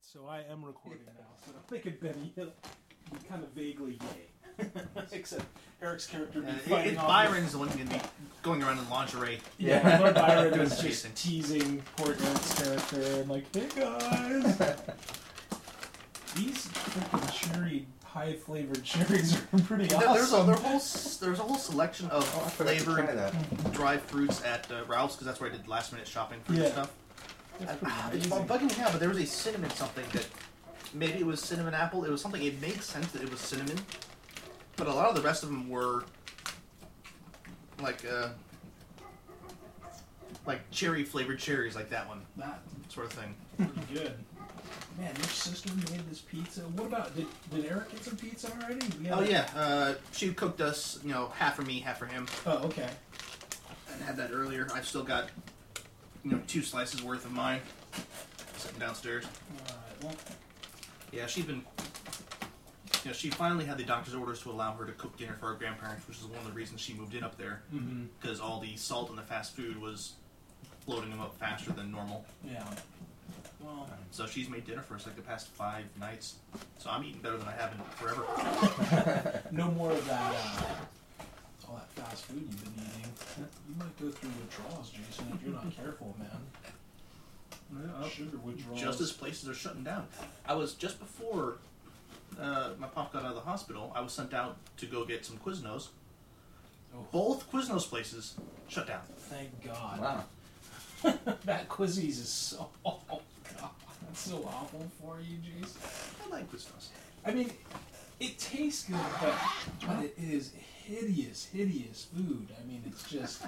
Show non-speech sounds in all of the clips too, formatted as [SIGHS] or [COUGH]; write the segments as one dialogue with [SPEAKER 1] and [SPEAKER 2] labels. [SPEAKER 1] so I am recording now. So I'm thinking Benny, he'll be kind of vaguely gay. [LAUGHS] Except Eric's character be
[SPEAKER 2] Uh, it,
[SPEAKER 1] fighting
[SPEAKER 2] it's
[SPEAKER 1] off-
[SPEAKER 2] Byron's the one going to be going around in lingerie.
[SPEAKER 1] Yeah,
[SPEAKER 3] Yeah.
[SPEAKER 1] Lord Byron
[SPEAKER 2] Doing
[SPEAKER 1] is
[SPEAKER 2] Jason.
[SPEAKER 1] just teasing poor Eric's character and like, hey [LAUGHS] guys, these freaking cherry pie flavored cherries are pretty
[SPEAKER 2] There- There's a
[SPEAKER 1] awesome.
[SPEAKER 2] there whole s- there's a whole selection of
[SPEAKER 3] Oh, I forgot to try
[SPEAKER 2] flavored
[SPEAKER 3] that.
[SPEAKER 2] dried fruits at uh, Ralph's because that's where I did last minute shopping for
[SPEAKER 1] Yeah.
[SPEAKER 2] stuff.
[SPEAKER 1] That's
[SPEAKER 2] And,
[SPEAKER 1] pretty
[SPEAKER 2] ah, it's
[SPEAKER 1] amazing.
[SPEAKER 2] I'm bugging me now, but there was a cinnamon something that maybe it was cinnamon apple. It was something. It made sense that it was cinnamon, but a lot of the rest of them were like uh, like cherry flavored cherries, like that one
[SPEAKER 1] That-
[SPEAKER 2] sort of thing.
[SPEAKER 1] Pretty good. Man, your sister made this pizza. What about did, did Eric get some pizza already? We
[SPEAKER 2] Oh
[SPEAKER 1] had-
[SPEAKER 2] yeah, uh, she cooked us, you know, half for me, half for him,
[SPEAKER 1] Oh okay.
[SPEAKER 2] and had that earlier. I've still got you know two slices worth of mine sitting downstairs.
[SPEAKER 1] Alright, well,
[SPEAKER 2] Yeah, she's been. You know, she finally had the doctor's orders to allow her to cook dinner for her grandparents, which is one of the reasons she moved in up there
[SPEAKER 1] mm-hmm.
[SPEAKER 2] because all the salt in the fast food was bloating them up faster than normal.
[SPEAKER 1] Yeah. Well,
[SPEAKER 2] So she's made dinner for us like the past five nights. So I'm eating better than I have in forever.
[SPEAKER 1] no more of that. Uh, all that fast food you've been eating. You might go through withdrawals, Jason, if you're not careful, man. Sugar withdrawals.
[SPEAKER 2] Oh. Just as places are shutting down, I was just before uh, my pop got out of the hospital. I was sent out to go get some Quiznos.
[SPEAKER 1] Oh.
[SPEAKER 2] Both Quiznos places shut down.
[SPEAKER 1] Thank God.
[SPEAKER 3] Wow.
[SPEAKER 1] [LAUGHS] that Quizzies is so. [LAUGHS] Oh, God. That's so awful for you, Jason.
[SPEAKER 2] I like Quiznos.
[SPEAKER 1] I mean, it tastes good, but, but it is hideous, hideous food. I mean, it's just,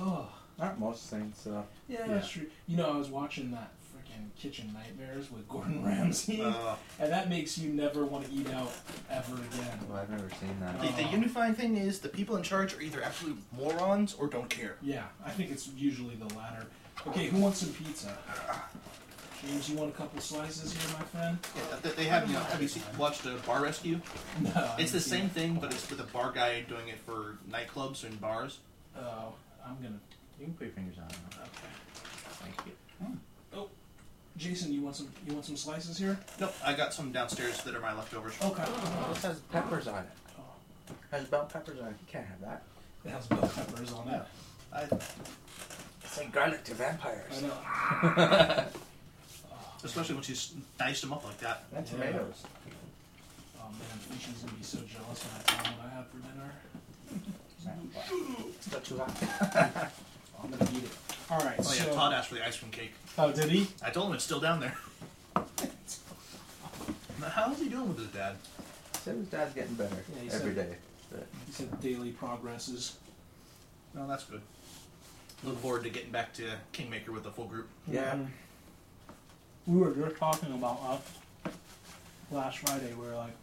[SPEAKER 1] oh,
[SPEAKER 3] Not most uh, things, so.
[SPEAKER 1] yeah, that's true. You know, I was watching that freaking Kitchen Nightmares with Gordon [LAUGHS] Ramsay,
[SPEAKER 2] Uh,
[SPEAKER 1] and that makes you never want to eat out ever again.
[SPEAKER 3] Well, I've never seen that.
[SPEAKER 2] The, the
[SPEAKER 1] Oh.
[SPEAKER 2] unifying thing is the people in charge are either absolute morons or don't care.
[SPEAKER 1] Yeah, I think it's usually the latter. Okay, who wants some pizza? James, you want a couple slices here, my friend? [LAUGHS]
[SPEAKER 2] Yeah, they- they have, you know, have you seen, watched uh, Bar Rescue?
[SPEAKER 1] No, I
[SPEAKER 2] It's the
[SPEAKER 1] haven't seen
[SPEAKER 2] same
[SPEAKER 1] it.
[SPEAKER 2] thing, but it's with a bar guy doing it for nightclubs and bars.
[SPEAKER 1] Oh, I'm gonna.
[SPEAKER 3] You can put your fingers on it.
[SPEAKER 1] Okay. Hmm. Oh,
[SPEAKER 3] Thank you.
[SPEAKER 1] Jason, you want some? You want some slices here?
[SPEAKER 2] Nope, I got some downstairs that are my leftovers.
[SPEAKER 1] Okay.
[SPEAKER 3] This has peppers on it. Has bell peppers on it. You can't have that.
[SPEAKER 1] It has bell peppers on it.
[SPEAKER 2] I
[SPEAKER 3] It's like garlic to
[SPEAKER 1] I
[SPEAKER 3] vampires.
[SPEAKER 1] know.
[SPEAKER 3] [LAUGHS]
[SPEAKER 2] especially when she's diced them up like that.
[SPEAKER 3] And tomatoes.
[SPEAKER 1] Oh man, Fishy's gonna be so jealous when I tell him what I had for dinner.
[SPEAKER 3] It's not too hot.
[SPEAKER 1] I'm gonna eat it. All right.
[SPEAKER 2] Oh yeah,
[SPEAKER 1] so,
[SPEAKER 2] Todd asked for the ice cream cake.
[SPEAKER 1] oh, did he?
[SPEAKER 2] I told him it's still down there. [LAUGHS] Now, How's he doing with his dad?
[SPEAKER 3] So his dad's getting better
[SPEAKER 1] Yeah, he
[SPEAKER 3] every
[SPEAKER 1] said-
[SPEAKER 3] day. But
[SPEAKER 1] He said daily progresses.
[SPEAKER 2] No, that's good. Look forward to getting back to Kingmaker with the full group.
[SPEAKER 3] yeah,
[SPEAKER 1] Mhm. We were just talking about uh, last Friday. We were like,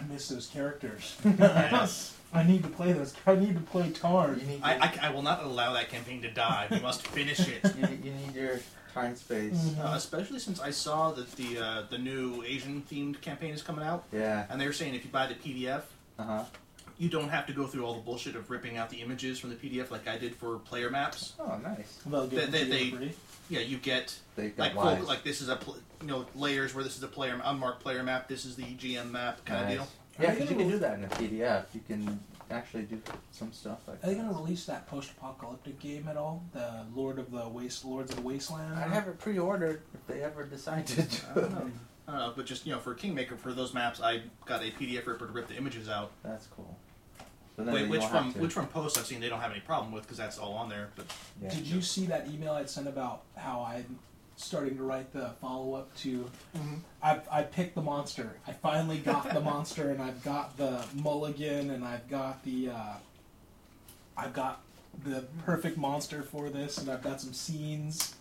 [SPEAKER 1] I miss those [LAUGHS] characters.
[SPEAKER 2] [LAUGHS] Yes.
[SPEAKER 1] I need to play those. I need to play Tarn.
[SPEAKER 3] you need your,
[SPEAKER 2] I, I, I will not allow that campaign to die. We must finish it. [LAUGHS]
[SPEAKER 3] you, need- you need your time space.
[SPEAKER 1] Mhm.
[SPEAKER 2] Uh, especially since I saw that the uh, the new Asian themed campaign is coming out,
[SPEAKER 3] Yeah.
[SPEAKER 2] and they were saying if you buy the PDF,
[SPEAKER 3] Uh huh.
[SPEAKER 2] you don't have to go through all the bullshit of ripping out the images from the PDF like I did for player maps.
[SPEAKER 3] Oh, nice.
[SPEAKER 1] They'll give
[SPEAKER 2] They-
[SPEAKER 1] them to
[SPEAKER 2] they-
[SPEAKER 1] you
[SPEAKER 2] they-
[SPEAKER 1] for free.
[SPEAKER 2] Yeah, you get
[SPEAKER 3] They got
[SPEAKER 2] like
[SPEAKER 3] wise.
[SPEAKER 2] full, like this is a pl- you know layers where this is a player unmarked player map, this is the GM map kind [LAUGHS]
[SPEAKER 3] Nice.
[SPEAKER 2] of deal.
[SPEAKER 3] Yeah,
[SPEAKER 1] Are they
[SPEAKER 3] 'cause you
[SPEAKER 1] gonna-
[SPEAKER 3] can do that in a PDF. You can actually do some stuff like
[SPEAKER 1] Are they
[SPEAKER 3] that.
[SPEAKER 1] gonna release that post-apocalyptic game at all? The Lord of the Waste, Lords of the Wasteland.
[SPEAKER 3] I have it pre-ordered if they ever decide to do
[SPEAKER 2] Uh-huh. I
[SPEAKER 3] it.
[SPEAKER 2] don't know. I don't know, but just you know, for Kingmaker, for those maps, I got a PDF ripper to rip the images out.
[SPEAKER 3] That's cool. But
[SPEAKER 2] Wait,
[SPEAKER 3] you
[SPEAKER 2] which
[SPEAKER 3] won't have
[SPEAKER 2] from
[SPEAKER 3] to.
[SPEAKER 2] which from posts I've seen they don't have any problem with because that's all on there. But
[SPEAKER 3] Yeah.
[SPEAKER 1] Did you see that email I sent about how I'm starting to write the follow up to? I I picked the monster. I finally got the monster, and I've got the mulligan, and I've got the uh, I've got the perfect monster for this, and I've got some scenes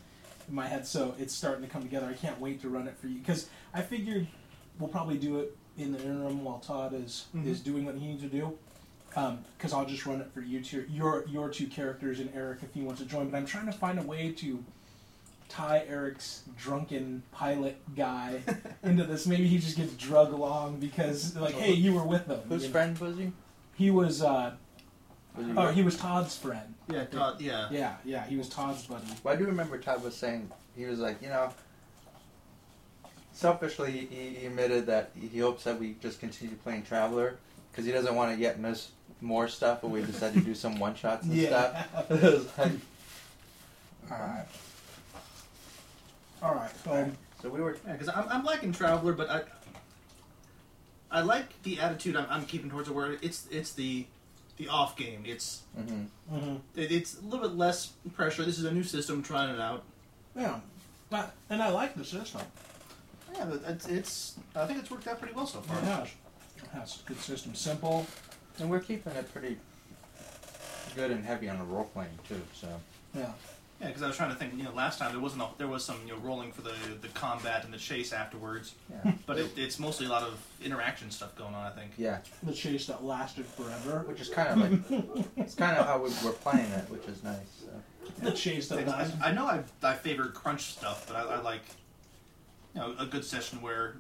[SPEAKER 1] in my head, so it's starting to come together. I can't wait to run it for you because I figured we'll probably do it in the interim while Todd is
[SPEAKER 3] Mm-hmm.
[SPEAKER 2] Mhm.
[SPEAKER 1] is doing what he needs to do. Because I'll just run it for you two, your your two characters and Eric if he wants to join. But I'm trying to find a way to tie Eric's drunken pilot
[SPEAKER 3] [LAUGHS]
[SPEAKER 1] guy into this. Maybe he just gets drug along because like, hey, you were with them.
[SPEAKER 3] Whose
[SPEAKER 1] you know?
[SPEAKER 3] friend was he?
[SPEAKER 1] He was. Uh,
[SPEAKER 3] Was he
[SPEAKER 1] oh, he was Todd's friend.
[SPEAKER 2] yeah, Todd, yeah,
[SPEAKER 1] Yeah, yeah, he was Todd's buddy.
[SPEAKER 3] Well, I do remember Todd was saying he was like, you know, selfishly, he, he admitted that he hopes that we just continue playing Traveler because he doesn't want to yet miss more stuff, but we decided to
[SPEAKER 1] [LAUGHS]
[SPEAKER 3] do some one shots and
[SPEAKER 1] Yeah.
[SPEAKER 3] stuff. [LAUGHS] It was like-
[SPEAKER 1] Alright. Alright, um,
[SPEAKER 3] so we were.
[SPEAKER 2] Yeah, because I'm, I'm liking Traveler, but I I like the attitude I'm, I'm keeping towards it. Where it's it's the the off game. It's
[SPEAKER 3] hmm
[SPEAKER 1] mhm.
[SPEAKER 2] it, it's a little bit less pressure. This is a new system, trying it out.
[SPEAKER 1] yeah. But, and I like the system.
[SPEAKER 2] Yeah, but it's, it's I think it's worked out pretty well so far.
[SPEAKER 1] It has. It has a good system. Simple.
[SPEAKER 3] And we're keeping it pretty good and heavy on the role playing too. So
[SPEAKER 1] [LAUGHS] Yeah.
[SPEAKER 2] Yeah, because I was trying to think. You know, last time there wasn't a, there was some you know rolling for the the combat and the chase afterwards,
[SPEAKER 3] yeah,
[SPEAKER 2] but it, it's mostly a lot of interaction stuff going on. I think.
[SPEAKER 3] yeah,
[SPEAKER 1] The chase that lasted forever. [LAUGHS]
[SPEAKER 3] which is kind of like it's kind of how we, we're playing it, which is nice. So.
[SPEAKER 1] The chase that
[SPEAKER 2] I,
[SPEAKER 1] lasted.
[SPEAKER 2] I know I, I favor crunch stuff, but I, I like you know a good session where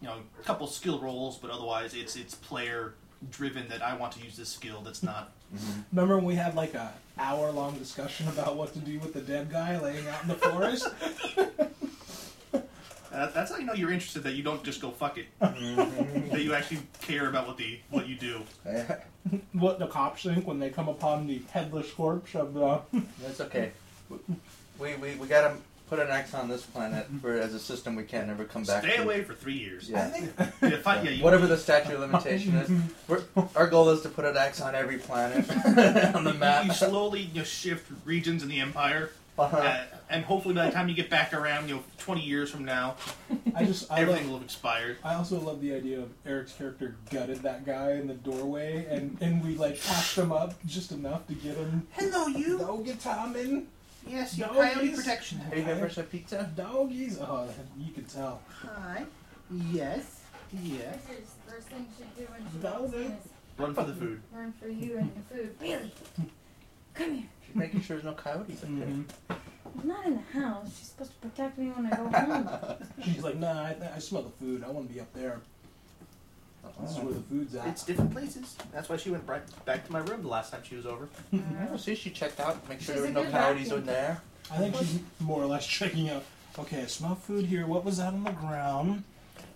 [SPEAKER 2] you know a couple skill rolls, but otherwise it's it's player driven that I want to use this skill. That's not
[SPEAKER 1] Remember when we had like a hour long discussion about what to do with the dead guy laying out in the forest?
[SPEAKER 2] uh, that's how you know you're interested. That you don't just go fuck it.
[SPEAKER 3] Mhm.
[SPEAKER 2] that you actually care about what the what you do.
[SPEAKER 3] Yeah,
[SPEAKER 1] what the cops think when they come upon the headless corpse of uh, the.
[SPEAKER 3] [LAUGHS] That's okay. We we, we gotta put an X on this planet for as a system we can't never come back.
[SPEAKER 2] Stay
[SPEAKER 3] to.
[SPEAKER 2] away for three years.
[SPEAKER 3] Yeah.
[SPEAKER 2] Yeah, fi- yeah, you-
[SPEAKER 3] Whatever the statute of limitation is,
[SPEAKER 2] [LAUGHS]
[SPEAKER 3] we're, our goal is to put an X on every planet on the map.
[SPEAKER 2] You slowly you know, shift regions in the empire,
[SPEAKER 3] Uh-huh.
[SPEAKER 2] uh, and hopefully by the time you get back around, you know, twenty years from now,
[SPEAKER 1] [LAUGHS] I just. I
[SPEAKER 2] everything
[SPEAKER 1] love,
[SPEAKER 2] will have expired.
[SPEAKER 1] I also love the idea of Eric's character gutted that guy in the doorway and, and we like passed him up just enough to get him.
[SPEAKER 2] Hello, you.
[SPEAKER 1] Doggy Tommen!
[SPEAKER 2] Yes,
[SPEAKER 1] your
[SPEAKER 2] your
[SPEAKER 1] coyote
[SPEAKER 2] coyote protection.
[SPEAKER 3] Have you had first a pizza?
[SPEAKER 1] Doggies! Oh, you could tell.
[SPEAKER 2] Hi. Yes. Yes.
[SPEAKER 4] Teacher's first thing she do when she
[SPEAKER 1] That was
[SPEAKER 4] walks in
[SPEAKER 1] it.
[SPEAKER 4] is
[SPEAKER 2] Run for the food.
[SPEAKER 4] Learn for you and your food. Really? Come here.
[SPEAKER 3] She's making sure there's no coyotes up
[SPEAKER 1] Mhm.
[SPEAKER 4] I'm not in the house. She's supposed to protect me when I go home.
[SPEAKER 1] She's like, nah, I, I smell the food. I want to be up there. This is where the food's at.
[SPEAKER 2] It's different places. That's why she went right back to my room the last time she was over.
[SPEAKER 3] there.
[SPEAKER 4] Uh,
[SPEAKER 3] Oh, see, she checked out, make sure
[SPEAKER 4] She's
[SPEAKER 3] there were
[SPEAKER 4] a
[SPEAKER 3] no
[SPEAKER 4] good
[SPEAKER 3] coyotes
[SPEAKER 4] vacuum.
[SPEAKER 3] in there.
[SPEAKER 1] I think she's more or less [LAUGHS] checking out. Okay, I smell food here. What was that on the ground?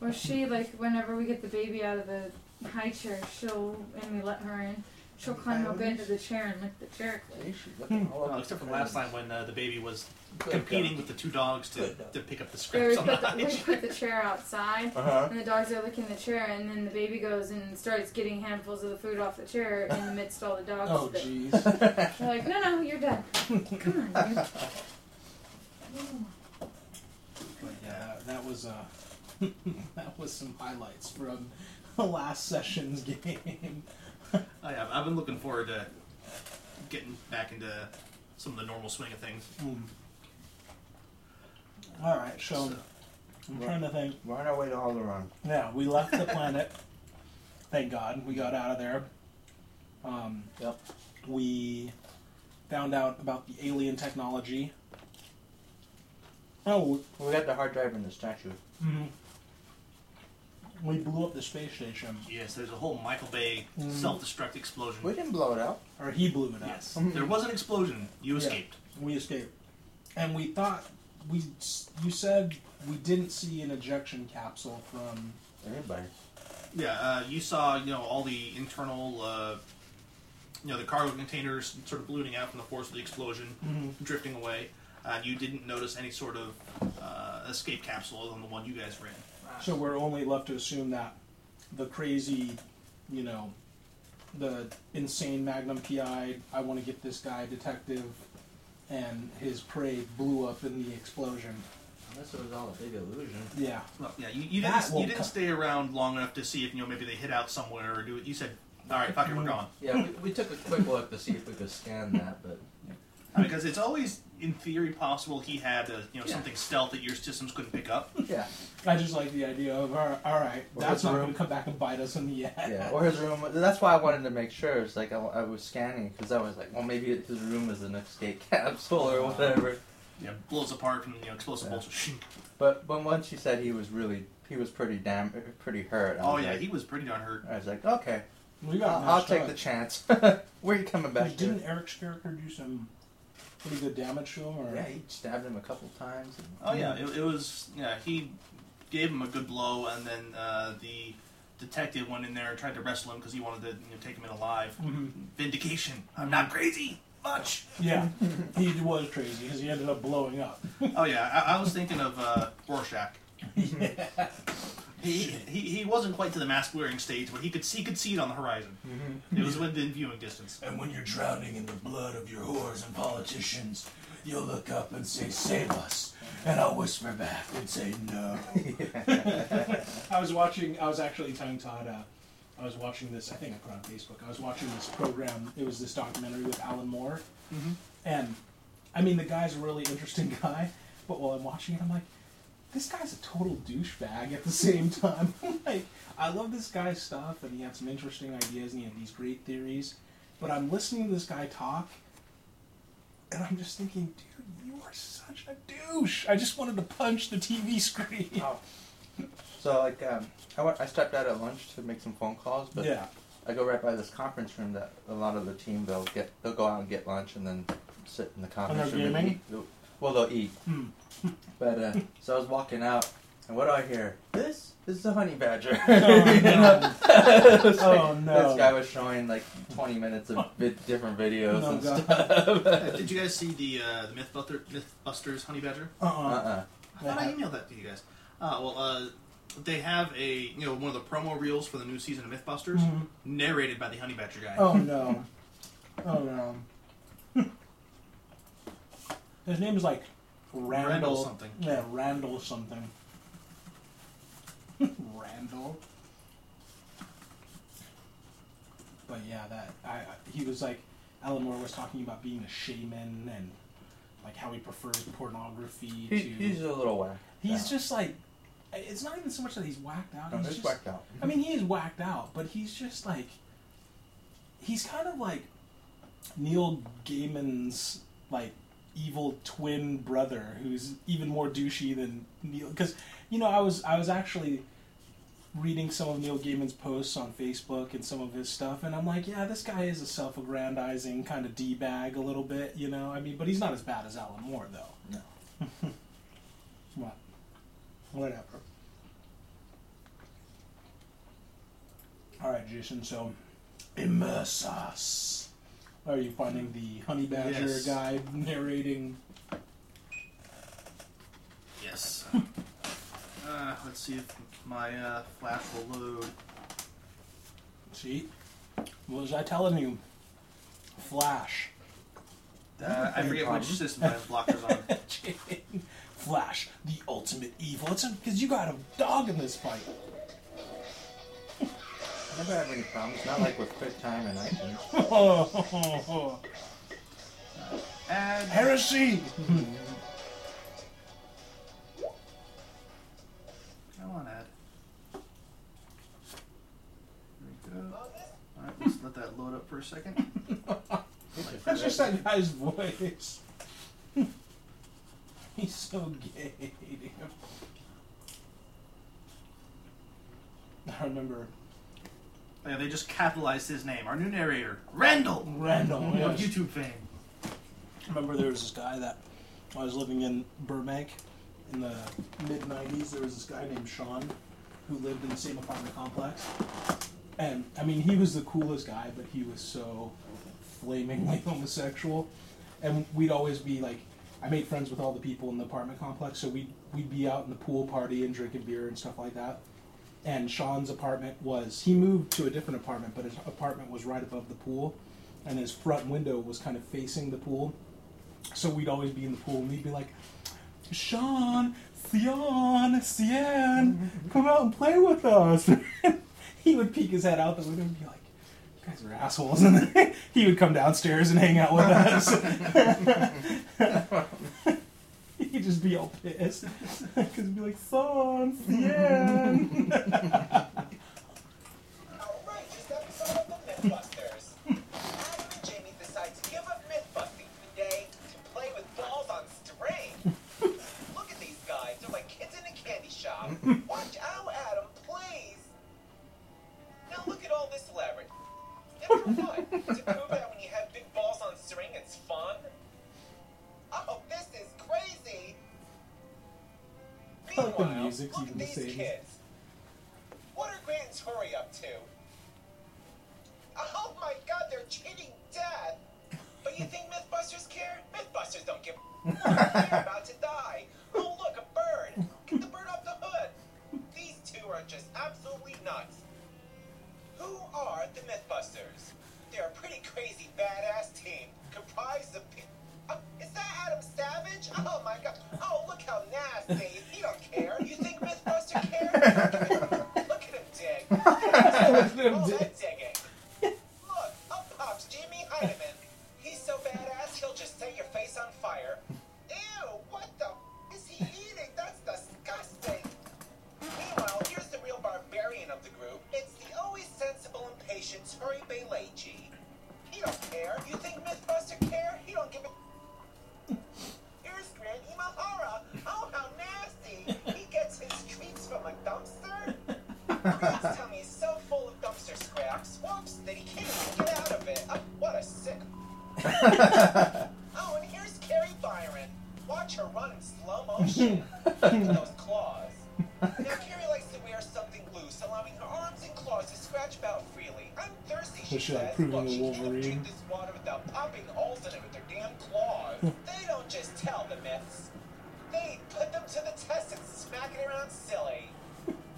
[SPEAKER 4] Or she, like, whenever we get the baby out of the high chair, she'll, and we let her in, she'll climb up into the chair and lick the chair
[SPEAKER 3] See,
[SPEAKER 4] clean.
[SPEAKER 3] she's looking all
[SPEAKER 2] Well,
[SPEAKER 3] over
[SPEAKER 2] Hmm. Oh, except for
[SPEAKER 3] the
[SPEAKER 2] last time
[SPEAKER 3] place.
[SPEAKER 2] when uh, the baby was
[SPEAKER 3] Good
[SPEAKER 2] competing
[SPEAKER 3] girl.
[SPEAKER 2] with the two dogs to,
[SPEAKER 3] Good dog.
[SPEAKER 2] to pick up the
[SPEAKER 4] Or we
[SPEAKER 2] scraps on the
[SPEAKER 4] put
[SPEAKER 2] [LAUGHS]
[SPEAKER 4] the, we
[SPEAKER 2] hide.
[SPEAKER 4] put the chair outside,
[SPEAKER 3] Uh-huh.
[SPEAKER 4] and the dogs are licking the chair, and then the baby goes and starts getting handfuls of the food off the chair in the midst of all the dogs.
[SPEAKER 1] Oh,
[SPEAKER 3] [LAUGHS]
[SPEAKER 4] that-
[SPEAKER 1] jeez.
[SPEAKER 4] They're like, no, no, you're done. Come on, you.
[SPEAKER 1] But yeah, that, that was uh, [LAUGHS] that was some highlights from [LAUGHS] the last session's [LAUGHS] game.
[SPEAKER 2] I have. I've been looking forward to getting back into some of the normal swing of things.
[SPEAKER 1] Hmm. All right, so
[SPEAKER 2] So-
[SPEAKER 1] I'm trying to think.
[SPEAKER 3] [LAUGHS] We're on our way to Alderaan.
[SPEAKER 1] Yeah, we left the planet. Thank God we got out of there. Um,
[SPEAKER 3] Yep.
[SPEAKER 1] We found out about the alien technology. Oh,
[SPEAKER 3] We got the hard drive in the statue.
[SPEAKER 1] mhm. we blew up the space station,
[SPEAKER 2] Yes, there's a whole Michael Bay
[SPEAKER 1] Mm.
[SPEAKER 2] self-destruct explosion.
[SPEAKER 3] We didn't blow it up.
[SPEAKER 1] or he blew it up.
[SPEAKER 2] Yes,
[SPEAKER 3] Mm.
[SPEAKER 2] there was an explosion. You
[SPEAKER 1] Yeah.
[SPEAKER 2] escaped.
[SPEAKER 1] We escaped, and we thought we. s- You said we didn't see an ejection capsule from.
[SPEAKER 3] Everybody.
[SPEAKER 2] Yeah, uh, you saw, you know, all the internal, uh, you know, the cargo containers sort of ballooning out from the force of the explosion,
[SPEAKER 3] Mm-hmm.
[SPEAKER 2] drifting away. Uh, you didn't notice any sort of uh, escape capsule on the one you guys ran.
[SPEAKER 1] So we're only left to assume that the crazy, you know, the insane Magnum PI. I want to get this guy, detective, and his prey blew up in the explosion.
[SPEAKER 3] Unless it was all a big illusion.
[SPEAKER 1] Yeah.
[SPEAKER 2] Well, yeah, you, you
[SPEAKER 1] That
[SPEAKER 2] didn't
[SPEAKER 1] won't
[SPEAKER 2] you didn't
[SPEAKER 1] cut.
[SPEAKER 2] stay around long enough to see if you know maybe they hit out somewhere or do it. You said, "All right, fuck it,
[SPEAKER 3] Mm-hmm.
[SPEAKER 2] we're gone,"
[SPEAKER 3] Yeah, we, we took a quick look to see if we could scan that, but
[SPEAKER 2] because it's always in theory possible he had a, you know
[SPEAKER 3] Yeah.
[SPEAKER 2] something stealth that your systems couldn't pick up.
[SPEAKER 3] yeah,
[SPEAKER 1] I just like the idea of all right, all right
[SPEAKER 3] Well,
[SPEAKER 1] that's
[SPEAKER 3] that's
[SPEAKER 1] not
[SPEAKER 3] room.
[SPEAKER 1] going to come back and bite us in the [LAUGHS] ass.
[SPEAKER 3] yeah. Or his room. That's why I wanted to make sure. It's like I, I was scanning because I was like, well, maybe his room is an escape [LAUGHS] capsule or whatever.
[SPEAKER 2] Yeah, blows apart from you know explosive
[SPEAKER 3] Yeah.
[SPEAKER 2] bolts.
[SPEAKER 3] But but once you said he was really, he was pretty damn, pretty hurt. I
[SPEAKER 2] Oh
[SPEAKER 3] was
[SPEAKER 2] yeah,
[SPEAKER 3] like-
[SPEAKER 2] he was pretty darn hurt.
[SPEAKER 3] I was like, okay,
[SPEAKER 1] We got
[SPEAKER 3] I'll, I'll
[SPEAKER 1] matched
[SPEAKER 3] take
[SPEAKER 1] up.
[SPEAKER 3] the chance. [LAUGHS] Where are you coming back to?
[SPEAKER 1] Didn't Eric's character do some pretty good damage to him? Or
[SPEAKER 3] Yeah, he stabbed him a couple times. And,
[SPEAKER 2] Oh yeah, it, it was. Yeah, he gave him a good blow, and then uh, the detective went in there and tried to wrestle him because he wanted to you know, take him in alive. Vindication. I'm not crazy. [LAUGHS] Much.
[SPEAKER 1] Mm-hmm. Yeah, he was crazy because he ended up blowing up.
[SPEAKER 3] [LAUGHS]
[SPEAKER 1] [LAUGHS]
[SPEAKER 2] Oh yeah, I, I was thinking of uh, Rorschach.
[SPEAKER 1] yeah.
[SPEAKER 2] He, he he wasn't quite to the mask wearing stage, but he could see he could see it on the horizon. It was within viewing distance.
[SPEAKER 5] And when you're drowning in the blood of your whores and politicians, you'll look up and say, Save us. And I'll whisper back and say, No.
[SPEAKER 1] I was watching. I was actually telling Todd. Uh, I was watching this. I think I put it on Facebook. I was watching this program. It was this documentary with Alan Moore, and I mean, the guy's a really interesting [LAUGHS] guy. But while I'm watching it, I'm like, this guy's a total douchebag. At the same time, [LAUGHS] I'm like, I love this guy's stuff, and he had some interesting ideas, and he had these great theories. But I'm listening to this guy talk, and I'm just thinking, dude, you are such a douche. I just wanted to punch the TV screen.
[SPEAKER 3] [LAUGHS] Oh. So like, um, I went, I stepped out at lunch to make some phone calls, but
[SPEAKER 1] Yeah.
[SPEAKER 3] I go right by this conference room that a lot of the team they'll get they'll go out and get lunch and then sit in the conference
[SPEAKER 1] they're
[SPEAKER 3] room. and
[SPEAKER 1] gaming?
[SPEAKER 3] eat. They'll- Well, they'll eat.
[SPEAKER 1] Hmm. [LAUGHS]
[SPEAKER 3] but uh, so I was walking out, and what do I hear? This is the honey badger. [LAUGHS]
[SPEAKER 1] Oh, no.
[SPEAKER 3] It's [LAUGHS] like,
[SPEAKER 1] Oh, no.
[SPEAKER 3] This guy was showing like 20 minutes of vi- different videos
[SPEAKER 1] Oh,
[SPEAKER 3] and
[SPEAKER 1] God. [LAUGHS]
[SPEAKER 2] Uh,
[SPEAKER 3] stuff. [LAUGHS]
[SPEAKER 2] Did you guys see the uh, the Mythbuster, MythBusters Honey Badger?
[SPEAKER 1] Uh-uh.
[SPEAKER 3] uh-uh.
[SPEAKER 2] I thought I emailed that to you guys. Uh, well, uh, they have a you know one of the promo reels for the new season of MythBusters,
[SPEAKER 1] Mhm.
[SPEAKER 2] narrated by the Honey Badger guy.
[SPEAKER 1] Oh no. Oh no. [LAUGHS] His name is like Randall,
[SPEAKER 2] Randall something.
[SPEAKER 1] Yeah, Randall something. [LAUGHS] Randall. But yeah, that I, I he was like Alan Moore was talking about being a shaman and like how he prefers pornography
[SPEAKER 3] He,
[SPEAKER 1] to
[SPEAKER 3] he's a little whack.
[SPEAKER 1] He's
[SPEAKER 3] out.
[SPEAKER 1] just like it's not even so much that he's whacked out.
[SPEAKER 3] No,
[SPEAKER 1] he's
[SPEAKER 3] he's
[SPEAKER 1] just
[SPEAKER 3] whacked out.
[SPEAKER 1] I mean, he is whacked out, but he's just like he's kind of like Neil Gaiman's like evil twin brother, who's even more douchey than Neil. Because you know, I was I was actually reading some of Neil Gaiman's posts on Facebook and some of his stuff, and I'm like, yeah, this guy is a self-aggrandizing kind of d bag a little bit, you know. I mean, but he's not as bad as Alan Moore though.
[SPEAKER 3] No.
[SPEAKER 1] What? Whatever. All right, Jason. So, immerse us. Are you finding the honey badger
[SPEAKER 2] Yes.
[SPEAKER 1] guy narrating? [LAUGHS]
[SPEAKER 2] Yes. uh, let's see if my uh, flash will load.
[SPEAKER 1] See, what was I telling you? Flash, [LAUGHS]
[SPEAKER 2] Uh, I forget which system my blocker's on.
[SPEAKER 1] [LAUGHS] Flash, the ultimate evil. It's because you got a dog in this fight. [LAUGHS]
[SPEAKER 3] I never have any problems. Not like with QuickTime and iTunes.
[SPEAKER 2] Add
[SPEAKER 1] Heresy. [LAUGHS]
[SPEAKER 2] I want add. There we go. All right, let's let that load up for a second.
[SPEAKER 1] [LAUGHS] That's just that guy's voice. [LAUGHS] He's so gay. dude. I remember
[SPEAKER 2] Oh, Yeah, they just capitalized his name. Our new narrator, Randall,
[SPEAKER 1] Randall.
[SPEAKER 2] [LAUGHS] of
[SPEAKER 1] yes.
[SPEAKER 2] YouTube fame.
[SPEAKER 1] remember there was this guy that I was living in Burbank in the mid '90s. There was this guy named Sean who lived in the same apartment complex, and I mean he was the coolest guy, but he was so flamingly [LAUGHS] homosexual. And we'd always be like, I made friends with all the people in the apartment complex, so we'd we'd be out in the pool party and drinking beer and stuff like that. And Sean's apartment was he moved to a different apartment, but his apartment was right above the pool, and his front window was kind of facing the pool. So we'd always be in the pool and we'd be like, Sean, Sion, Sien, come out and play with us. [LAUGHS] he would peek his head out the window and be like, You guys are assholes. [LAUGHS] And then he would come downstairs and hang out with [LAUGHS] us. He'd just be all pissed. [LAUGHS] Because he'd be like, Son, Sien. [LAUGHS]
[SPEAKER 6] Alright, this episode of the Mythbusters. Adam and Jamie decide to give up mythbusting today to play with balls on string. Look at these guys, they're like kids in a candy shop. Watch out, Adam, please. Now look at all this elaborate. Never fun. To prove that when you have big balls on string, it's fun. Oh, this is crazy. Being
[SPEAKER 1] like the
[SPEAKER 6] while.
[SPEAKER 1] music's
[SPEAKER 6] Look
[SPEAKER 1] even the
[SPEAKER 6] at these
[SPEAKER 1] same.
[SPEAKER 6] kids. What are Grant and Tori up to? Oh my god, they're cheating death! But you think Mythbusters care? Mythbusters don't give a [LAUGHS] They're about to die. Oh look, a bird! Get the bird off the hood! These two are just absolutely nuts. Who are the Mythbusters? They're a pretty crazy badass team comprised of people. is that Adam Savage? Oh my god. Oh, look how nasty. He don't care. You think Mythbuster cares? look at him dig. Look at him
[SPEAKER 1] [LAUGHS]
[SPEAKER 6] dig. All that digging. Look, up pops Jimmy Heidemann. He's so badass, he'll just set your face on fire. Ew, what the f- is he eating? That's disgusting. Meanwhile, here's the real barbarian of the group. It's the always sensible and patient Tori Beleji. He don't care. You think Mythbuster care? He don't give a. [LAUGHS] Here's Grand Imahara. Oh, how nasty! He gets his treats from a dumpster. Grant's tummy is so full of dumpster scraps, whoops, that he can't even get out of it. Oh, what a sick. oh, and here's Carrie Byron. Watch her run in slow motion.
[SPEAKER 1] [LAUGHS]
[SPEAKER 6] Look at those claws. Now Carrie likes to wear something loose, allowing her arms and claws to scratch about freely. I'm thirsty, she
[SPEAKER 1] So she, like,
[SPEAKER 6] says.
[SPEAKER 1] proving
[SPEAKER 6] Look,
[SPEAKER 1] the
[SPEAKER 6] she can't
[SPEAKER 1] Wolverine.
[SPEAKER 6] drink this water without popping holes in it with their damn
[SPEAKER 1] [LAUGHS]
[SPEAKER 6] claws. they don't just tell the myths. They put them to the test and smack it
[SPEAKER 1] [LAUGHS]
[SPEAKER 6] around silly.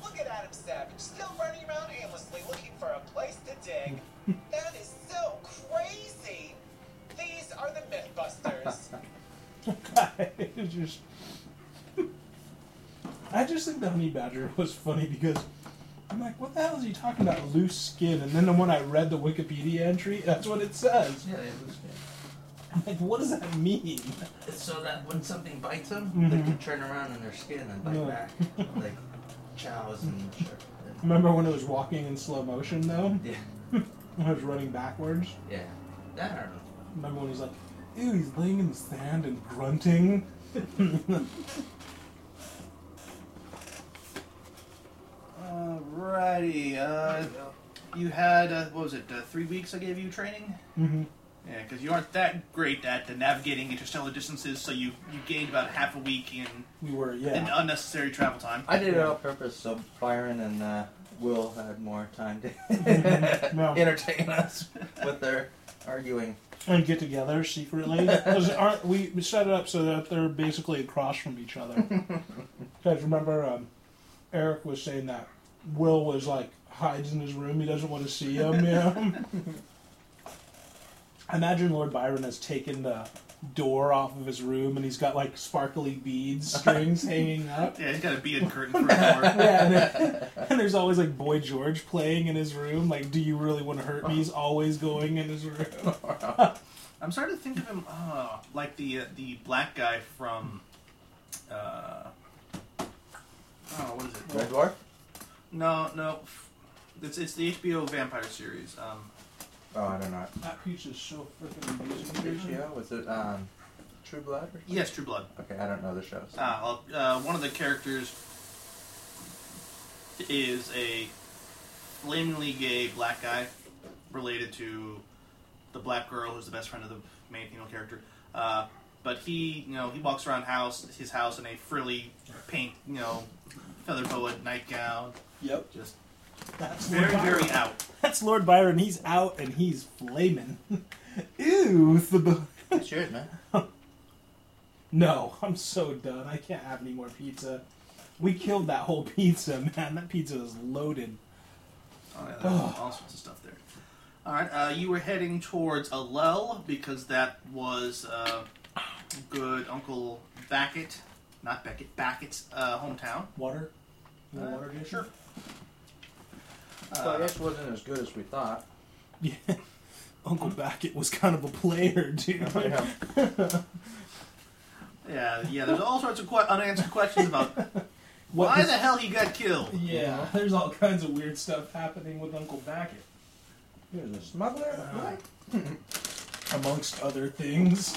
[SPEAKER 6] Look at Adam Savage, still running around aimlessly looking for a place to dig. that is so crazy. These are the Mythbusters.
[SPEAKER 1] It's [LAUGHS] just- I just think the honey badger was funny because I'm like, what the hell is he talking about loose skin? And then when I read the Wikipedia entry, that's what it says.
[SPEAKER 7] Yeah, they lose it.
[SPEAKER 1] I'm like, what does that mean?
[SPEAKER 7] So that when something bites them, they
[SPEAKER 1] Mhm.
[SPEAKER 7] can turn around in their skin and bite
[SPEAKER 1] Yeah. [LAUGHS]
[SPEAKER 7] back, like chows and shit.
[SPEAKER 1] Remember when it was walking in slow motion though?
[SPEAKER 7] Yeah,
[SPEAKER 1] When I was running backwards.
[SPEAKER 7] yeah. That I don't know.
[SPEAKER 1] Remember when he's like, ew, he's laying in the sand and grunting?
[SPEAKER 2] Alrighty. Uh, you had uh, what was it? Uh, three weeks I gave you training.
[SPEAKER 1] hmm
[SPEAKER 2] Yeah, because you aren't that great at the navigating interstellar distances, so you you gained about half a week in,
[SPEAKER 1] We were,
[SPEAKER 2] in
[SPEAKER 1] yeah.
[SPEAKER 2] unnecessary travel time.
[SPEAKER 3] I did it on purpose so Byron and uh, Will had more
[SPEAKER 1] [LAUGHS]
[SPEAKER 3] time to
[SPEAKER 1] Mm-hmm. No.
[SPEAKER 3] [LAUGHS] entertain us with their arguing.
[SPEAKER 1] And get together secretly. 'Cause aren't- we, we set it up so that they're basically across from each other. Because remember, um, Eric was saying that Will was like hides in his room. He doesn't want to see him. You know? [LAUGHS] I Imagine Lord Byron has taken the door off of his room and he's got like sparkly beads strings hanging up.
[SPEAKER 2] Yeah, he's got a beaded curtain for a door.
[SPEAKER 1] Yeah, and, then- and there's always like Boy George playing in his room. Like, do you really want to hurt me? He's always going in his room.
[SPEAKER 2] I'm starting to think of him uh, like the uh, the black guy from. Uh, oh, what is it?
[SPEAKER 3] Red Dwarf?
[SPEAKER 2] No, no. f- It's it's the HBO vampire series. Um,
[SPEAKER 3] Oh, I don't know.
[SPEAKER 1] That piece is so freaking amazing.
[SPEAKER 3] Sergio? Was it um, True Blood? Or
[SPEAKER 2] yes, True Blood.
[SPEAKER 3] Okay, I don't know the show. so-
[SPEAKER 2] Ah, well, uh, one of the characters is a flamingly gay black guy related to the black girl who's the best friend of the main female character. Uh, but he, you know, he walks around house his house in a frilly pink, you know, feather boa nightgown,
[SPEAKER 1] Yep.
[SPEAKER 2] just
[SPEAKER 1] That's
[SPEAKER 2] very,
[SPEAKER 1] Lord Byron.
[SPEAKER 2] very out.
[SPEAKER 1] That's Lord Byron. He's out and he's flaming. [LAUGHS] Ew. [LAUGHS] it's the bu-
[SPEAKER 3] That's yours, man.
[SPEAKER 1] no, I'm so done. I can't have any more pizza. We killed that whole [LAUGHS] pizza, man. That pizza is loaded.
[SPEAKER 2] Oh, yeah, there's all sorts of stuff there. All right, uh, you were heading towards Alel because that was uh, good Uncle Backett, not Beckett, Backett's uh, hometown.
[SPEAKER 1] Water? You want
[SPEAKER 2] Uh,
[SPEAKER 1] water dish?
[SPEAKER 2] sure.
[SPEAKER 3] So I
[SPEAKER 2] Uh,
[SPEAKER 3] guess it wasn't as good as we thought.
[SPEAKER 1] [LAUGHS] Yeah. Uncle Backett was kind of a player, [LAUGHS] dude.
[SPEAKER 2] Oh,
[SPEAKER 3] Yeah.
[SPEAKER 2] yeah, yeah. There's all sorts of que- unanswered questions about
[SPEAKER 1] [LAUGHS] What
[SPEAKER 2] why
[SPEAKER 1] his-
[SPEAKER 2] the hell he got
[SPEAKER 1] [LAUGHS]
[SPEAKER 2] killed.
[SPEAKER 1] Yeah, there's all kinds of weird stuff happening with Uncle Backett.
[SPEAKER 3] He was a smuggler?
[SPEAKER 1] Uh-huh.
[SPEAKER 3] What?
[SPEAKER 1] Amongst other things.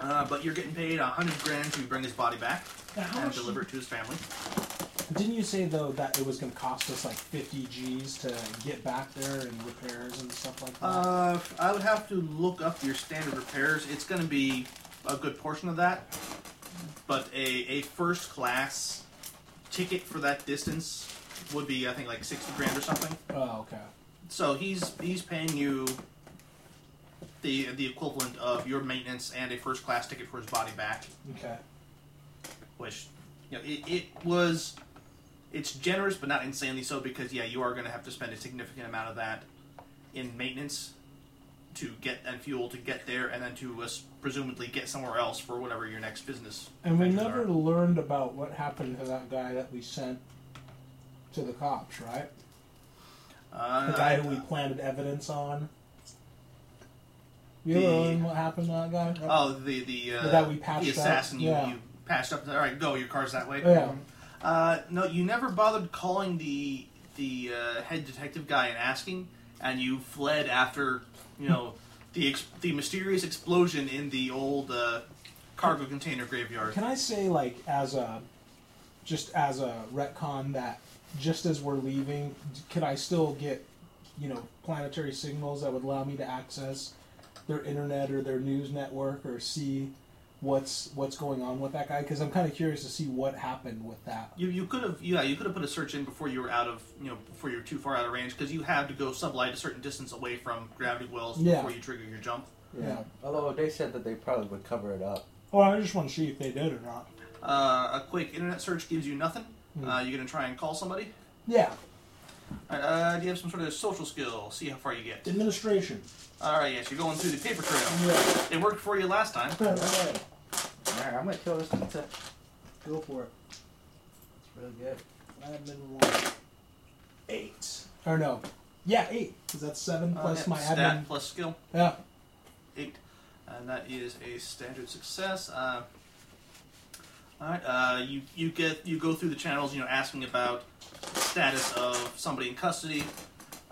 [SPEAKER 2] Uh, but you're getting paid a hundred grand to bring his body back
[SPEAKER 1] Now, how
[SPEAKER 2] and
[SPEAKER 1] much
[SPEAKER 2] deliver it to his family.
[SPEAKER 1] Didn't you say though that it was going to cost us like 50 G's to get back there and repairs and stuff like that?
[SPEAKER 2] Uh, I would have to look up your standard repairs. It's going to be a good portion of that. but a, a first class ticket for that distance would be I think like sixty grand or something.
[SPEAKER 1] Oh, okay.
[SPEAKER 2] So he's he's paying you the the equivalent of your maintenance and a first class ticket for his body back,
[SPEAKER 1] Okay.
[SPEAKER 2] which you know it, it was it's generous but not insanely so because yeah you are going to have to spend a significant amount of that in maintenance to get and fuel to get there and then to uh, presumably get somewhere else for whatever your next business.
[SPEAKER 1] And we
[SPEAKER 2] adventures are.
[SPEAKER 1] never learned about what happened to that guy that we sent to the cops, right?
[SPEAKER 2] Uh,
[SPEAKER 1] The guy who we planted evidence on. You ever
[SPEAKER 2] The-
[SPEAKER 1] learn what happened to that guy?
[SPEAKER 2] Oh, the the uh,
[SPEAKER 1] That we patched
[SPEAKER 2] the
[SPEAKER 1] up?
[SPEAKER 2] assassin. You,
[SPEAKER 1] Yeah.
[SPEAKER 2] you patched up. All right, go. Your car's that way.
[SPEAKER 1] yeah.
[SPEAKER 2] Uh, no, you never bothered calling the the uh, head detective guy and asking, and you fled after you know the ex- the mysterious explosion in the old uh, cargo container graveyard.
[SPEAKER 1] Can I say, like, as a, just as a retcon that just as we're leaving, d- could I still get, you know, planetary signals that would allow me to access their internet or their news network or see what's what's going on with that guy? Because I'm kind of curious to see what happened with that.
[SPEAKER 2] You, you could have yeah you could have put a search in before you were out of you know before you were too far out of range because you have to go sublight a certain distance away from gravity wells
[SPEAKER 1] Yeah.
[SPEAKER 2] before you trigger your jump.
[SPEAKER 1] Yeah.
[SPEAKER 3] Although they said that they probably would cover it up.
[SPEAKER 1] Or I just want to see if they did or not.
[SPEAKER 2] Uh, a quick internet search gives you nothing.
[SPEAKER 1] Hmm.
[SPEAKER 2] Uh, you're gonna try and call somebody.
[SPEAKER 1] Yeah.
[SPEAKER 2] Alright, uh, do you have some sort of social skill? See how far you get.
[SPEAKER 1] Administration.
[SPEAKER 2] All right, yes, you're going through the paper trail.
[SPEAKER 1] Yeah.
[SPEAKER 2] It worked for you last time.
[SPEAKER 1] Alright,
[SPEAKER 7] Alright, I'm gonna kill this one too. It's
[SPEAKER 1] Go for it.
[SPEAKER 7] really good.
[SPEAKER 1] Admin one. Eight. Or no. Yeah, eight. Because that's seven plus
[SPEAKER 2] Uh,
[SPEAKER 1] my
[SPEAKER 2] stat
[SPEAKER 1] admin.
[SPEAKER 2] plus skill
[SPEAKER 1] Yeah.
[SPEAKER 2] eight, and that is a standard success. Uh, all right, uh, you you get you go through the channels, you know, asking about status of somebody in custody,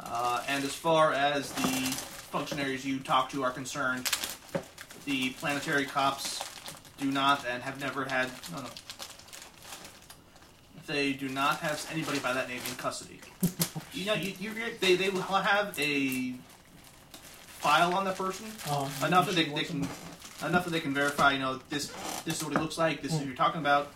[SPEAKER 2] uh, and as far as the functionaries you talk to are concerned, the planetary cops do not and have never had no no. They do not have anybody by that name in custody. you know, you, you, they they will have a file on the person,
[SPEAKER 1] Um,
[SPEAKER 2] enough that they, they can enough that they can verify. You know, this this is what he looks like. This is who you're talking about.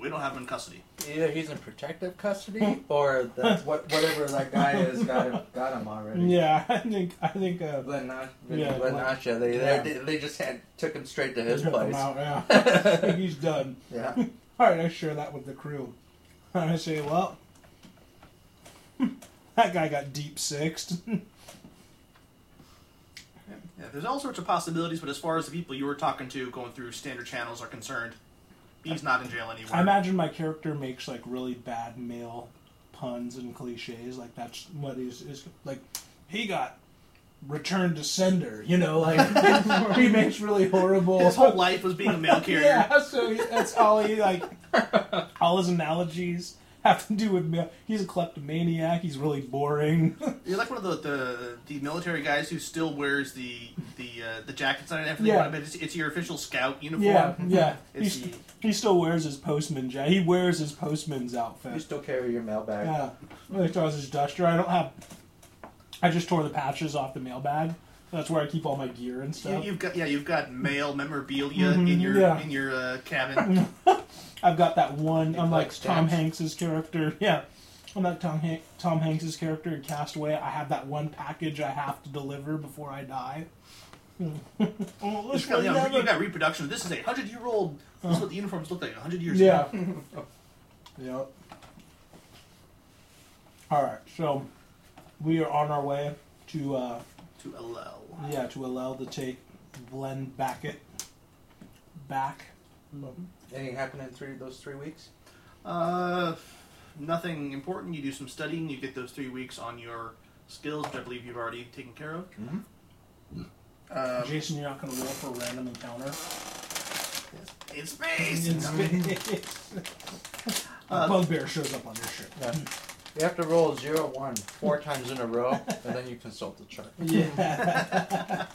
[SPEAKER 2] We don't have him in custody.
[SPEAKER 3] Either he's in protective custody or the, what, whatever that guy is got him, got him already.
[SPEAKER 1] Yeah, [LAUGHS] I think I think uh,
[SPEAKER 3] Lenacha,
[SPEAKER 1] Yeah,
[SPEAKER 3] Lenacha, they,
[SPEAKER 1] yeah.
[SPEAKER 3] they they just had took him straight to his
[SPEAKER 1] took him
[SPEAKER 3] place.
[SPEAKER 1] out, yeah. I think he's done. [LAUGHS]
[SPEAKER 3] yeah.
[SPEAKER 1] All right, I share that with the crew. [LAUGHS] I say, well, [LAUGHS] that guy got deep sixed. [LAUGHS]
[SPEAKER 2] Yeah, there's all sorts of possibilities, but as far as the people you were talking to going through standard channels are concerned, he's not in jail anywhere.
[SPEAKER 1] I imagine my character makes like really bad male puns and cliches. Like that's what is is like. He got returned to sender. You know, like [LAUGHS] he makes really horrible.
[SPEAKER 2] His whole life was being a mail carrier.
[SPEAKER 1] [LAUGHS] Yeah, so he- that's all he like. all his analogies have to do with male. He's a kleptomaniac. He's really boring.
[SPEAKER 2] You're like one of the, the the military guys who still wears the the uh, the jackets and everything.
[SPEAKER 1] Yeah.
[SPEAKER 2] but It's, it's your official scout uniform.
[SPEAKER 1] yeah, yeah.
[SPEAKER 2] It's
[SPEAKER 1] He's, he still wears his postman jacket. He wears his postman's
[SPEAKER 3] You
[SPEAKER 1] outfit.
[SPEAKER 3] still carry your mailbag.
[SPEAKER 1] Yeah, really throws his duster. I don't have. I just tore the patches off the mailbag. That's where I keep all my gear and
[SPEAKER 2] you,
[SPEAKER 1] stuff.
[SPEAKER 2] you've got yeah you've got male memorabilia in your
[SPEAKER 1] Mm-hmm. yeah.
[SPEAKER 2] in your uh,
[SPEAKER 1] [LAUGHS]
[SPEAKER 2] cabin.
[SPEAKER 1] I've got that one,
[SPEAKER 3] You
[SPEAKER 1] unlike
[SPEAKER 3] collect
[SPEAKER 1] Tom
[SPEAKER 3] stamps.
[SPEAKER 1] Hanks's character. [LAUGHS] Yeah. Unlike Tom, Han- Tom Hanks's character in Castaway, I have that one package I have to deliver before I die. [LAUGHS] oh, this
[SPEAKER 2] You've got,
[SPEAKER 1] one
[SPEAKER 2] you know,
[SPEAKER 1] never- [LAUGHS] Uh.
[SPEAKER 2] you've got reproduction. This is a hundred year old. This is what the uniforms looked like hundred years ago.
[SPEAKER 1] Yeah. [LAUGHS] yep. All right, so we are on our way to uh,
[SPEAKER 2] to allow.
[SPEAKER 1] yeah to allow to take Glenn Backett back.
[SPEAKER 3] Anything happened in three those three weeks?
[SPEAKER 2] Uh, nothing important. You do some studying. You get those three weeks on your skills, which I believe you've already taken care of.
[SPEAKER 3] Mhm.
[SPEAKER 2] Uh,
[SPEAKER 1] Jason, you're not going to roll for random encounter. Mm-hmm.
[SPEAKER 2] in space.
[SPEAKER 1] [LAUGHS] A bugbear shows up on your ship.
[SPEAKER 3] You have to roll zero one four [LAUGHS] times in a row, and then you consult the chart.
[SPEAKER 1] [LAUGHS] Yeah.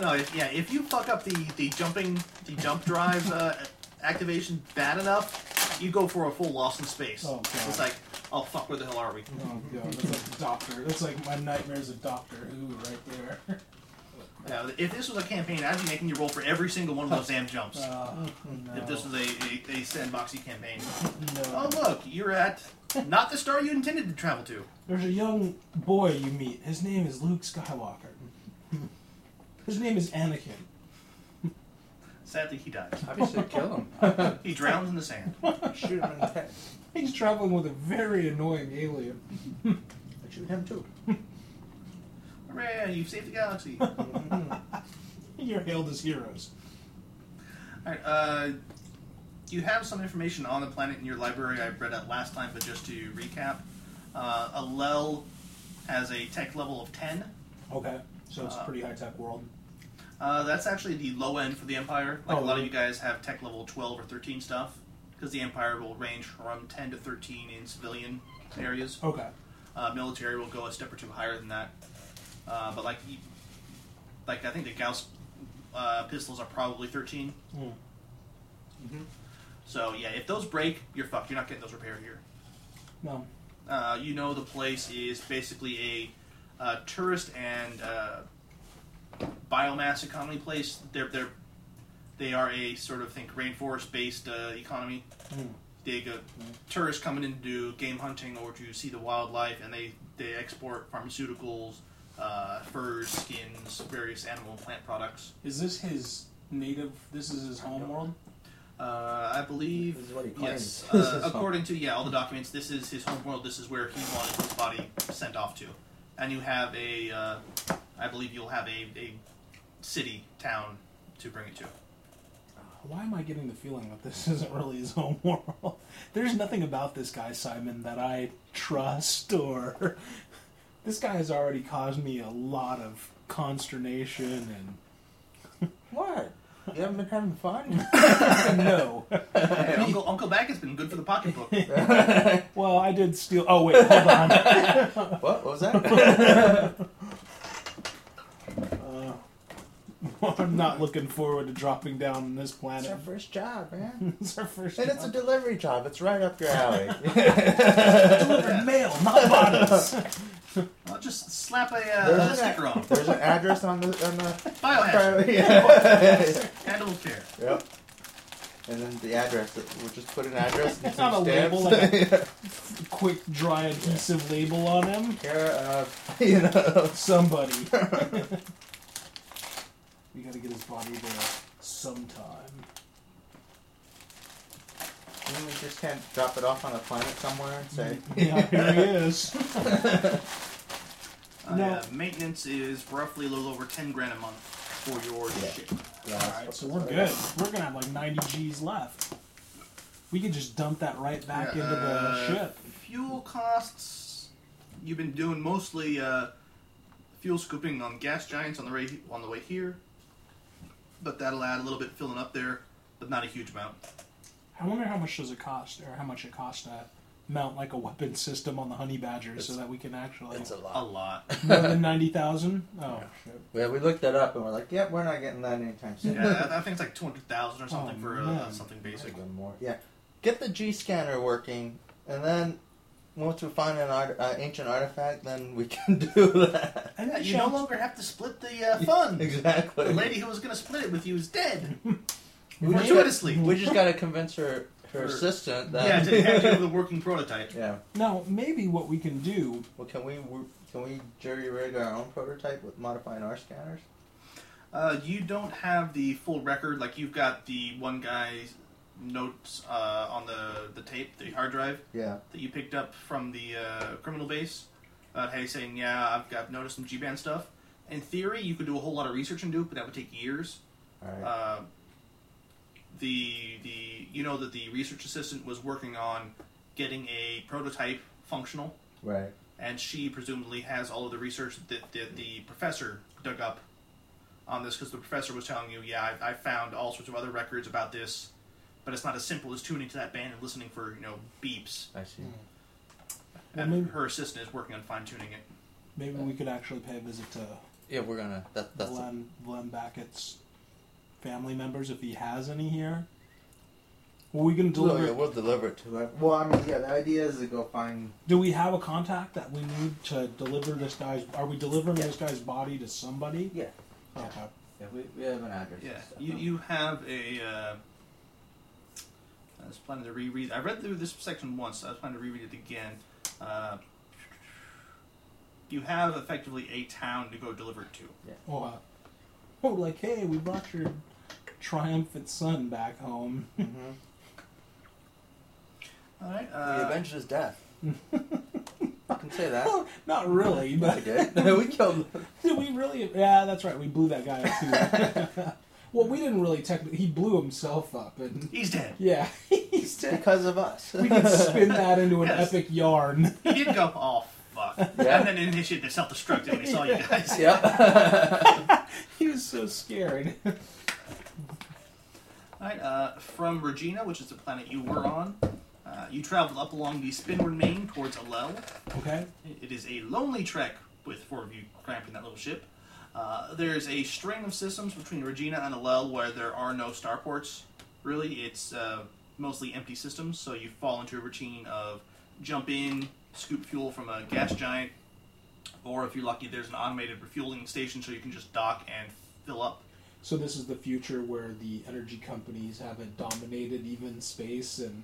[SPEAKER 2] No, if, yeah. If you fuck up the the jumping the jump drive uh, activation bad enough, you go for a full loss in space.
[SPEAKER 1] Oh, God.
[SPEAKER 2] It's like, oh fuck, where the hell are we?
[SPEAKER 1] Oh god, that's like Doctor. That's like my nightmares of Doctor Who right there.
[SPEAKER 2] Now, if this was a campaign, I'd be making you roll for every single one of those damn jumps.
[SPEAKER 1] Uh, no.
[SPEAKER 2] If this was a, a, a sandboxy campaign.
[SPEAKER 1] No.
[SPEAKER 2] Oh, look, you're at not the star you intended to travel to.
[SPEAKER 1] There's a young boy you meet. His name is Luke Skywalker. His name is Anakin.
[SPEAKER 2] Sadly, he dies.
[SPEAKER 3] Obviously, kill him.
[SPEAKER 1] [LAUGHS]
[SPEAKER 2] He drowns in the sand.
[SPEAKER 7] Shoot him in the head.
[SPEAKER 1] He's traveling with a very annoying
[SPEAKER 2] [LAUGHS]
[SPEAKER 1] alien.
[SPEAKER 7] I shoot him too.
[SPEAKER 2] Hooray, you've saved the galaxy.
[SPEAKER 1] You're hailed as heroes.
[SPEAKER 2] Alright, uh, you have some information on the planet in your library. I read that last time, but just to recap, uh, Alel has a tech level of 10.
[SPEAKER 1] Okay. So it's a
[SPEAKER 2] Uh,
[SPEAKER 1] pretty high tech world.
[SPEAKER 2] Uh, that's actually the low end for the Empire. Like
[SPEAKER 1] Oh,
[SPEAKER 2] a lot of
[SPEAKER 1] really?
[SPEAKER 2] you guys have tech level 12 or 13 stuff, because the Empire will range from 10 to 13 in civilian areas.
[SPEAKER 1] Okay.
[SPEAKER 2] Uh, military will go a step or two higher than that. Uh, but like, you- like I think the Gauss uh, pistols are probably 13.
[SPEAKER 1] Mm.
[SPEAKER 2] So yeah, if those break, you're fucked. You're not getting those repaired here.
[SPEAKER 1] No.
[SPEAKER 2] Uh, you know the place is basically a uh, tourist and uh, biomass economy place. They're they're they are a sort of think rainforest based uh, economy.
[SPEAKER 1] Mm.
[SPEAKER 2] They go tourists coming in to do game hunting or to see the wildlife, and they they export pharmaceuticals, uh, furs, skins, various animal and plant products.
[SPEAKER 1] Is this his native? This is his home world?
[SPEAKER 2] Uh, I
[SPEAKER 7] This
[SPEAKER 2] believe
[SPEAKER 7] is what he claims.
[SPEAKER 1] [LAUGHS]
[SPEAKER 2] Yes,
[SPEAKER 3] [LAUGHS] This
[SPEAKER 2] uh,
[SPEAKER 3] is
[SPEAKER 2] according to yeah all the documents, this is his home world. This is where he wanted his body sent off to, and you have a, uh, I believe you'll have a, a city town to bring it to.
[SPEAKER 1] Why am I getting the feeling that this [LAUGHS] isn't really his home world? [LAUGHS] There's nothing about this guy, Simon, that I trust or. [LAUGHS] This guy has already caused me a lot of consternation and.
[SPEAKER 7] What? You haven't been
[SPEAKER 1] [LAUGHS]
[SPEAKER 7] having fun?
[SPEAKER 1] no.
[SPEAKER 2] Hey, Uncle Uncle Back has been good for the pocketbook. [LAUGHS]
[SPEAKER 1] Well, I did steal. Oh wait, hold on. [LAUGHS]
[SPEAKER 3] What? What was that?
[SPEAKER 1] Uh, I'm not looking forward to dropping down on this
[SPEAKER 7] It's
[SPEAKER 1] planet.
[SPEAKER 7] our first job, man.
[SPEAKER 1] it's [LAUGHS] our first.
[SPEAKER 7] And it's a
[SPEAKER 1] time.
[SPEAKER 7] delivery job. It's right up
[SPEAKER 1] [LAUGHS]
[SPEAKER 7] your alley.
[SPEAKER 1] delivered mail, [LAUGHS] not bodies.
[SPEAKER 2] I'll just slap a, uh,
[SPEAKER 7] There's an
[SPEAKER 2] sticker [LAUGHS] on.
[SPEAKER 7] There's an address on the on
[SPEAKER 1] [LAUGHS]
[SPEAKER 7] the.
[SPEAKER 2] Biohazard,
[SPEAKER 3] [LAUGHS]
[SPEAKER 7] Yeah.
[SPEAKER 2] animal care.
[SPEAKER 7] yep.
[SPEAKER 3] and then the address. We'll just put an address and
[SPEAKER 1] It's
[SPEAKER 3] some
[SPEAKER 1] not a
[SPEAKER 3] stamps.
[SPEAKER 1] label,
[SPEAKER 3] [LAUGHS]
[SPEAKER 1] like Quick, dry, adhesive label on him.
[SPEAKER 3] [LAUGHS]
[SPEAKER 7] Care of you know.
[SPEAKER 1] [LAUGHS] Somebody. we gotta get his body there sometime.
[SPEAKER 3] Then we just can't drop it off on a planet somewhere and say,
[SPEAKER 1] Yeah, here he [LAUGHS] is.
[SPEAKER 2] Uh,
[SPEAKER 1] No.
[SPEAKER 2] maintenance is roughly a little over ten grand a month for your ship.
[SPEAKER 1] Mm-hmm.
[SPEAKER 3] [LAUGHS]
[SPEAKER 1] Alright, so we're good. We're gonna have like 90 G's left. We can just dump that right back into the
[SPEAKER 2] Uh,
[SPEAKER 1] ship.
[SPEAKER 2] Fuel costs. You've been doing mostly uh, fuel scooping on gas giants on the way on the way here, but that'll add a little bit filling up there, but not a huge amount.
[SPEAKER 1] I wonder how much does it cost, or how much it costs to mount like a weapon system on the Honey Badger, so that we can actually
[SPEAKER 7] It's
[SPEAKER 1] [LAUGHS]
[SPEAKER 2] A
[SPEAKER 7] a lot.
[SPEAKER 2] lot.
[SPEAKER 1] more than ninety thousand. Oh shit!
[SPEAKER 3] yeah, we looked that up and we're like, yep, we're not getting that anytime soon.
[SPEAKER 2] yeah, I, I think it's like two hundred thousand or something
[SPEAKER 1] Oh,
[SPEAKER 2] for uh,
[SPEAKER 1] man.
[SPEAKER 2] something basic.
[SPEAKER 7] Even more.
[SPEAKER 3] Get the G scanner working, and then once we find an art, uh, ancient artifact, then we [LAUGHS] can do that. [LAUGHS]
[SPEAKER 1] And
[SPEAKER 2] Yeah,
[SPEAKER 1] that
[SPEAKER 2] you no
[SPEAKER 1] shall-
[SPEAKER 2] longer have to split the uh, fun.
[SPEAKER 3] Exactly.
[SPEAKER 2] The lady who was going to split it with you is dead.
[SPEAKER 3] We just-
[SPEAKER 2] Fortuitously.
[SPEAKER 3] We just gotta convince her, her
[SPEAKER 2] Her-
[SPEAKER 3] assistant
[SPEAKER 2] Yeah,
[SPEAKER 3] that.
[SPEAKER 1] [LAUGHS]
[SPEAKER 2] to
[SPEAKER 3] [LAUGHS]
[SPEAKER 2] hand you the working prototype.
[SPEAKER 3] yeah.
[SPEAKER 1] now maybe what we can do.
[SPEAKER 3] Well, can we can we jury rig our own prototype with modifying our scanners?
[SPEAKER 2] Uh, you don't have the full record. Like you've got the one guy's notes uh, on the the tape, the hard drive.
[SPEAKER 3] Yeah.
[SPEAKER 2] that you picked up from the uh, criminal base about hey saying yeah I've got noticed some G-band stuff. In theory, you could do a whole lot of research and do it, but that would take years.
[SPEAKER 3] All right.
[SPEAKER 2] Uh, the the you know that the research assistant was working on getting a prototype functional,
[SPEAKER 3] right.
[SPEAKER 2] and she presumably has all of the research that, that the professor dug up on this because the professor was telling you yeah I, I found all sorts of other records about this, but it's not as simple as tuning to that band and listening for you know beeps
[SPEAKER 3] I see.
[SPEAKER 2] hmm.
[SPEAKER 1] Well,
[SPEAKER 2] and
[SPEAKER 1] maybe,
[SPEAKER 2] her assistant is working on fine tuning it.
[SPEAKER 1] maybe we could actually pay a visit to
[SPEAKER 3] Yeah, we're gonna. That, that's.
[SPEAKER 2] uh,
[SPEAKER 1] Glenn Glenn Backett's family members if he has any here. Well, we can
[SPEAKER 3] Well,
[SPEAKER 1] deliver.
[SPEAKER 3] yeah, we'll deliver it to her. Well, I mean, yeah, the idea is to go find.
[SPEAKER 1] Do we have a contact that we need to deliver this guy's? Are we delivering this guy's body to somebody?
[SPEAKER 7] Yeah.
[SPEAKER 1] Okay.
[SPEAKER 3] Yeah, we, we have an address. and
[SPEAKER 2] Yeah,
[SPEAKER 3] stuff.
[SPEAKER 2] you, you have a. Uh, I was planning to reread. I read through this section once. So I was planning to reread it again. Uh, you have effectively a town to go deliver to.
[SPEAKER 1] Or, uh, oh, like, hey, we brought your triumphant son back home. [LAUGHS]
[SPEAKER 3] Mhm.
[SPEAKER 2] All right.
[SPEAKER 3] we
[SPEAKER 2] Uh,
[SPEAKER 3] avenged his death. [LAUGHS] I can say that.
[SPEAKER 1] Well, Not
[SPEAKER 3] [LAUGHS]
[SPEAKER 1] really,
[SPEAKER 3] We
[SPEAKER 1] but
[SPEAKER 3] did. we killed him.
[SPEAKER 1] [LAUGHS] did we really? Yeah, that's right. We blew that guy up
[SPEAKER 3] [LAUGHS]
[SPEAKER 1] too. well, we didn't really technically. He blew himself up, and
[SPEAKER 2] he's dead.
[SPEAKER 1] yeah, [LAUGHS] he's dead.
[SPEAKER 3] because of us.
[SPEAKER 1] [LAUGHS] We
[SPEAKER 3] [LAUGHS]
[SPEAKER 1] could spin that into an
[SPEAKER 2] Yes.
[SPEAKER 1] epic yarn.
[SPEAKER 2] He did go. Oh fuck!
[SPEAKER 3] Yeah.
[SPEAKER 2] And then initiated the self-destruct when he saw you guys.
[SPEAKER 3] [LAUGHS] yep.
[SPEAKER 1] [LAUGHS] he was so scared. [LAUGHS]
[SPEAKER 2] All right. Uh, from Regina, which is the planet you were on, uh, you traveled up along the Spinward Main towards Alel.
[SPEAKER 1] okay.
[SPEAKER 2] It is a lonely trek with four of you cramped in that little ship. Uh, there's a string of systems between Regina and Alel where there are no starports. Really, it's uh, mostly empty systems, so you fall into a routine of jump in, scoop fuel from a gas giant, or if you're lucky, there's an automated refueling station so you can just dock and fill up.
[SPEAKER 1] So this is the future where the energy companies haven't dominated even space, and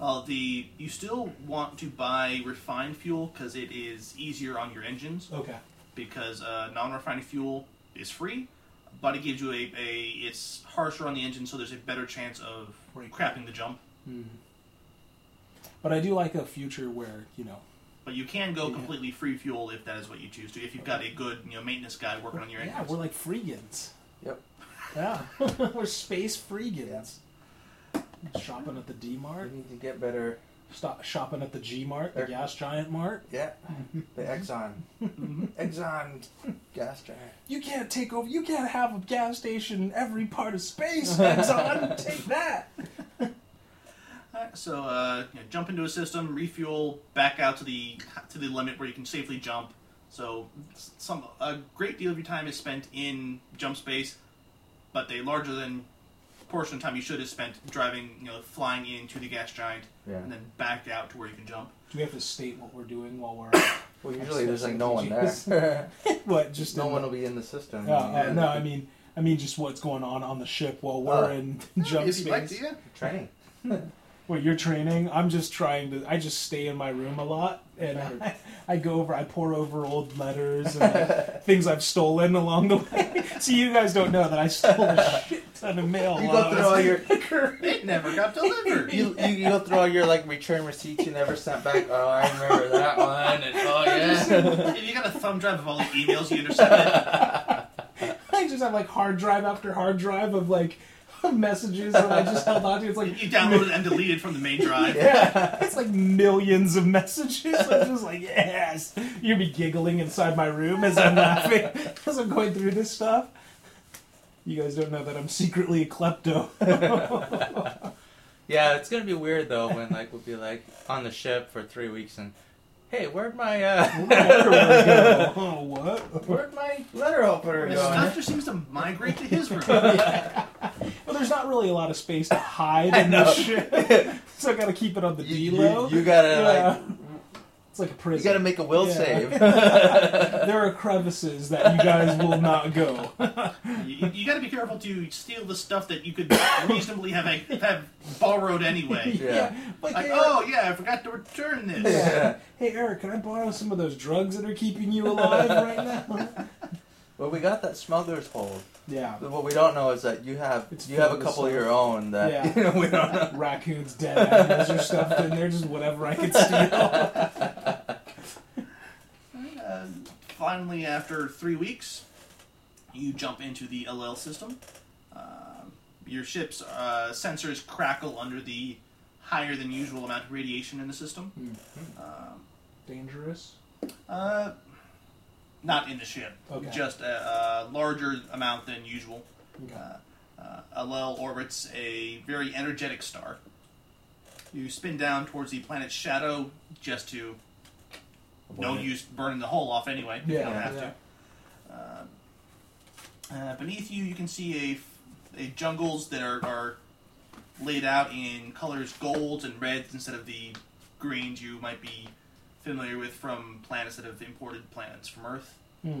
[SPEAKER 2] Uh, the you still want to buy refined fuel because it is easier on your engines.
[SPEAKER 1] okay,
[SPEAKER 2] because uh, non-refining fuel is free, but it gives you a, a it's harsher on the engine, so there's a better chance of
[SPEAKER 1] Right.
[SPEAKER 2] crapping the jump.
[SPEAKER 1] but I do like a future where you know
[SPEAKER 2] But you can go
[SPEAKER 1] Yeah.
[SPEAKER 2] completely free fuel if that is what you choose to. If you've got a good you know maintenance guy working on your
[SPEAKER 1] Yeah,
[SPEAKER 2] engine.
[SPEAKER 1] we're like freegans.
[SPEAKER 3] Yep.
[SPEAKER 1] [LAUGHS] Yeah, we're space freegans. Shopping at the D
[SPEAKER 3] we
[SPEAKER 1] Mart.
[SPEAKER 3] need to get better.
[SPEAKER 1] Stop shopping at the G Mart, the
[SPEAKER 3] Mm-hmm. There.
[SPEAKER 1] gas giant mart.
[SPEAKER 3] Yeah. [LAUGHS] The Exxon. Mm-hmm. Exxon gas giant.
[SPEAKER 1] You can't take over. You can't have a gas station in every part of [LAUGHS] space. Exxon, take that.
[SPEAKER 2] Alright, So uh, you know, jump into a system, refuel, back out to the to the limit where you can safely jump. So s- some a great deal of your time is spent in jump space, but a larger than portion of time you should have spent driving, you know, flying into the gas giant
[SPEAKER 3] Yeah.
[SPEAKER 2] and then back out to where you can jump.
[SPEAKER 1] Do we have to state what we're doing while we're [COUGHS]
[SPEAKER 3] Well, usually there's like no one there.
[SPEAKER 1] [LAUGHS] what? Just
[SPEAKER 3] no
[SPEAKER 1] in-
[SPEAKER 3] one will be in the system.
[SPEAKER 1] Oh, oh, no, I mean, I mean, just what's going on on the ship while we're
[SPEAKER 3] Oh. [LAUGHS]
[SPEAKER 1] in jump
[SPEAKER 2] If
[SPEAKER 1] space.
[SPEAKER 2] you'd like to, yeah.
[SPEAKER 3] training.
[SPEAKER 1] Well, you're training. I'm just trying to. I just stay in my room a lot, and I, I go over. I pour over old letters and
[SPEAKER 3] [LAUGHS]
[SPEAKER 1] like, things I've stolen along the way. [LAUGHS] so you guys don't know that I stole a shit ton of mail.
[SPEAKER 3] You
[SPEAKER 1] while I
[SPEAKER 3] go through
[SPEAKER 1] was
[SPEAKER 3] all your
[SPEAKER 2] It never got [LAUGHS] delivered.
[SPEAKER 3] [LAUGHS] you, you, you go through all your like return receipts you never sent back. Oh, I remember [LAUGHS] that one. And, oh yeah.
[SPEAKER 2] if you got a thumb drive of all the emails you intercepted,
[SPEAKER 1] [LAUGHS] I just have like hard drive after hard drive of like [LAUGHS] messages that I just held on to. It's like
[SPEAKER 2] you downloaded and deleted from the main drive.
[SPEAKER 1] yeah, it's like millions of messages. I'm just like, yes. You'd be giggling inside my room as I'm laughing [LAUGHS] as I'm going through this stuff. You guys don't know that I'm secretly a klepto. [LAUGHS]
[SPEAKER 3] Yeah, it's gonna be weird though when like we'll be like on the ship for three weeks and hey, where'd my [LAUGHS] uh,
[SPEAKER 1] oh, what?
[SPEAKER 3] where'd my letter opener
[SPEAKER 2] The
[SPEAKER 3] go?
[SPEAKER 2] stuff just seems to migrate to his [LAUGHS] room.
[SPEAKER 1] Well, there's not really a lot of space to hide in
[SPEAKER 3] know.
[SPEAKER 1] this shit,
[SPEAKER 3] [LAUGHS]
[SPEAKER 1] so I gotta keep it on the
[SPEAKER 3] You,
[SPEAKER 1] D
[SPEAKER 3] you-
[SPEAKER 1] low.
[SPEAKER 3] you gotta like
[SPEAKER 1] it's like a
[SPEAKER 3] you
[SPEAKER 1] prison.
[SPEAKER 3] gotta make a will
[SPEAKER 1] Yeah.
[SPEAKER 3] save. [LAUGHS]
[SPEAKER 1] There are crevices that you guys will not go.
[SPEAKER 2] You, you got to be careful to steal the stuff that you could reasonably have have borrowed anyway.
[SPEAKER 3] [LAUGHS]
[SPEAKER 1] [LAUGHS]
[SPEAKER 3] Yeah.
[SPEAKER 1] Like,
[SPEAKER 2] Like,
[SPEAKER 1] hey,
[SPEAKER 2] oh yeah, I forgot to return this.
[SPEAKER 3] yeah.
[SPEAKER 1] hey, Eric, can I borrow some of those drugs that are keeping you alive right now?
[SPEAKER 3] Well, we got that smuggler's hold.
[SPEAKER 1] yeah.
[SPEAKER 3] What we don't know is that you have
[SPEAKER 1] It's
[SPEAKER 3] you have a
[SPEAKER 1] filled with
[SPEAKER 3] couple of
[SPEAKER 1] stuff.
[SPEAKER 3] your own that
[SPEAKER 1] Yeah.
[SPEAKER 3] you know, [LAUGHS] we don't know.
[SPEAKER 1] Raccoons, dead animals, or stuffed in there, just whatever I could steal.
[SPEAKER 2] Uh, finally, after three weeks, you jump into the LL system. Um your ship's uh, sensors crackle under the higher than usual amount of radiation in the system. Um,
[SPEAKER 1] Dangerous.
[SPEAKER 2] uh, not in the ship,
[SPEAKER 1] Okay.
[SPEAKER 2] just a, a larger amount than usual.
[SPEAKER 1] Okay.
[SPEAKER 2] Uh, uh, Alel orbits a very energetic star. You spin down towards the planet's shadow just to no
[SPEAKER 3] Avoid it.
[SPEAKER 2] use burning the hull off anyway. You
[SPEAKER 1] Yeah,
[SPEAKER 2] don't have
[SPEAKER 1] yeah.
[SPEAKER 2] to. Um, uh, beneath you, you can see a, f- a jungles that are, are laid out in colors golds and reds instead of the greens you might be familiar with from planets that have imported planets from Earth.
[SPEAKER 1] Hmm.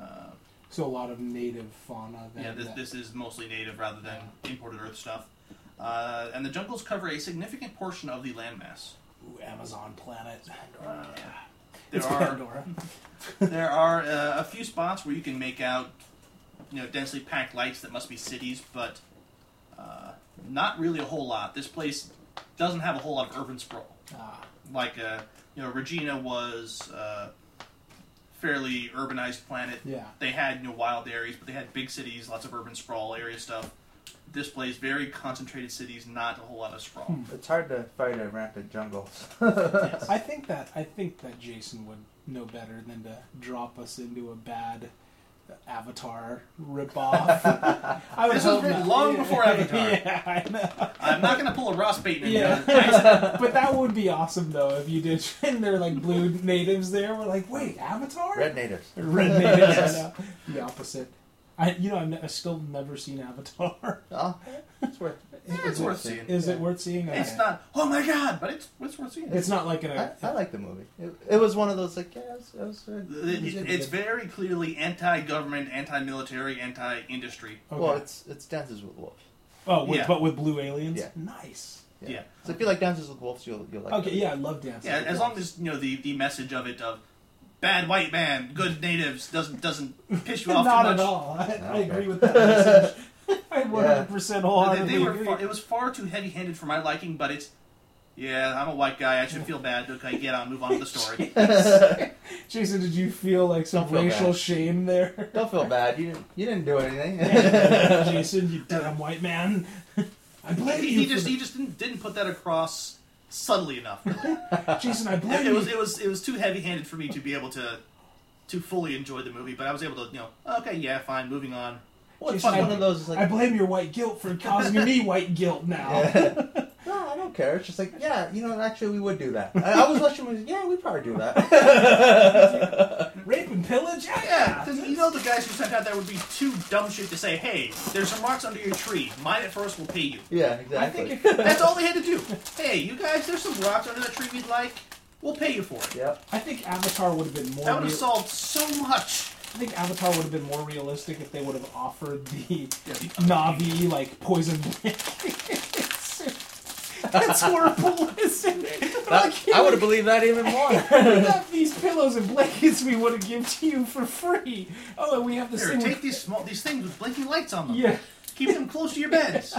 [SPEAKER 2] Uh,
[SPEAKER 1] So a lot of native fauna. Then
[SPEAKER 2] Yeah, this,
[SPEAKER 1] that-
[SPEAKER 2] this is mostly native rather than imported Earth stuff. Uh, and the jungles cover a significant portion of the landmass.
[SPEAKER 1] Ooh, Amazon planet.
[SPEAKER 2] There
[SPEAKER 1] it's
[SPEAKER 2] are
[SPEAKER 1] Pandora.
[SPEAKER 2] there are uh, a few spots where you can make out, you know, densely packed lights that must be cities, but uh, not really a whole lot. This place doesn't have a whole lot of urban sprawl.
[SPEAKER 1] Ah,
[SPEAKER 2] Like, uh, you know, Regina was uh, fairly urbanized planet.
[SPEAKER 1] yeah.
[SPEAKER 2] They had you know wild areas, but they had big cities, lots of urban sprawl area stuff. This place very concentrated cities, not a whole lot of sprawl.
[SPEAKER 3] It's hard to fight a rampant jungle. [LAUGHS]
[SPEAKER 1] I think that I think that Jason would know better than to drop us into a bad Avatar
[SPEAKER 2] [LAUGHS]
[SPEAKER 1] ripoff. I would
[SPEAKER 2] This was
[SPEAKER 1] hope
[SPEAKER 2] written
[SPEAKER 1] not. [LAUGHS]
[SPEAKER 2] long before Avatar.
[SPEAKER 1] yeah, I know.
[SPEAKER 2] I'm not gonna pull a Ross Bateman.
[SPEAKER 1] Yeah.
[SPEAKER 2] uh,
[SPEAKER 1] [LAUGHS] But that would be awesome though if you did. [LAUGHS] And they're like blue natives there. We're like, wait, Avatar?
[SPEAKER 3] Red natives.
[SPEAKER 1] [LAUGHS] Red natives.
[SPEAKER 2] Yes.
[SPEAKER 1] I know. The opposite. I you know I've, ne- I've still never seen Avatar. [LAUGHS]
[SPEAKER 3] Oh, it's worth.
[SPEAKER 2] it's
[SPEAKER 1] it-
[SPEAKER 2] worth seeing.
[SPEAKER 1] Is it worth seeing?
[SPEAKER 2] It's
[SPEAKER 1] Okay.
[SPEAKER 2] not. Oh my god! But it's it's worth seeing.
[SPEAKER 1] It's not like an.
[SPEAKER 3] I, I like the movie. It, it was one of those like yeah, it was, it was, it was
[SPEAKER 2] It-
[SPEAKER 3] good.
[SPEAKER 2] it's very clearly anti-government, anti-military, anti-industry.
[SPEAKER 1] okay.
[SPEAKER 3] well, it's it's Dances with Wolves.
[SPEAKER 1] oh, with,
[SPEAKER 2] yeah.
[SPEAKER 1] but with blue aliens.
[SPEAKER 3] Yeah.
[SPEAKER 1] Nice.
[SPEAKER 2] Yeah.
[SPEAKER 3] So if you like Dances with Wolves, you'll you'll like.
[SPEAKER 1] Okay.
[SPEAKER 3] it.
[SPEAKER 1] Yeah, I love dancing.
[SPEAKER 2] Yeah, as long as you know the, the message of it of bad white man, good natives doesn't doesn't piss
[SPEAKER 1] [LAUGHS]
[SPEAKER 2] you off
[SPEAKER 1] not
[SPEAKER 2] too much.
[SPEAKER 1] at all. I, I
[SPEAKER 3] Okay.
[SPEAKER 1] agree with that message. [LAUGHS] I one hundred percent
[SPEAKER 2] They,
[SPEAKER 1] wholeheartedly
[SPEAKER 2] they were
[SPEAKER 1] agree.
[SPEAKER 2] far, it was far too heavy-handed for my liking, but it's yeah, I'm a white guy. I should feel bad. Okay, get on, move on with the story.
[SPEAKER 1] Jason, did you feel like some
[SPEAKER 3] Don't feel
[SPEAKER 1] racial
[SPEAKER 3] bad.
[SPEAKER 1] shame there?
[SPEAKER 3] [LAUGHS]
[SPEAKER 1] [LAUGHS]
[SPEAKER 3] Don't feel bad. You didn't you didn't do [LAUGHS] anything.
[SPEAKER 1] Jason, you damn white man. I blame
[SPEAKER 2] he,
[SPEAKER 1] you.
[SPEAKER 2] he
[SPEAKER 1] for
[SPEAKER 2] just
[SPEAKER 1] the-
[SPEAKER 2] he just didn't, didn't put that across subtly enough. Really.
[SPEAKER 1] Jason, I blame
[SPEAKER 2] It, it
[SPEAKER 1] you.
[SPEAKER 2] was it was it was too heavy-handed for me to be able to to fully enjoy the movie, but I was able to you know okay, yeah, fine, moving on.
[SPEAKER 3] well, it's
[SPEAKER 1] Jeez, I-
[SPEAKER 3] one of those
[SPEAKER 1] I
[SPEAKER 3] like
[SPEAKER 1] blame your white guilt for causing me white guilt now.
[SPEAKER 3] no, I don't care. It's just like yeah, you know, actually we would do
[SPEAKER 1] [LAUGHS]
[SPEAKER 3] that. I, I was watching movies. Yeah, we probably do that.
[SPEAKER 1] Rape and pillage? Yeah.
[SPEAKER 2] Yeah, because you know the guys who sent out there would be too dumb shit to say, hey, there's some rocks under your tree. Mine it first, we'll pay you.
[SPEAKER 3] yeah,
[SPEAKER 1] I
[SPEAKER 3] exactly.
[SPEAKER 1] think if,
[SPEAKER 2] That's all they had to do. Hey, you guys, there's some rocks under the tree we'd like. We'll pay you for it.
[SPEAKER 1] [LAUGHS]
[SPEAKER 3] Yep.
[SPEAKER 1] I think Avatar would have been more.
[SPEAKER 2] That would
[SPEAKER 1] real-
[SPEAKER 2] have solved so much.
[SPEAKER 1] I think Avatar would have been more realistic if they would have offered the
[SPEAKER 2] Yeah.
[SPEAKER 1] Navi like poison. [LAUGHS] That's horrible, isn't it?
[SPEAKER 3] That- I would have believed that even
[SPEAKER 1] [LAUGHS]
[SPEAKER 3] more.
[SPEAKER 1] We got these pillows and blankets we would have given to you for free. Oh, and we have this
[SPEAKER 2] Here,
[SPEAKER 1] thing.
[SPEAKER 2] take
[SPEAKER 1] With,
[SPEAKER 2] these small these things with blinking lights on them.
[SPEAKER 1] yeah,
[SPEAKER 2] Keep them close to your
[SPEAKER 1] [LAUGHS]
[SPEAKER 2] beds.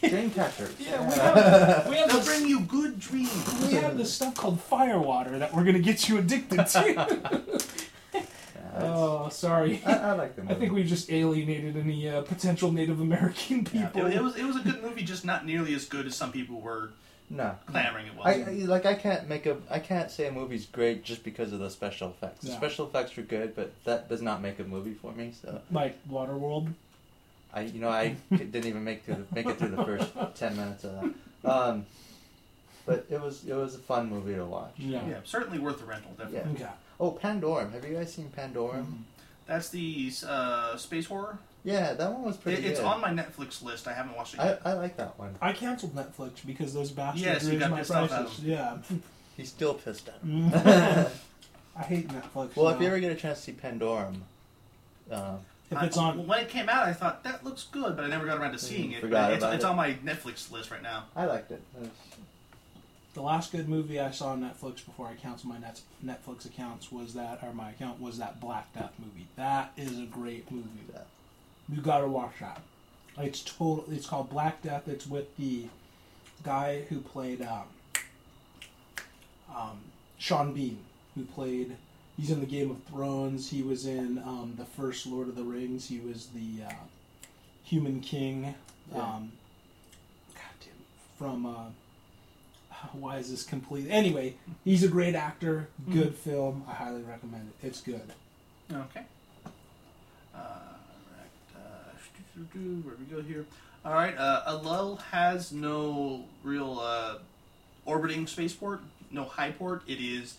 [SPEAKER 3] Dream catchers.
[SPEAKER 1] yeah, we have, [LAUGHS] we have
[SPEAKER 2] They'll
[SPEAKER 1] this.
[SPEAKER 2] bring you good dreams.
[SPEAKER 1] we have this stuff called fire water that we're gonna get you addicted
[SPEAKER 3] [LAUGHS]
[SPEAKER 1] to. oh, sorry.
[SPEAKER 3] I, I like the movie.
[SPEAKER 1] I think we just alienated any uh, potential Native American
[SPEAKER 2] Yeah,
[SPEAKER 1] people.
[SPEAKER 2] it, it was it was a good movie, just not nearly as good as some people were
[SPEAKER 3] no.
[SPEAKER 2] clamoring it was.
[SPEAKER 3] I, I- like I can't make a I can't say a movie's great just because of the special effects. The
[SPEAKER 1] No.
[SPEAKER 3] special effects were good, but that does not make a movie for me. So
[SPEAKER 1] like Waterworld.
[SPEAKER 3] I you know I didn't even make through the, make it through the first ten minutes of that. Um, but it was it was a fun movie to watch.
[SPEAKER 1] Yeah.
[SPEAKER 2] yeah, certainly worth the rental, definitely.
[SPEAKER 3] Yeah.
[SPEAKER 1] Okay.
[SPEAKER 3] Oh, Pandorum. Have you guys seen Pandorum?
[SPEAKER 1] Mm-hmm.
[SPEAKER 2] That's the uh, space horror.
[SPEAKER 3] Yeah, that one was pretty
[SPEAKER 2] It- it's
[SPEAKER 3] good.
[SPEAKER 2] on my Netflix list. I haven't watched it
[SPEAKER 3] I,
[SPEAKER 2] yet.
[SPEAKER 3] I like that one.
[SPEAKER 1] I canceled Netflix because those bastards
[SPEAKER 2] Yes, you
[SPEAKER 1] raised
[SPEAKER 2] got
[SPEAKER 1] my
[SPEAKER 2] pissed off at
[SPEAKER 1] prices. Yeah.
[SPEAKER 3] He's still pissed at him. [LAUGHS]
[SPEAKER 1] Mm-hmm. I hate Netflix.
[SPEAKER 3] Well, if
[SPEAKER 1] now.
[SPEAKER 3] you ever get a chance to see Pandorum, um,
[SPEAKER 1] if it's
[SPEAKER 2] I-
[SPEAKER 1] on,
[SPEAKER 2] when it came out, I thought that looks good, but I never got around to seeing it.
[SPEAKER 3] Mm, forgot
[SPEAKER 2] But it's,
[SPEAKER 3] about
[SPEAKER 2] it's
[SPEAKER 3] it.
[SPEAKER 2] on my Netflix list right now.
[SPEAKER 3] I liked it. It was-
[SPEAKER 1] the last good movie I saw on Netflix before I canceled my Net- Netflix accounts was that, or my account was that Black Death movie. That is a great movie.
[SPEAKER 3] Yeah.
[SPEAKER 1] You gotta watch that. It's total. It's called Black Death. It's with the guy who played um, um, Sean Bean, who played. He's in the Game of Thrones. He was in um, the first Lord of the Rings. He was the uh, Human King.
[SPEAKER 3] Yeah.
[SPEAKER 1] Um, God damn, from uh, why is this complete? Anyway, he's a great actor.
[SPEAKER 2] Hmm.
[SPEAKER 1] Good film. I highly recommend it. It's good.
[SPEAKER 2] Okay. Uh, right, uh, where we go here? All right. Uh, Alul has no real uh, orbiting spaceport, no high port. It is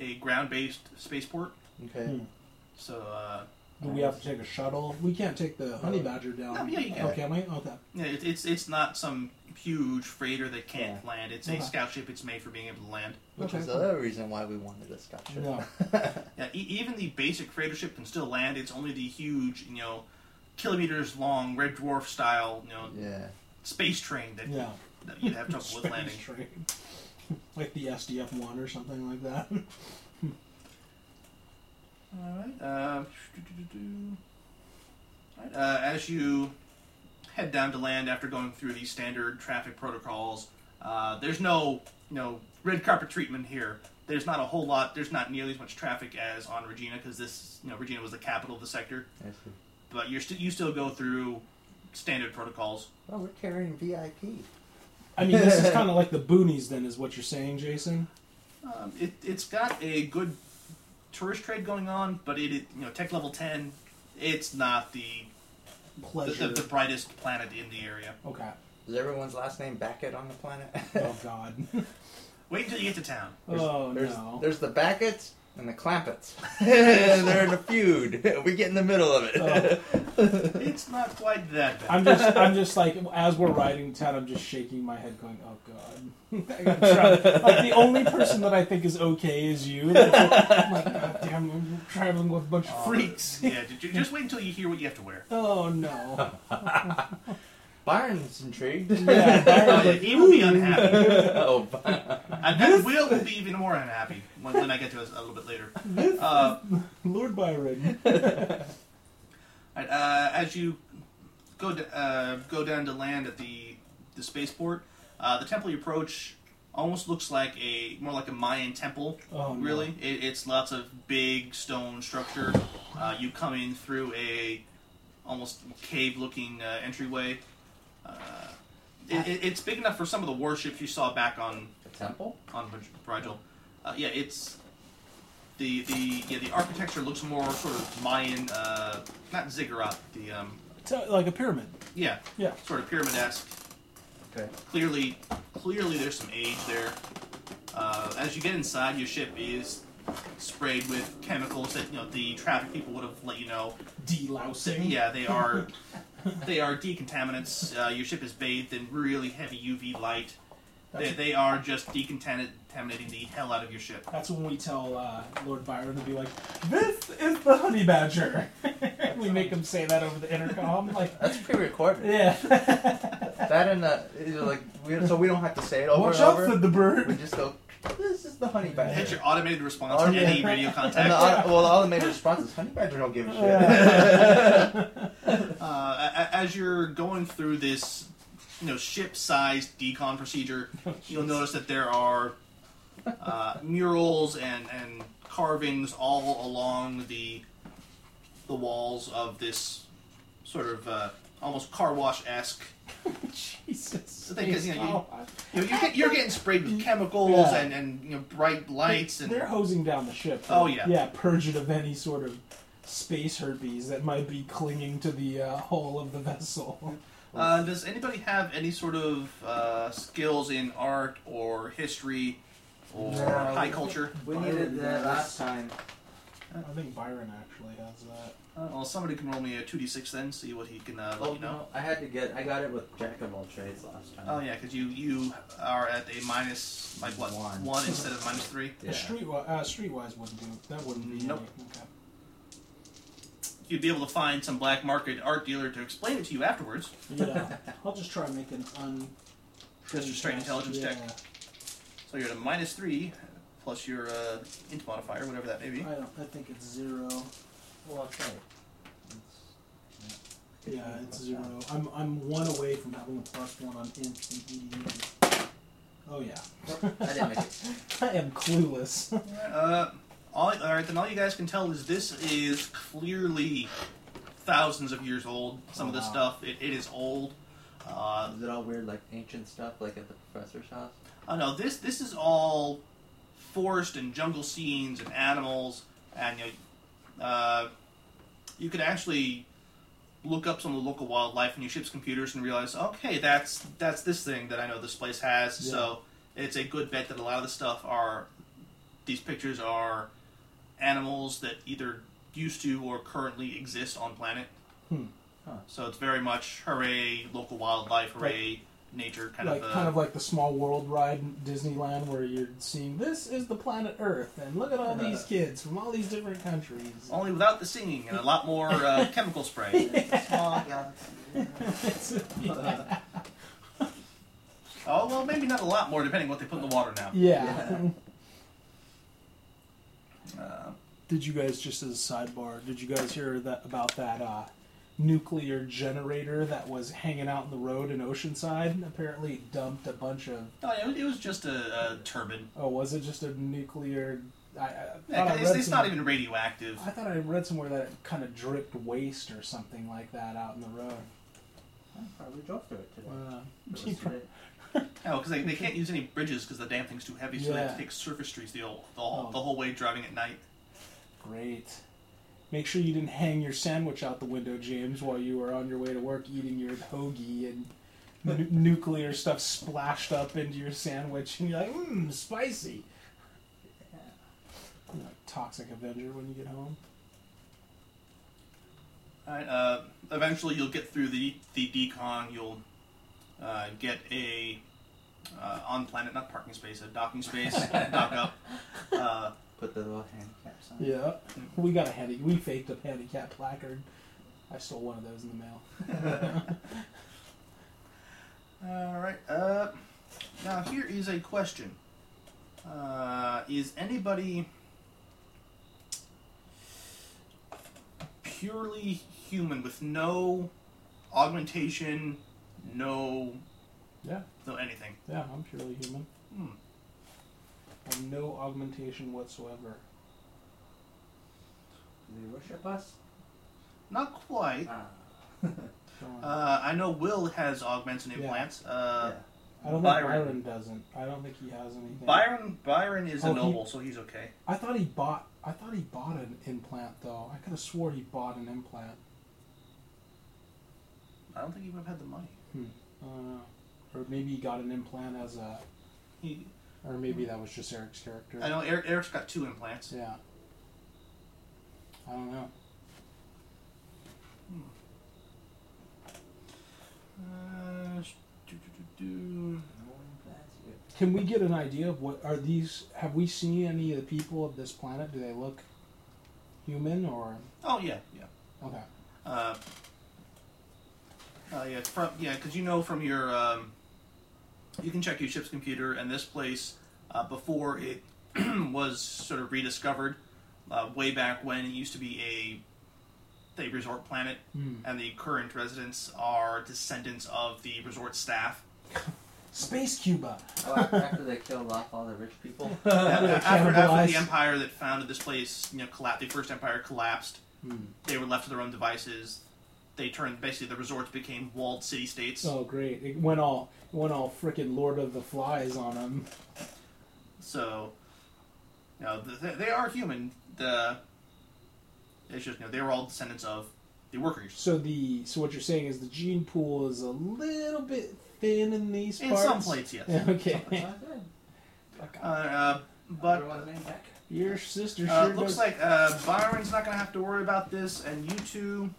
[SPEAKER 2] a ground-based spaceport.
[SPEAKER 3] okay.
[SPEAKER 1] Hmm.
[SPEAKER 2] So uh,
[SPEAKER 1] Do we have to take a shuttle? We can't take the honey badger down.
[SPEAKER 2] No, yeah, you can.
[SPEAKER 1] Oh, can we? Okay.
[SPEAKER 2] Yeah, it, it's it's not some huge freighter that can't land. It's
[SPEAKER 3] Uh-huh.
[SPEAKER 1] Okay.
[SPEAKER 2] a scout ship. It's made for being able to land.
[SPEAKER 3] Which
[SPEAKER 1] Mm-hmm. Okay.
[SPEAKER 3] is the other reason why we wanted a Scotch.
[SPEAKER 1] No.
[SPEAKER 2] Yeah, e- even the basic freighter ship can still land. It's only the huge, you know, kilometers long red dwarf style, you know,
[SPEAKER 3] [LAUGHS] Yeah.
[SPEAKER 2] space train that,
[SPEAKER 1] Yeah.
[SPEAKER 2] that you'd have trouble [LAUGHS] with landing.
[SPEAKER 1] Train. [LAUGHS] Like the SDF one or something like
[SPEAKER 2] [LAUGHS]
[SPEAKER 1] that.
[SPEAKER 2] All right. Uh, all right, uh, as you head down to land after going through the standard traffic protocols, uh, there's no you know red carpet treatment here. There's not a whole lot. There's not nearly as much traffic as on Regina because this you know Regina was the capital of the sector.
[SPEAKER 3] I see.
[SPEAKER 2] But you're st- you still go through standard protocols.
[SPEAKER 3] Oh, we're carrying VIP.
[SPEAKER 1] I mean, this is kind of like the boonies, then, is what you're saying, Jason?
[SPEAKER 2] Um, it it's got a good tourist trade going on, but it, it you know tech level ten. It's not the the,
[SPEAKER 1] Pleasure.
[SPEAKER 2] the, the brightest planet in the area.
[SPEAKER 1] Okay.
[SPEAKER 3] Is everyone's last name Backett on the planet?
[SPEAKER 1] Oh, God. [LAUGHS]
[SPEAKER 2] Wait until you get to town.
[SPEAKER 1] oh,
[SPEAKER 3] there's,
[SPEAKER 1] no.
[SPEAKER 3] There's the Backetts and the
[SPEAKER 1] [LAUGHS]
[SPEAKER 3] Clampets. [LAUGHS] They're in a feud. [LAUGHS] We get in the middle of it.
[SPEAKER 1] Oh.
[SPEAKER 2] It's not quite that bad.
[SPEAKER 1] I'm just, I'm just like, as we're riding town, I'm just shaking my head, going, "Oh God!" [LAUGHS] I'm trying- like the only person that I think is okay is you. I'm like, God damn, I'm traveling with a bunch of freaks.
[SPEAKER 2] Um, yeah, ju- ju- just wait until you hear what you have to wear.
[SPEAKER 1] Oh no!
[SPEAKER 3] [LAUGHS] Byron's intrigued.
[SPEAKER 1] [LAUGHS]
[SPEAKER 3] [LAUGHS]
[SPEAKER 1] Yeah,
[SPEAKER 2] Oh,
[SPEAKER 1] Byron's
[SPEAKER 2] yeah,
[SPEAKER 1] like,
[SPEAKER 2] he will be unhappy.
[SPEAKER 3] oh, Byron.
[SPEAKER 2] And then Will will be even more unhappy when, when I get to us a little bit later. Uh,
[SPEAKER 1] Lord Byron.
[SPEAKER 2] alright, uh, as you go d uh, go down to land at the the spaceport, uh, the temple you approach almost looks like a more like a Mayan temple.
[SPEAKER 1] Oh, no.
[SPEAKER 2] really, it, it's lots of big stone structure. Uh, you come in through a almost cave looking uh, entryway. Uh, it, it, it's big enough for some of the warships you saw back on
[SPEAKER 3] A temple?
[SPEAKER 2] on Rigel. Uh, yeah, it's the the yeah the architecture looks more sort of Mayan, uh, not ziggurat. The um,
[SPEAKER 1] It's uh, like a pyramid.
[SPEAKER 2] yeah,
[SPEAKER 1] Yeah.
[SPEAKER 2] sort of pyramid esque.
[SPEAKER 3] Okay.
[SPEAKER 2] Clearly, clearly there's some age there. Uh, as you get inside, your ship is sprayed with chemicals that you know the traffic people would have let you know.
[SPEAKER 1] Delousing.
[SPEAKER 2] Yeah, they are
[SPEAKER 3] [LAUGHS]
[SPEAKER 2] they are decontaminants. Uh, your ship is bathed in really heavy UV light. They,
[SPEAKER 1] That's-
[SPEAKER 2] they are just decontaminating the hell out of your ship.
[SPEAKER 1] That's when we tell uh, Lord Byron to be like, "This is the honey badger." [LAUGHS] we make him say that over the intercom, like,
[SPEAKER 3] That's pre-recorded.
[SPEAKER 1] yeah.
[SPEAKER 3] That and the you know, like, we, so we don't have to say it over
[SPEAKER 1] Watch
[SPEAKER 3] and
[SPEAKER 1] out
[SPEAKER 3] over.
[SPEAKER 1] for the
[SPEAKER 3] We
[SPEAKER 1] bird.
[SPEAKER 3] just go. This is the honey badger.
[SPEAKER 2] Hit your automated response to
[SPEAKER 3] Automated-
[SPEAKER 2] any radio
[SPEAKER 3] Oh, [LAUGHS] And the,
[SPEAKER 2] contact.
[SPEAKER 3] auto- well, all the major responses, honey badger don't give a shit. [LAUGHS]
[SPEAKER 1] [LAUGHS]
[SPEAKER 2] Uh, a- a- as you're going through this, you know, ship-sized decon procedure, you'll notice that there are uh, murals and, and carvings all along the the walls of this sort of uh, almost car wash-esque.
[SPEAKER 1] Jesus.
[SPEAKER 2] They- 'cause, you know, you-
[SPEAKER 1] Oh, I-
[SPEAKER 2] You know, you're, get, you're getting sprayed with chemicals
[SPEAKER 1] Yeah.
[SPEAKER 2] and, and you know bright lights and
[SPEAKER 1] They're hosing down the ship.
[SPEAKER 2] Oh, yeah.
[SPEAKER 1] Yeah, purge it of any sort of space herpes that might be clinging to the uh, hull of the vessel.
[SPEAKER 2] Uh, does anybody have any sort of uh, skills in art or history or
[SPEAKER 3] No.
[SPEAKER 2] high culture?
[SPEAKER 3] We needed that last time.
[SPEAKER 1] I think Byron actually has that.
[SPEAKER 2] Uh, well, somebody can roll me a 2d6 then, see what he can uh, let
[SPEAKER 7] Oh
[SPEAKER 2] you know.
[SPEAKER 7] no, I had to get. I got it with jack of all trades last time.
[SPEAKER 2] Oh, yeah, because you, you are at a minus, like what,
[SPEAKER 7] One.
[SPEAKER 2] one instead of minus three.
[SPEAKER 1] A street uh, streetwise wouldn't do. That wouldn't be.
[SPEAKER 2] Nope.
[SPEAKER 1] any- Okay.
[SPEAKER 2] You'd be able to find some black market art dealer to explain it to you afterwards.
[SPEAKER 1] Yeah. I'll just try and make an un.
[SPEAKER 2] Just a straight intelligence check. So you're at a minus three, plus your uh, int modifier, whatever that may be.
[SPEAKER 1] I don't. I think it's zero.
[SPEAKER 7] Well, okay.
[SPEAKER 1] Yeah, it's zero. I'm I'm one away from having a plus one on int and EDU. Oh yeah.
[SPEAKER 3] [LAUGHS] I didn't make it.
[SPEAKER 1] [LAUGHS] I am clueless.
[SPEAKER 2] Uh, all, all right, then all you guys can tell is this is clearly thousands of years old. Some of this
[SPEAKER 1] Wow.
[SPEAKER 2] stuff, it, it is old. Uh,
[SPEAKER 3] Um, Is it all weird, like ancient stuff, like at the professor's house?
[SPEAKER 2] oh no, this this is all forest and jungle scenes and animals, and you, know, uh, you could actually look up some of the local wildlife in your ship's computers and realize, okay, that's that's this thing that I know this place has.
[SPEAKER 1] Yeah.
[SPEAKER 2] So it's a good bet that a lot of the stuff are these pictures are animals that either used to or currently exist on planet.
[SPEAKER 1] Hmm.
[SPEAKER 3] Huh.
[SPEAKER 2] So it's very much hooray local wildlife, hooray nature kind
[SPEAKER 1] like
[SPEAKER 2] of. Uh,
[SPEAKER 1] kind of like the small world ride in Disneyland where you're seeing this is the planet Earth and look at all
[SPEAKER 3] Uh.
[SPEAKER 1] these kids from all these different countries.
[SPEAKER 3] Oh.
[SPEAKER 2] only without the singing and a lot more uh, chemical spray.
[SPEAKER 1] [LAUGHS]
[SPEAKER 3] [LAUGHS]
[SPEAKER 1] It's-
[SPEAKER 2] Uh, oh well, maybe not a lot more, depending what they put in the water now.
[SPEAKER 1] yeah.
[SPEAKER 2] Uh,
[SPEAKER 1] Did you guys just as a sidebar? Did you guys hear that about that uh, nuclear generator that was hanging out in the road in Oceanside? Apparently, dumped a bunch of.
[SPEAKER 2] no, Oh, it, it was just a, a turbine.
[SPEAKER 1] Oh, was it just a nuclear? I, I, thought
[SPEAKER 2] Yeah,
[SPEAKER 1] Oh, I
[SPEAKER 2] it's
[SPEAKER 1] read
[SPEAKER 2] it's not
[SPEAKER 1] some-
[SPEAKER 2] even radioactive.
[SPEAKER 1] I thought I read somewhere that it kind of dripped waste or something like that out in the road.
[SPEAKER 7] I probably drove through it today.
[SPEAKER 1] Uh,
[SPEAKER 7] It was today.
[SPEAKER 2] No, because they, they can't use any bridges because the damn thing's too heavy, so they have
[SPEAKER 1] Yeah.
[SPEAKER 2] to take surface streets the whole, the whole,
[SPEAKER 1] Oh.
[SPEAKER 2] the whole way driving at night.
[SPEAKER 1] great. Make sure you didn't hang your sandwich out the window, James, while you were on your way to work eating your hoagie and nu- nuclear stuff splashed up into your sandwich, and you're like, mmm, spicy. You're like toxic Avenger when you get home.
[SPEAKER 2] Alright, uh, eventually you'll get through the, the decon, you'll uh, get a uh, on planet, not parking space, a docking space, dock
[SPEAKER 1] [LAUGHS]
[SPEAKER 2] up. Uh,
[SPEAKER 3] Put the little handicap sign.
[SPEAKER 1] Yeah, we got a handy. We faked a handicap placard. I stole one of those in the mail.
[SPEAKER 2] Alright, uh, now here is a question. Uh, is anybody purely human with no augmentation, no
[SPEAKER 1] Yeah,
[SPEAKER 2] no anything?
[SPEAKER 1] yeah, I'm purely human.
[SPEAKER 2] Hmm.
[SPEAKER 1] And no augmentation whatsoever.
[SPEAKER 7] Do they worship us?
[SPEAKER 2] Not quite.
[SPEAKER 3] [LAUGHS]
[SPEAKER 7] Ah.
[SPEAKER 1] Don't-
[SPEAKER 2] Uh, I know Will has augments and
[SPEAKER 1] Yeah.
[SPEAKER 2] implants. Uh,
[SPEAKER 7] Yeah.
[SPEAKER 1] I don't
[SPEAKER 2] Byron.
[SPEAKER 1] think Byron doesn't. I don't think he has anything.
[SPEAKER 2] Byron Byron is
[SPEAKER 1] Oh,
[SPEAKER 2] a
[SPEAKER 1] he-
[SPEAKER 2] noble, so he's okay.
[SPEAKER 1] I thought he bought. I thought he bought an implant though. I could have swore he bought an implant.
[SPEAKER 2] I don't think he would have had the money.
[SPEAKER 1] Uh, or maybe he got an implant as a.
[SPEAKER 2] He,
[SPEAKER 1] Or maybe that was just Eric's character.
[SPEAKER 2] I know Eric, Eric's got two implants.
[SPEAKER 1] Yeah. I don't know.
[SPEAKER 2] Uh, sh- do, do, do, do.
[SPEAKER 7] No implants here.
[SPEAKER 1] Can we get an idea of what are these? Have we seen any of the people of this planet? Do they look human or
[SPEAKER 2] Oh yeah, yeah.
[SPEAKER 1] okay?
[SPEAKER 2] Uh, uh, yeah, from yeah, because you know from your, um, you can check your ship's computer, and this place uh, before it [CLEARS THROAT] was sort of rediscovered, uh, way back when it used to be a, a resort planet,
[SPEAKER 1] Hmm.
[SPEAKER 2] and the current residents are descendants of the resort staff.
[SPEAKER 1] Space
[SPEAKER 2] [LAUGHS]
[SPEAKER 1] Cuba.
[SPEAKER 3] Oh, after they killed off all the rich
[SPEAKER 7] [LAUGHS]
[SPEAKER 3] people.
[SPEAKER 2] after,
[SPEAKER 1] Oh, They
[SPEAKER 2] after- after
[SPEAKER 1] cannibalized.
[SPEAKER 2] the empire that founded this place, you know, collapsed. The first empire collapsed.
[SPEAKER 1] Hmm.
[SPEAKER 2] They were left to their own devices. They turned basically the resorts became walled city states.
[SPEAKER 1] Oh great! It went all it went all frickin' Lord of the Flies on him.
[SPEAKER 2] So, you know, th- th- they are human. The it's just you know they were all descendants of the workers
[SPEAKER 1] So the so what you're saying is the gene pool is a little bit thin in these
[SPEAKER 2] in
[SPEAKER 1] parts.
[SPEAKER 2] some plates, yes.
[SPEAKER 1] Yeah, [LAUGHS]
[SPEAKER 7] That's
[SPEAKER 1] Okay.
[SPEAKER 7] not good.
[SPEAKER 2] Uh, uh,
[SPEAKER 7] Everyone's
[SPEAKER 2] but
[SPEAKER 7] name back.
[SPEAKER 1] Your sister sure
[SPEAKER 2] uh, looks
[SPEAKER 1] does-
[SPEAKER 2] like uh, Byron's not gonna have to worry about this, and you two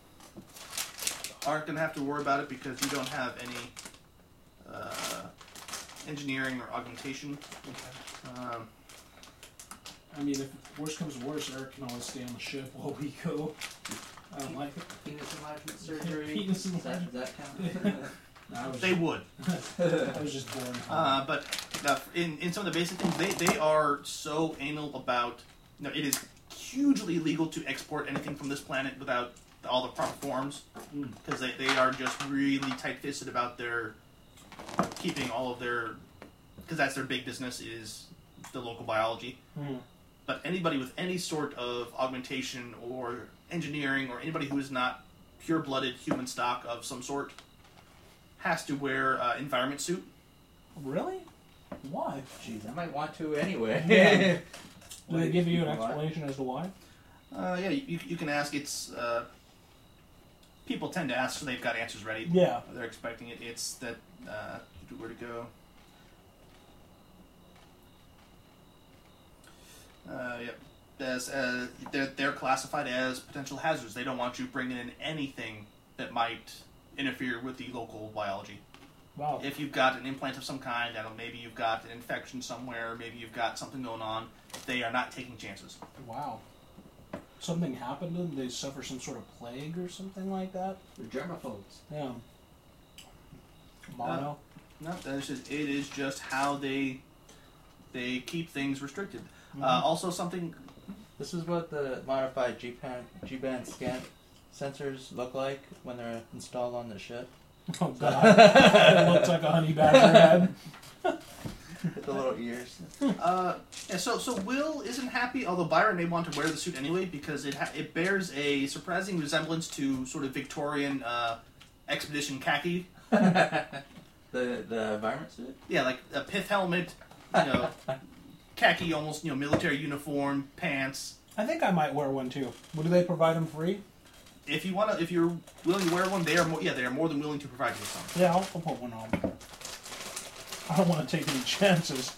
[SPEAKER 2] aren't gonna have to worry about it because you don't have any uh, engineering or augmentation. Um,
[SPEAKER 1] I mean, if worse comes to worse, Eric can always stay on the ship [LAUGHS] while we go. I don't like it.
[SPEAKER 7] Penis [LAUGHS] enlargement surgery.
[SPEAKER 1] Penis
[SPEAKER 7] Does that,
[SPEAKER 1] enlargement.
[SPEAKER 7] does that count?
[SPEAKER 1] I was,
[SPEAKER 2] they would.
[SPEAKER 7] [LAUGHS]
[SPEAKER 3] [LAUGHS]
[SPEAKER 1] I was just born.
[SPEAKER 2] Uh, but the, in, in some of the basic things, they, they are so anal about. No, it is hugely illegal to export anything from this planet without all the proper forms
[SPEAKER 1] Mm.
[SPEAKER 2] because they, they are just really tight fisted about their keeping all of their. Because that's their big business is the local biology.
[SPEAKER 1] Mm.
[SPEAKER 2] But anybody with any sort of augmentation or engineering or anybody who is not pure blooded human stock of some sort has to wear uh, environment suit.
[SPEAKER 1] Really? Why?
[SPEAKER 7] Jeez, I might want to anyway.
[SPEAKER 3] [LAUGHS]
[SPEAKER 1] Yeah. Do
[SPEAKER 7] Why
[SPEAKER 1] they
[SPEAKER 7] do
[SPEAKER 1] give you an
[SPEAKER 7] people lie?
[SPEAKER 1] explanation as to why?
[SPEAKER 2] Uh, yeah, you, you can ask. It's uh, people tend to ask, so they've got answers ready.
[SPEAKER 1] Yeah.
[SPEAKER 2] They're expecting it. It's that uh, where to go. Uh, yep. as uh, they're they're classified as potential hazards. They don't want you bringing in anything that might interfere with the local biology.
[SPEAKER 1] Wow.
[SPEAKER 2] If you've got an implant of some kind, I don't, maybe you've got an infection somewhere, maybe you've got something going on. They are not taking chances.
[SPEAKER 1] Wow. Something happened to them? They suffer some sort of plague or something like that?
[SPEAKER 8] They're germaphobes.
[SPEAKER 1] Yeah.
[SPEAKER 2] Uh,
[SPEAKER 1] Mono?
[SPEAKER 2] No, that's just it is just how they they keep things restricted. Uh, also, something
[SPEAKER 3] This is what the modified G band G band scan sensors look like when they're installed on the ship.
[SPEAKER 1] Oh, God. [LAUGHS] that looks like a honey badger head.
[SPEAKER 3] With the little ears.
[SPEAKER 2] Uh, yeah, so so Will isn't happy, although Byron may want to wear the suit anyway because it ha- it bears a surprising resemblance to sort of Victorian uh, expedition khaki.
[SPEAKER 3] The the environment suit.
[SPEAKER 2] Yeah, like a pith helmet, you know, khaki almost you know military uniform pants.
[SPEAKER 1] I think I might wear one too. Well, do they provide them free?
[SPEAKER 2] If you wanna, if you're willing to wear one, they are more yeah they are more than willing to provide you with some.
[SPEAKER 1] Yeah, I'll, I'll put one on. I don't want to take any [LAUGHS] chances.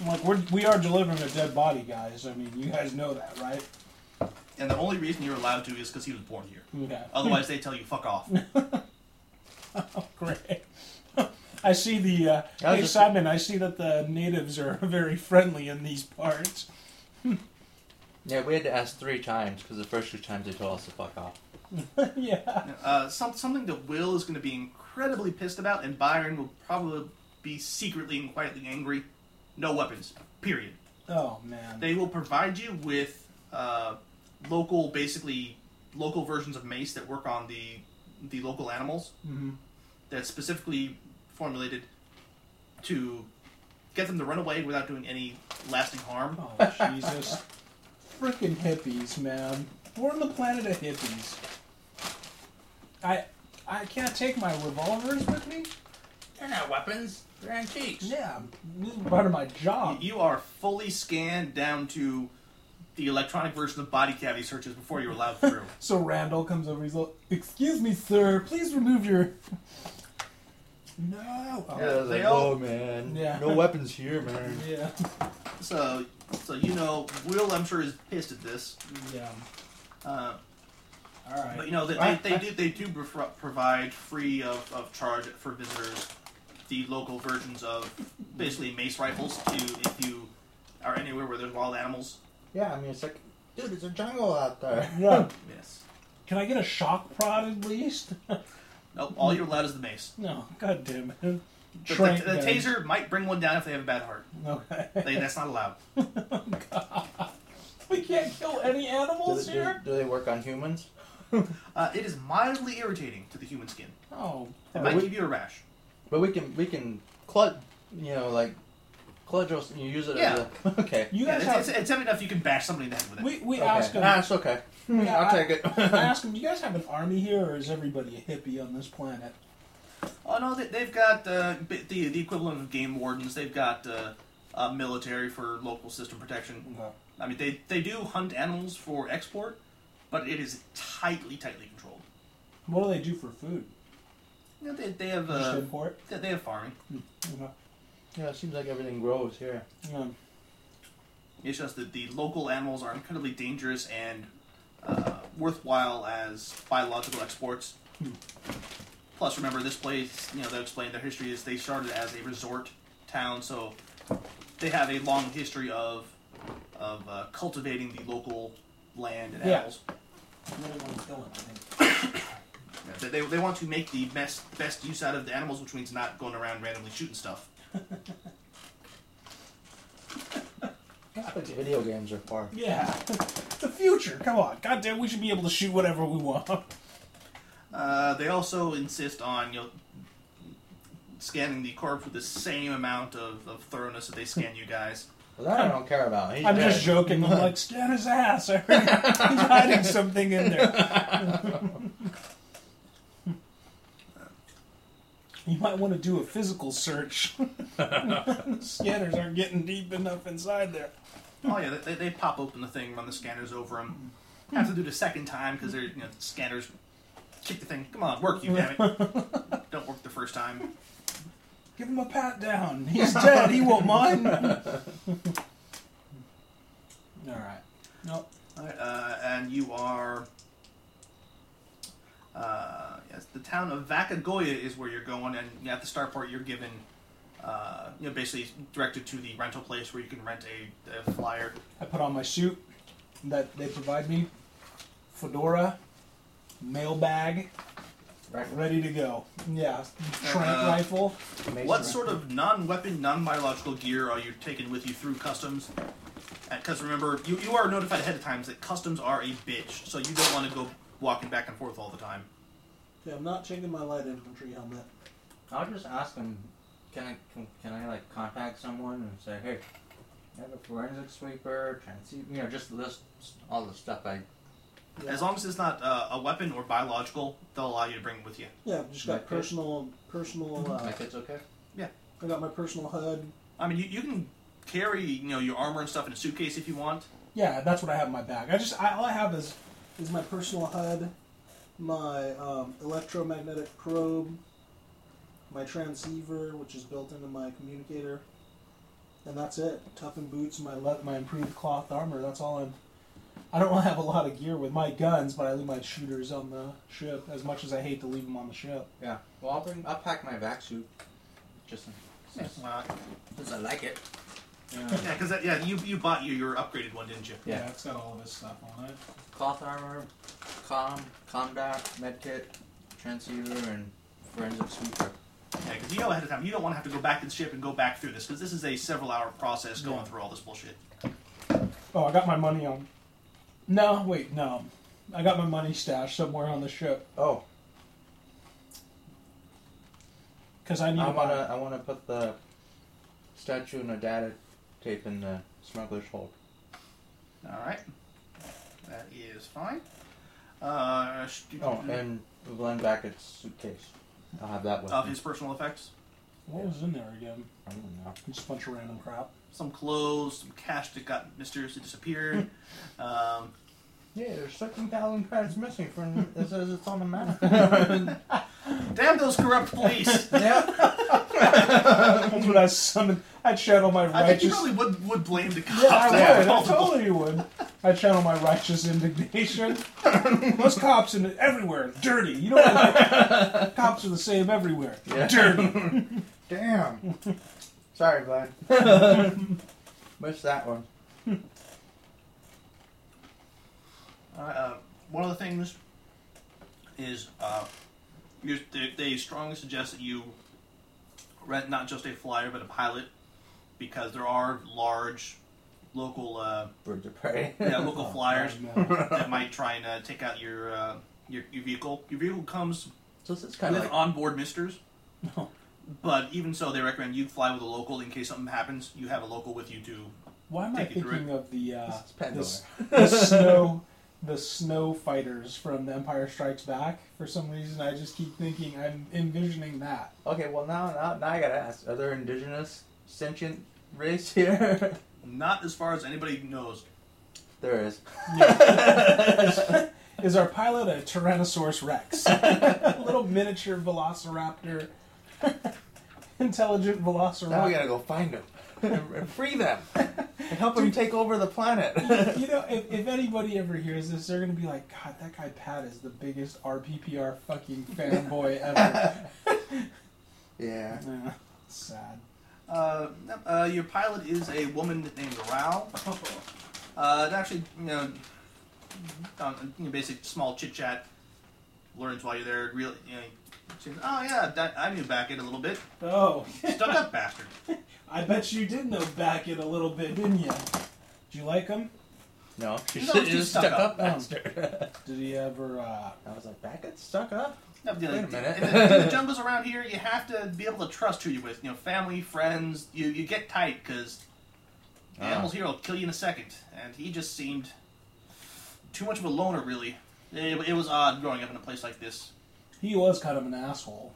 [SPEAKER 1] I'm like, we're, we are delivering a dead body, guys. I mean, you guys know that, right?
[SPEAKER 2] And the only reason you're allowed to is because he was born here.
[SPEAKER 1] Okay.
[SPEAKER 2] Otherwise, they tell you fuck off.
[SPEAKER 1] [LAUGHS] Great. [LAUGHS] I see the uh,
[SPEAKER 3] was
[SPEAKER 1] hey
[SPEAKER 3] just-
[SPEAKER 1] Simon. I see that the natives are [LAUGHS] very friendly in these parts. [LAUGHS]
[SPEAKER 3] Yeah, we had to ask three times because the first two times they told us to fuck off.
[SPEAKER 1] yeah.
[SPEAKER 2] Uh, some, something that Will is going to be incredibly pissed about, and Byron will probably be secretly and quietly angry. No weapons. Period.
[SPEAKER 1] Oh man.
[SPEAKER 2] They will provide you with uh, local, basically local versions of mace that work on the the local animals.
[SPEAKER 1] Mhm.
[SPEAKER 2] That's specifically formulated to get them to run away without doing any lasting harm.
[SPEAKER 1] Oh Jesus. Freaking hippies, man. We're on the planet of hippies. I I can't take my revolvers with me.
[SPEAKER 5] They're not weapons. They're antiques.
[SPEAKER 1] Yeah, this is part of my job.
[SPEAKER 2] You are fully scanned down to the electronic version of body cavity searches before you're allowed through.
[SPEAKER 1] So Randall comes over. He's like, "Excuse me, sir. Please remove your." No. Oh,
[SPEAKER 2] Yeah, they all-
[SPEAKER 3] oh man,
[SPEAKER 1] Yeah.
[SPEAKER 3] no weapons here, man.
[SPEAKER 1] yeah.
[SPEAKER 2] So, so you know, Will, I'm sure is pissed at this.
[SPEAKER 1] Yeah.
[SPEAKER 2] Uh,
[SPEAKER 1] All right.
[SPEAKER 2] but you know, they, they, they do they do pro- provide free of, of charge for visitors the local versions of basically mace rifles to if you are anywhere where there's wild animals.
[SPEAKER 7] Yeah, I mean, it's like, dude, it's a jungle
[SPEAKER 3] [LAUGHS]
[SPEAKER 7] out there.
[SPEAKER 1] Yeah.
[SPEAKER 2] Yes.
[SPEAKER 1] Can I get a shock prod at least?
[SPEAKER 2] Nope. All you're allowed is the mace.
[SPEAKER 1] no, god damn it.
[SPEAKER 2] The, the,
[SPEAKER 1] Trank
[SPEAKER 2] the
[SPEAKER 1] gun.
[SPEAKER 2] taser might bring one down if they have a bad heart.
[SPEAKER 1] Okay. [LAUGHS] Oh,
[SPEAKER 2] They, that's not allowed.
[SPEAKER 1] we can't kill any
[SPEAKER 3] Do,
[SPEAKER 1] animals
[SPEAKER 3] they- do,
[SPEAKER 1] here?
[SPEAKER 3] do they work on humans?
[SPEAKER 2] Uh, it is mildly irritating to the human skin.
[SPEAKER 1] Oh.
[SPEAKER 2] It might
[SPEAKER 3] we-
[SPEAKER 2] give you a rash.
[SPEAKER 3] But we can we can clutch, you know, like clutch. us- You use it as a [LAUGHS] okay.
[SPEAKER 1] You
[SPEAKER 2] Yeah,
[SPEAKER 1] guys
[SPEAKER 2] it's,
[SPEAKER 1] have.
[SPEAKER 2] it's, it's heavy enough you can bash somebody in the head with it.
[SPEAKER 1] we we
[SPEAKER 3] okay.
[SPEAKER 1] ask them. [LAUGHS]
[SPEAKER 3] Ah, it's okay. I'll
[SPEAKER 1] I-
[SPEAKER 3] take it. [LAUGHS]
[SPEAKER 1] I [LAUGHS] ask them, do you guys have an army here, or is everybody a hippie on this planet?
[SPEAKER 2] Oh no, they, they've got uh, bi- the the equivalent of game wardens. They've got uh, uh, military for local system protection.
[SPEAKER 1] Okay.
[SPEAKER 2] I mean, they they do hunt animals for export, but it is tightly tightly controlled.
[SPEAKER 1] What do they do for food?
[SPEAKER 2] You know, they they have
[SPEAKER 1] Just
[SPEAKER 2] uh,
[SPEAKER 1] import?
[SPEAKER 2] they, they have farming.
[SPEAKER 1] Okay.
[SPEAKER 3] yeah, it seems like everything grows here.
[SPEAKER 1] Yeah.
[SPEAKER 2] It's just that the local animals are incredibly dangerous and uh, worthwhile as biological exports. Plus, remember this place. You know, they explained their history is they started as a resort town, so they have a long history of of uh, cultivating the local land and
[SPEAKER 1] Yeah.
[SPEAKER 2] animals.
[SPEAKER 8] Another one kill him, I think.
[SPEAKER 2] [COUGHS] They, they, they want to make the best best use out of the animals, which means not going around randomly shooting stuff.
[SPEAKER 3] That's what video games are for.
[SPEAKER 1] Yeah. [LAUGHS] the future. Come on. God damn, we should be able to shoot whatever we want.
[SPEAKER 2] Uh, they also insist on you know scanning the corpse with the same amount of, of thoroughness that they scan you guys.
[SPEAKER 3] Well, that I don't care about. He's
[SPEAKER 1] I'm
[SPEAKER 3] dead.
[SPEAKER 1] just joking. I'm like, scan his ass. I heard [LAUGHS] he's hiding something in there. [LAUGHS] you might want to do a physical search. [LAUGHS] Scanners aren't getting deep enough inside there.
[SPEAKER 2] Oh yeah, they, they pop open the thing, run the scanners over them. Have to do it a second time because they're you know scanners kick the thing. Come on, work you damn it! Don't work the first time.
[SPEAKER 1] Give him a pat down. He's dead. He won't mind.
[SPEAKER 2] uh, and you are. Uh, yes, the town of Vacagoya is where you're going, and at the start part, you're given, uh, you know, basically directed to the rental place where you can rent a, a flyer.
[SPEAKER 1] I put on my suit that they provide me, fedora, mailbag,
[SPEAKER 3] Right.
[SPEAKER 1] ready to go. Yeah, trank
[SPEAKER 2] Uh,
[SPEAKER 1] rifle.
[SPEAKER 2] What sort of non-weapon, non-biological gear are you taking with you through customs? Because remember, you, you are notified ahead of time that customs are a bitch, so you don't want to go walking back and forth all the time.
[SPEAKER 8] Okay, I'm not changing my light infantry helmet.
[SPEAKER 7] I'll just ask him. Can I can, can I like contact someone and say, hey, I have a forensic sweeper, transceiver, you know, just list all the stuff I.
[SPEAKER 8] Yeah.
[SPEAKER 2] As long as it's not uh, a weapon or biological, they'll allow you to bring it with you.
[SPEAKER 8] Yeah, I've just got
[SPEAKER 7] Like this?
[SPEAKER 8] personal, personal. Uh,
[SPEAKER 7] My kid's okay.
[SPEAKER 8] I got my personal HUD.
[SPEAKER 2] I mean, you, you can carry you know your armor and stuff in a suitcase if you want.
[SPEAKER 1] Yeah, that's what I have in my bag. I just I, all I have is
[SPEAKER 8] Is my personal HUD, my um, electromagnetic probe, my transceiver, which is built into my communicator, and that's it. Toughened boots, my leather,
[SPEAKER 1] le- my improved cloth armor. That's all I'm. I don't have a lot of gear with my guns, but I leave my shooters on the ship. As much as I hate to leave them on the ship,
[SPEAKER 7] Yeah. Well, I'll bring. I'll pack my vac suit. Just because
[SPEAKER 2] Why not?
[SPEAKER 7] I like it. Yeah.
[SPEAKER 2] Yeah, because yeah, you you bought your, your upgraded one, didn't you?
[SPEAKER 7] Yeah.
[SPEAKER 1] it's got all of his stuff on it.
[SPEAKER 7] Cloth armor, com, combat, medkit, transceiver, and forensic sweeper.
[SPEAKER 2] Yeah, because you know ahead of time you don't want to have to go back to the ship and go back through this because this is a several hour process going through all this bullshit.
[SPEAKER 1] Oh, I got my money on. No, wait, no. I got my money stashed somewhere on the ship
[SPEAKER 3] Oh,
[SPEAKER 1] because I need
[SPEAKER 3] I
[SPEAKER 1] to buy-
[SPEAKER 3] wanna I wanna put the statue and a data tape in the smuggler's hold.
[SPEAKER 2] All right, that is fine. Uh, sh-
[SPEAKER 3] Oh, and Glenn Backett's suitcase. I'll have that with
[SPEAKER 2] of
[SPEAKER 3] me.
[SPEAKER 2] his personal effects,
[SPEAKER 1] What was in there again?
[SPEAKER 3] I don't know.
[SPEAKER 1] Just a bunch of random crap. [LAUGHS]
[SPEAKER 2] some clothes, some cash that got mysteriously
[SPEAKER 1] [LAUGHS]
[SPEAKER 2] disappeared. um,
[SPEAKER 7] Yeah, there's 13,000 credits missing
[SPEAKER 3] [LAUGHS]
[SPEAKER 7] from. It says it's on the map.
[SPEAKER 2] damn those corrupt
[SPEAKER 1] [LAUGHS]
[SPEAKER 2] police!
[SPEAKER 1] That's what I summoned. I channel my
[SPEAKER 2] I think you
[SPEAKER 1] righteous.
[SPEAKER 2] probably would would blame the cops. [LAUGHS]
[SPEAKER 1] yeah, I
[SPEAKER 2] They're
[SPEAKER 1] would. I
[SPEAKER 2] culpable.
[SPEAKER 1] totally would. I channel my righteous
[SPEAKER 2] [LAUGHS]
[SPEAKER 1] indignation. Those cops in everywhere, dirty. You know, what?
[SPEAKER 2] [LAUGHS]
[SPEAKER 1] cops are the same everywhere. Dirty.
[SPEAKER 3] Damn.
[SPEAKER 7] Sorry, bud.
[SPEAKER 3] [LAUGHS] Missed that one.
[SPEAKER 2] Uh, uh, one of the things is uh, you they, they strongly suggest that you rent not just a flyer but a pilot because there are large local uh,
[SPEAKER 3] Birds of prey.
[SPEAKER 2] yeah, local [LAUGHS]
[SPEAKER 3] [LAUGHS]
[SPEAKER 2] flyers
[SPEAKER 1] No.
[SPEAKER 2] that might try and uh, take out your, uh, your your vehicle. Your vehicle comes
[SPEAKER 3] So this is kind
[SPEAKER 2] with
[SPEAKER 3] of like
[SPEAKER 2] onboard misters. But even so, they recommend you fly with a local in case something happens. You have a local with you too.
[SPEAKER 1] Why am I
[SPEAKER 2] Take it through.
[SPEAKER 1] thinking of the uh,
[SPEAKER 3] This is Pandora. [LAUGHS]
[SPEAKER 1] this- the snow the snow fighters from The Empire Strikes Back? For some reason, I just keep thinking I'm envisioning that.
[SPEAKER 3] Okay, well now, now now I gotta ask: Are there indigenous sentient race here? [LAUGHS]
[SPEAKER 2] Not as far as anybody knows.
[SPEAKER 3] there is.
[SPEAKER 1] Is our pilot a Tyrannosaurus Rex? little miniature velociraptor. [LAUGHS] Intelligent
[SPEAKER 3] Now we
[SPEAKER 1] velociraptor.
[SPEAKER 3] gotta go find them [LAUGHS] and free them [LAUGHS] and help them take over the planet. [LAUGHS]
[SPEAKER 1] you know, if, if anybody ever hears this, they're going to be like, God, that guy Pat is the biggest RPPR fucking fanboy ever.
[SPEAKER 3] yeah.
[SPEAKER 1] Yeah, Sad.
[SPEAKER 2] Uh, yep, uh, your pilot is a woman named
[SPEAKER 3] [LAUGHS]
[SPEAKER 2] Rao. Uh, it actually, you know, um, you know, basic small chit chat. Learns while you're there. Really, you know, she says, "Oh yeah, that, I knew back it a little bit.
[SPEAKER 1] Oh, [LAUGHS]
[SPEAKER 2] Stuck
[SPEAKER 3] [LAUGHS]
[SPEAKER 2] up bastard."
[SPEAKER 1] I bet you did know back it a little bit, didn't you? Did you like him?
[SPEAKER 3] No, she
[SPEAKER 2] No,
[SPEAKER 3] should
[SPEAKER 2] she's
[SPEAKER 3] just
[SPEAKER 2] stuck
[SPEAKER 3] stuck
[SPEAKER 2] up.
[SPEAKER 3] up faster.
[SPEAKER 1] Did he ever, uh,
[SPEAKER 3] [LAUGHS] I was like, back it stuck up.
[SPEAKER 2] No, the-
[SPEAKER 3] Wait a minute.
[SPEAKER 2] In the, in the jungles around here, you have to be able to trust who you're with. You know, family, friends. You you get tight because the
[SPEAKER 3] Ah.
[SPEAKER 2] animals here will kill you in a second. And he just seemed too much of a loner, really. It, it was odd growing up in a place like this.
[SPEAKER 1] he was kind of an asshole.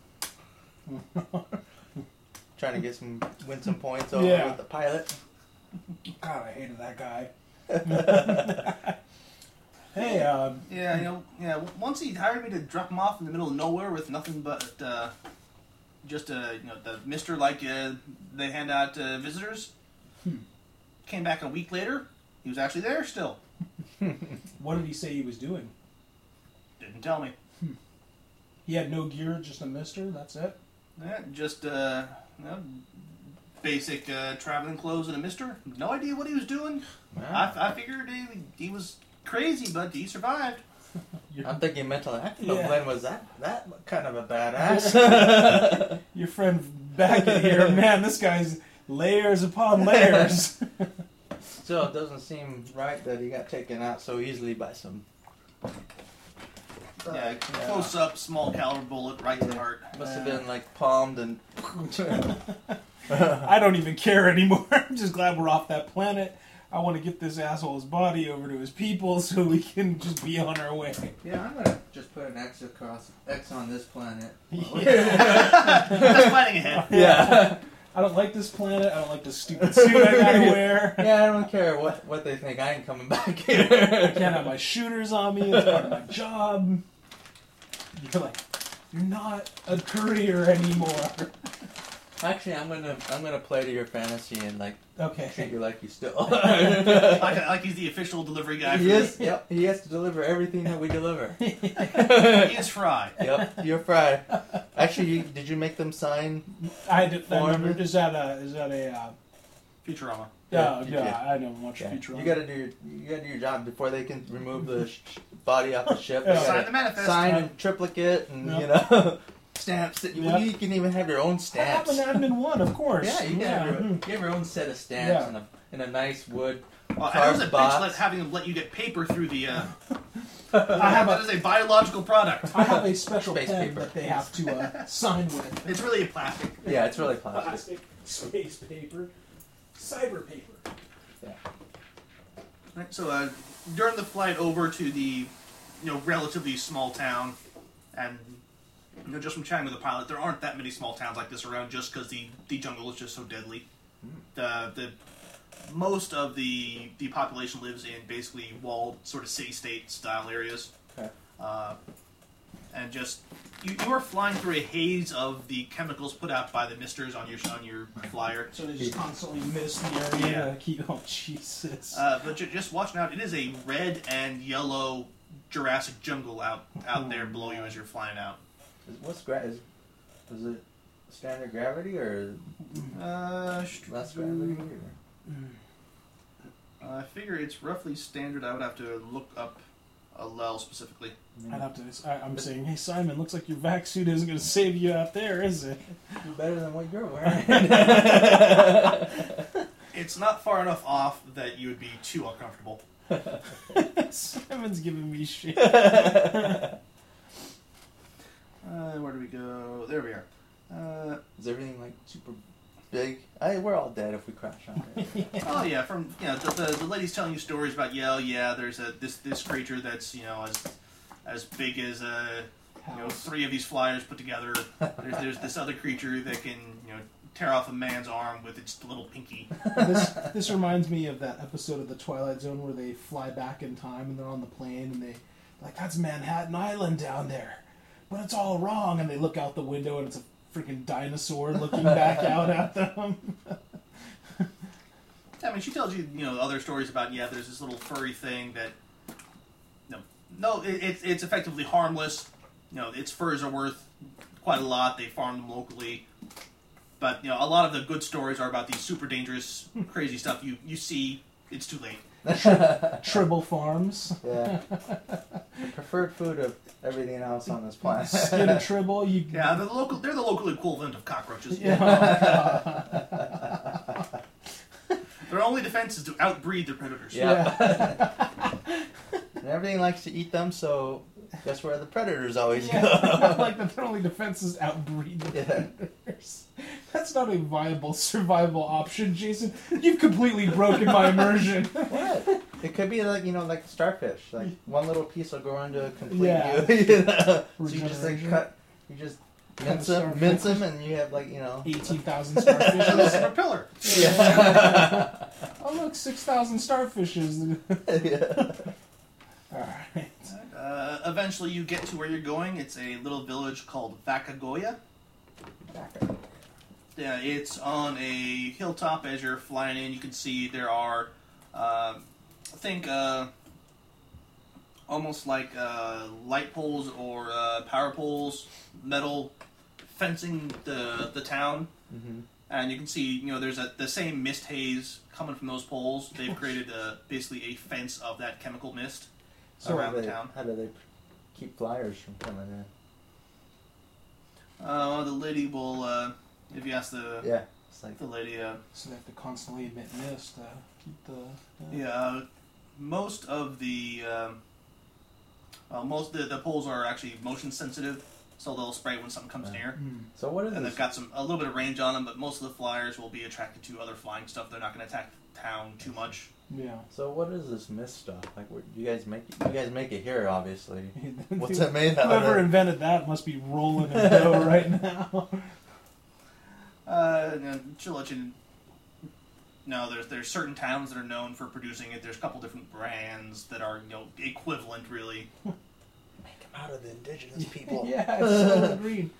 [SPEAKER 3] Trying to get some win some points over
[SPEAKER 1] Yeah.
[SPEAKER 3] with the pilot.
[SPEAKER 1] God, I hated that guy. [LAUGHS] hey, um,
[SPEAKER 2] Yeah, you know, yeah. w- Once he hired me to drop him off in the middle of nowhere with nothing but uh, just uh, you know the Mister like uh, they hand out uh, visitors. Came back a week later. He was actually there still.
[SPEAKER 1] What did he say he was doing?
[SPEAKER 2] Didn't tell me.
[SPEAKER 1] He had no gear, just a mister. That's it.
[SPEAKER 2] Eh, just uh, you know, basic uh, traveling clothes and a mister. No idea what he was doing.
[SPEAKER 3] Wow.
[SPEAKER 2] I, I figured he, he was crazy, but he survived.
[SPEAKER 3] I'm thinking mental acting.
[SPEAKER 1] Yeah.
[SPEAKER 3] Yeah. Glenn was that that kind of a badass. [LAUGHS]
[SPEAKER 1] Your friend back in here, man. This guy's layers upon layers.
[SPEAKER 3] Still, it doesn't seem right that he got taken out so easily by some.
[SPEAKER 2] Yeah, close up, small caliber bullet right to the heart.
[SPEAKER 3] Must have been like palmed [LAUGHS] and.
[SPEAKER 1] I don't even care anymore. [LAUGHS] I'm just glad we're off that planet. I want to get this asshole's body over to his people so we can just be on our way.
[SPEAKER 7] Yeah, I'm gonna just put an X across X on this
[SPEAKER 3] [LAUGHS]
[SPEAKER 7] planet.
[SPEAKER 2] That's planning ahead.
[SPEAKER 3] yeah.
[SPEAKER 1] I don't like this planet. I don't like this stupid suit I gotta wear.
[SPEAKER 3] Yeah, I don't care what what they think. I ain't coming back [LAUGHS] here.
[SPEAKER 1] I can't have my shooters on me. It's part of my job. You're like, you're not a courier anymore.
[SPEAKER 3] Actually, I'm gonna I'm gonna play to your fantasy and like [LAUGHS] treat
[SPEAKER 1] Okay. [LAUGHS]
[SPEAKER 3] you like you [LAUGHS] still.
[SPEAKER 2] Like, like he's the official delivery guy. For
[SPEAKER 3] he is.
[SPEAKER 2] this.
[SPEAKER 3] Yep. He has to deliver everything that we [LAUGHS] deliver.
[SPEAKER 2] He is Fry.
[SPEAKER 3] yep. You're [LAUGHS] fried. Actually, you, did you make them sign?
[SPEAKER 1] I did that
[SPEAKER 3] Farmer.
[SPEAKER 1] number. Is that a? Is that a? Uh,
[SPEAKER 2] Futurama.
[SPEAKER 1] yeah,
[SPEAKER 3] you
[SPEAKER 1] yeah, I never watched
[SPEAKER 3] Yeah.
[SPEAKER 1] Futurama.
[SPEAKER 3] You gotta do your you gotta do your job before they can remove [LAUGHS] the sh- sh- body off the ship. You
[SPEAKER 1] Yeah.
[SPEAKER 2] Sign
[SPEAKER 3] gotta
[SPEAKER 2] the manifest.
[SPEAKER 3] sign and triplicate and
[SPEAKER 1] Yeah.
[SPEAKER 3] you know [LAUGHS] stamps that you,
[SPEAKER 1] Yeah.
[SPEAKER 3] you can even have your own
[SPEAKER 1] I have
[SPEAKER 3] stamps.
[SPEAKER 1] an admin one, of course.
[SPEAKER 3] Yeah, you can have your,
[SPEAKER 1] Mhm.
[SPEAKER 3] you have your own set of stamps
[SPEAKER 1] Yeah.
[SPEAKER 3] and a and a nice wood.
[SPEAKER 2] Well, I was Oh, a bitch
[SPEAKER 3] box.
[SPEAKER 2] let, having them let you get paper through the. Uh,
[SPEAKER 1] hmm. I have
[SPEAKER 2] that
[SPEAKER 1] a.
[SPEAKER 2] is a biological product.
[SPEAKER 1] I have a special
[SPEAKER 3] Space
[SPEAKER 1] pen
[SPEAKER 3] paper.
[SPEAKER 1] that they have to uh, sign with.
[SPEAKER 2] It's really a plastic.
[SPEAKER 3] Yeah, it's really plastic.
[SPEAKER 1] space paper, cyber paper.
[SPEAKER 2] Right, so uh, during the flight over to the, you know, relatively small town, and you know, just from chatting with the pilot, there aren't that many small towns like this around, just because the the jungle is just so deadly. Uh, the most of the the population lives in basically walled sort of city state style areas.
[SPEAKER 3] Okay.
[SPEAKER 2] Uh, and just you, you are flying through a haze of the chemicals put out by the misters on your on your flyer.
[SPEAKER 1] So they just constantly miss the area.
[SPEAKER 2] Yeah.
[SPEAKER 1] Yeah. Keep, oh [LAUGHS] Jesus.
[SPEAKER 2] Uh, but ju- just watch out. It is a red and yellow Jurassic jungle out out there below you as you're flying out.
[SPEAKER 3] Is- What's gra- is, is it standard gravity or
[SPEAKER 2] Uh, sh-
[SPEAKER 3] less gravity? Or?
[SPEAKER 2] Uh, I figure it's roughly standard. I would have to look up a lel specifically.
[SPEAKER 1] I'd have to. I, I'm saying, hey Simon, looks like your vac suit isn't going to save you out there, is it? [LAUGHS]
[SPEAKER 3] You're better than what you're wearing.
[SPEAKER 2] It's not far enough off that you would be too uncomfortable.
[SPEAKER 1] Simon's giving me shit.
[SPEAKER 2] Uh, where do we go? There we are. Uh,
[SPEAKER 3] [LAUGHS] Is everything like super big? I, we're all dead if we crash on it.
[SPEAKER 2] oh yeah, from you know the, the, the lady's telling you stories about yeah yeah there's a this this creature that's you know as as big as a you know, three of these flyers put together. There's, there's this other creature that can, you know, tear off a man's arm with its little pinky.
[SPEAKER 1] [LAUGHS] this this reminds me of that episode of the Twilight Zone where they fly back in time and they're on the plane and they like that's Manhattan Island down there, but it's all wrong. And they look out the window and it's a freaking dinosaur looking back out at them.
[SPEAKER 2] I mean, she tells you, you know, other stories about yeah, there's this little furry thing that, no, no, it, it's it's effectively harmless. You know, its furs are worth quite a lot. They farm them locally, but you know, a lot of the good stories are about these super dangerous, crazy stuff. You you see, it's too late.
[SPEAKER 3] [LAUGHS]
[SPEAKER 1] Tribble Farms.
[SPEAKER 3] Yeah. the preferred food of everything else on this
[SPEAKER 2] [LAUGHS]
[SPEAKER 3] planet.
[SPEAKER 1] Skin
[SPEAKER 3] [LAUGHS]
[SPEAKER 1] a tribble, you [LAUGHS] oh,
[SPEAKER 2] Yeah, the local they're the local equivalent of cockroaches. Their only defense is to outbreed their predators.
[SPEAKER 3] and everything likes to eat them, so that's where the predators always [LAUGHS]
[SPEAKER 1] Yeah. [LAUGHS] like the only defense is outbreed the
[SPEAKER 3] Yeah.
[SPEAKER 1] predators. That's not a viable survival option, Jason. You've completely broken my immersion.
[SPEAKER 3] go. what? Mm. It could be like you know, like starfish. Like one little piece will grow into a complete
[SPEAKER 1] Yeah.
[SPEAKER 3] you. [LAUGHS] you know? So you just like
[SPEAKER 1] Regeneration.
[SPEAKER 3] cut, you just
[SPEAKER 1] Cut
[SPEAKER 3] mince
[SPEAKER 1] a
[SPEAKER 3] them, mince
[SPEAKER 1] starfish.
[SPEAKER 3] them, and you have like you know.
[SPEAKER 1] Eighteen thousand
[SPEAKER 2] So this [LAUGHS]
[SPEAKER 1] starfishes.
[SPEAKER 2] is a propeller.
[SPEAKER 3] [LAUGHS]
[SPEAKER 1] oh look, six thousand starfishes. [LAUGHS]
[SPEAKER 3] yeah.
[SPEAKER 1] All right.
[SPEAKER 2] Uh, eventually, you get to where you're going. It's a little village called Vakagoya. Yeah, it's on a hilltop. As you're flying in, you can see there are, um think, uh, almost like uh, light poles or uh, power poles, metal fencing the the town.
[SPEAKER 3] Mm-hmm.
[SPEAKER 2] And you can see, you know, there's a, the same mist haze coming from those poles. They've created a, basically a fence of that chemical mist.
[SPEAKER 3] So
[SPEAKER 2] Around
[SPEAKER 3] how
[SPEAKER 2] the
[SPEAKER 3] do they-
[SPEAKER 2] town.
[SPEAKER 3] How do they keep flyers from coming in?
[SPEAKER 2] Uh, the lady will, uh, if you ask the
[SPEAKER 3] Yeah, it's like
[SPEAKER 2] the lady, uh,
[SPEAKER 1] So they have to constantly emit mist to keep the.
[SPEAKER 2] yeah, uh, most of the um, uh, most the, the poles are actually motion sensitive, so they'll spray when something comes
[SPEAKER 3] Yeah.
[SPEAKER 2] near.
[SPEAKER 1] Mm.
[SPEAKER 3] so. What is
[SPEAKER 2] And
[SPEAKER 3] this?
[SPEAKER 2] they've got some a little bit of range on them, but most of the flyers will be attracted to other flying stuff. They're not going to attack town too much.
[SPEAKER 1] Yeah. [LAUGHS]
[SPEAKER 3] so what is this mist stuff? Like, what, you guys make it, you guys make it here, obviously. What's
[SPEAKER 1] Dude,
[SPEAKER 3] it made out
[SPEAKER 1] Whoever
[SPEAKER 3] of?
[SPEAKER 1] invented that must be rolling in
[SPEAKER 3] [LAUGHS]
[SPEAKER 1] dough right now.
[SPEAKER 2] Uh, and she'll let you know there's there's certain towns that are known for producing it. There's a couple different brands that are you know equivalent really.
[SPEAKER 9] out of the indigenous people.
[SPEAKER 1] [LAUGHS] yeah, it's
[SPEAKER 3] [LAUGHS]
[SPEAKER 1] so green.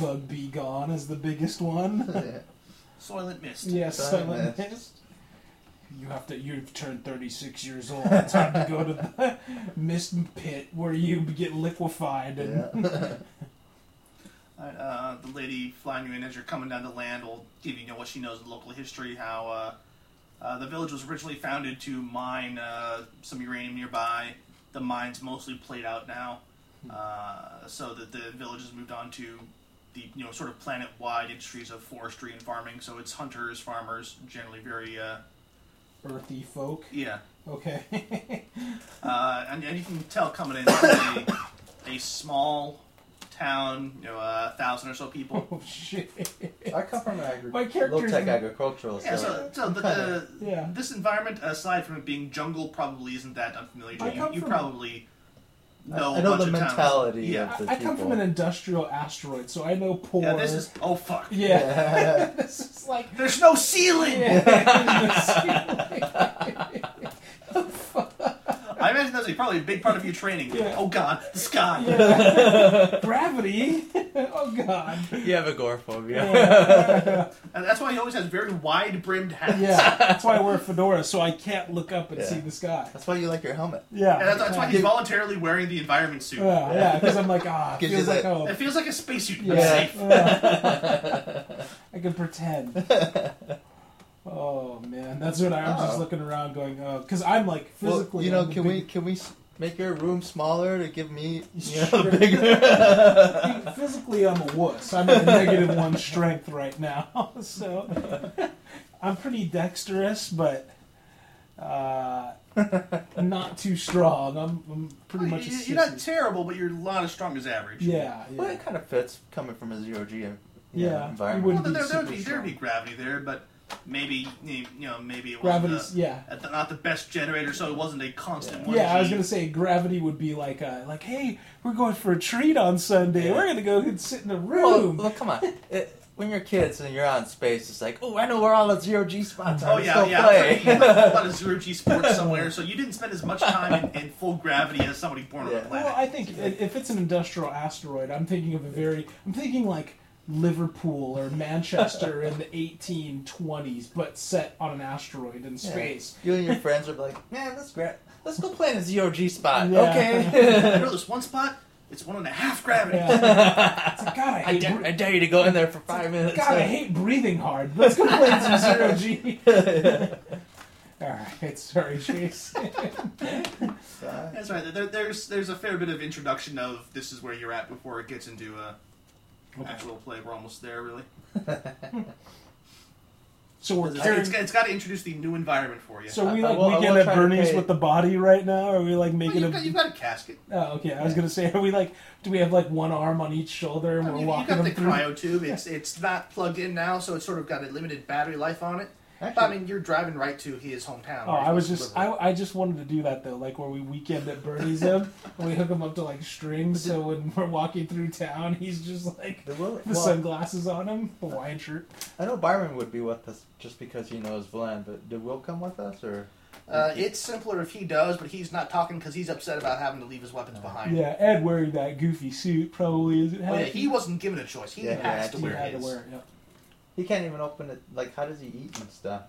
[SPEAKER 1] Bug Be Gone is the biggest
[SPEAKER 3] [LAUGHS]
[SPEAKER 1] one.
[SPEAKER 2] Soylent Mist.
[SPEAKER 1] Yes,
[SPEAKER 3] Silent
[SPEAKER 1] Silent Mist. You have to. You've turned thirty-six years old. It's time to go to the [LAUGHS] mist pit where you get liquefied and
[SPEAKER 3] yeah.
[SPEAKER 2] Alright, uh, the lady flying you in as you're coming down to land will give you, you know what she knows of local history, how uh, uh, the village was originally founded to mine uh, some uranium nearby. The mine's mostly played out now, uh, so that the village has moved on to the you know sort of planet-wide industries of forestry and farming. So it's hunters, farmers, generally very uh,
[SPEAKER 1] [LAUGHS] earthy folk.
[SPEAKER 2] yeah.
[SPEAKER 1] Okay. [LAUGHS]
[SPEAKER 2] Uh, and, and you can tell coming in [COUGHS] a, a small town, you know, a thousand or so [LAUGHS] people.
[SPEAKER 1] oh shit.
[SPEAKER 3] [LAUGHS] I come from agri-
[SPEAKER 1] My character's
[SPEAKER 3] low tech
[SPEAKER 1] in-
[SPEAKER 3] agricultural.
[SPEAKER 2] Yeah, so,
[SPEAKER 3] so
[SPEAKER 2] so the, the,
[SPEAKER 1] Yeah.
[SPEAKER 2] this environment, aside from it being jungle, probably isn't that unfamiliar
[SPEAKER 1] I
[SPEAKER 2] to you.
[SPEAKER 1] come
[SPEAKER 2] You
[SPEAKER 1] from-
[SPEAKER 2] probably
[SPEAKER 3] I-
[SPEAKER 2] know,
[SPEAKER 3] I
[SPEAKER 2] a
[SPEAKER 3] know
[SPEAKER 2] bunch
[SPEAKER 3] the
[SPEAKER 2] of towns.
[SPEAKER 3] mentality
[SPEAKER 2] Yeah.
[SPEAKER 3] of
[SPEAKER 1] I,
[SPEAKER 3] the
[SPEAKER 1] I come
[SPEAKER 3] people.
[SPEAKER 1] from an
[SPEAKER 3] [LAUGHS]
[SPEAKER 1] industrial asteroid, so I know poor.
[SPEAKER 2] Yeah, this is. Oh, fuck.
[SPEAKER 1] Yeah.
[SPEAKER 3] yeah.
[SPEAKER 1] [LAUGHS] this is like.
[SPEAKER 2] There's no ceiling! I imagine that's probably a big part of your training.
[SPEAKER 1] Yeah.
[SPEAKER 2] Oh, God, the sky.
[SPEAKER 1] [LAUGHS] Yeah. Gravity. [LAUGHS] oh god.
[SPEAKER 3] [LAUGHS] you have agoraphobia. [LAUGHS]
[SPEAKER 1] Yeah.
[SPEAKER 2] And that's why he always has very wide brimmed hats.
[SPEAKER 1] yeah. That's why I wear a fedora, so I can't look up and
[SPEAKER 3] Yeah.
[SPEAKER 1] see the sky.
[SPEAKER 3] That's why you like your helmet.
[SPEAKER 1] Yeah.
[SPEAKER 2] And that's, that's why he's voluntarily wearing the environment suit.
[SPEAKER 1] Yeah, yeah, because I'm like, ah, it
[SPEAKER 3] Gives you
[SPEAKER 1] feels like,
[SPEAKER 3] that-
[SPEAKER 1] oh,
[SPEAKER 2] It feels like a spacesuit. I'm
[SPEAKER 1] yeah.
[SPEAKER 2] safe.
[SPEAKER 1] yeah. I can pretend. Oh man, that's what I'm just
[SPEAKER 3] Oh.
[SPEAKER 1] looking around, going, oh, because I'm like physically.
[SPEAKER 3] well, you know,
[SPEAKER 1] I'm the
[SPEAKER 3] can we
[SPEAKER 1] big-
[SPEAKER 3] can we s- make your room smaller to give [LAUGHS] me you
[SPEAKER 1] Sure.
[SPEAKER 3] know, [LAUGHS] bigger?
[SPEAKER 1] Physically, I'm a wuss. I'm at a negative one strength right now, [LAUGHS] so I'm pretty dexterous, but uh, not too strong. I'm, I'm pretty much a
[SPEAKER 2] Oh, You- You're not
[SPEAKER 1] sissy.
[SPEAKER 2] terrible, but you're a lot as strong as average.
[SPEAKER 1] yeah,
[SPEAKER 3] Well,
[SPEAKER 1] yeah.
[SPEAKER 3] it kind of fits coming from a zero G en- you
[SPEAKER 1] Yeah, you
[SPEAKER 3] know,
[SPEAKER 2] Well,
[SPEAKER 1] wouldn't-
[SPEAKER 3] environment.
[SPEAKER 2] there, there, would
[SPEAKER 1] super
[SPEAKER 2] be, there would be
[SPEAKER 1] strong.
[SPEAKER 2] gravity there, but maybe, you know, maybe it wasn't.
[SPEAKER 1] Gravity's
[SPEAKER 2] a-
[SPEAKER 1] yeah.
[SPEAKER 2] at the, not the best generator, so it wasn't a constant. one.
[SPEAKER 1] Yeah, I was
[SPEAKER 2] G.
[SPEAKER 1] gonna say gravity would be like, a, like, hey, we're going for a treat on Sunday. We're gonna go and sit in a
[SPEAKER 3] Well,
[SPEAKER 1] room.
[SPEAKER 3] look, come on. It, when you're kids and you're out in space, it's like, oh, I know where all the zero G spots are.
[SPEAKER 2] Oh
[SPEAKER 3] Let's
[SPEAKER 2] yeah,
[SPEAKER 3] go
[SPEAKER 2] yeah.
[SPEAKER 3] play."
[SPEAKER 2] [LAUGHS] I'm
[SPEAKER 3] [LAUGHS]
[SPEAKER 2] sure
[SPEAKER 1] [LAUGHS]
[SPEAKER 2] you played a lot of zero G sports somewhere, so you didn't spend as much time in, in full gravity as somebody born on
[SPEAKER 3] Yeah.
[SPEAKER 2] the planet.
[SPEAKER 1] Well, I think i- if it's an industrial asteroid, I'm thinking of a very, I'm thinking like Liverpool or Manchester in the 1820s, but set on an asteroid in
[SPEAKER 3] Yeah.
[SPEAKER 1] space.
[SPEAKER 3] You and your friends are like, man, let's gra- let's go play in a zero G spot.
[SPEAKER 1] Yeah.
[SPEAKER 2] I [LAUGHS]
[SPEAKER 3] Okay.
[SPEAKER 2] know this one spot. It's one and a half gravity.
[SPEAKER 1] It's like, God, I
[SPEAKER 3] I,
[SPEAKER 1] hate,
[SPEAKER 3] dare,
[SPEAKER 1] bre-
[SPEAKER 3] I dare you to go in there for five minutes.
[SPEAKER 1] God, I hate breathing hard. Let's go play some zero G. All right, sorry, Chase.
[SPEAKER 2] That's right. There, there's there's a fair bit of introduction of this is where you're at before it gets into uh, actual play. We're almost there, really.
[SPEAKER 1] so we're
[SPEAKER 2] It's, it's,
[SPEAKER 1] carrying.
[SPEAKER 2] it's got to introduce the new environment for you.
[SPEAKER 1] So we
[SPEAKER 3] I- I
[SPEAKER 1] like
[SPEAKER 3] will- I
[SPEAKER 1] weekend
[SPEAKER 3] will
[SPEAKER 1] at
[SPEAKER 3] try to
[SPEAKER 1] Bernie's
[SPEAKER 3] pay-
[SPEAKER 1] with the body right now? Are we like
[SPEAKER 2] Well,
[SPEAKER 1] making
[SPEAKER 2] you've,
[SPEAKER 1] a?
[SPEAKER 2] got, you've got a casket.
[SPEAKER 1] Oh, okay. I was
[SPEAKER 3] Yeah.
[SPEAKER 1] gonna say, are we like? Do we have like one arm on each shoulder and
[SPEAKER 2] I
[SPEAKER 1] we're
[SPEAKER 2] mean, you
[SPEAKER 1] walking
[SPEAKER 2] got the
[SPEAKER 1] them through?
[SPEAKER 2] cryo tube. It's it's not plugged in now, so it's sort of got a limited battery life on it. But, I
[SPEAKER 3] Actually-
[SPEAKER 2] mean, you're driving right to his hometown.
[SPEAKER 1] Oh,
[SPEAKER 2] where he's
[SPEAKER 1] I was
[SPEAKER 2] supposed to
[SPEAKER 1] just
[SPEAKER 2] live.
[SPEAKER 1] I, I just wanted to do that though, like where we weekend at Bernie's him [LAUGHS] and we hook him up to like strings, so when [LAUGHS] we're walking through town, he's just like
[SPEAKER 3] The will-
[SPEAKER 1] [LAUGHS] the
[SPEAKER 3] well,
[SPEAKER 1] sunglasses on him, Hawaiian shirt.
[SPEAKER 3] I know Byron would be with us just because he knows Vlen, but did Will come with us or?
[SPEAKER 2] Uh, it's simpler if he does, but he's not talking because he's upset about having to leave his weapons behind.
[SPEAKER 1] Yeah, Ed wearing that goofy suit probably isn't
[SPEAKER 2] Oh, yeah,
[SPEAKER 1] happy.
[SPEAKER 2] he wasn't given a choice. He
[SPEAKER 3] Yeah,
[SPEAKER 2] has
[SPEAKER 3] yeah,
[SPEAKER 2] to
[SPEAKER 1] He
[SPEAKER 2] wear
[SPEAKER 1] had to
[SPEAKER 2] his.
[SPEAKER 1] wear it. Yep.
[SPEAKER 3] He can't even open it. Like, how does he eat and stuff?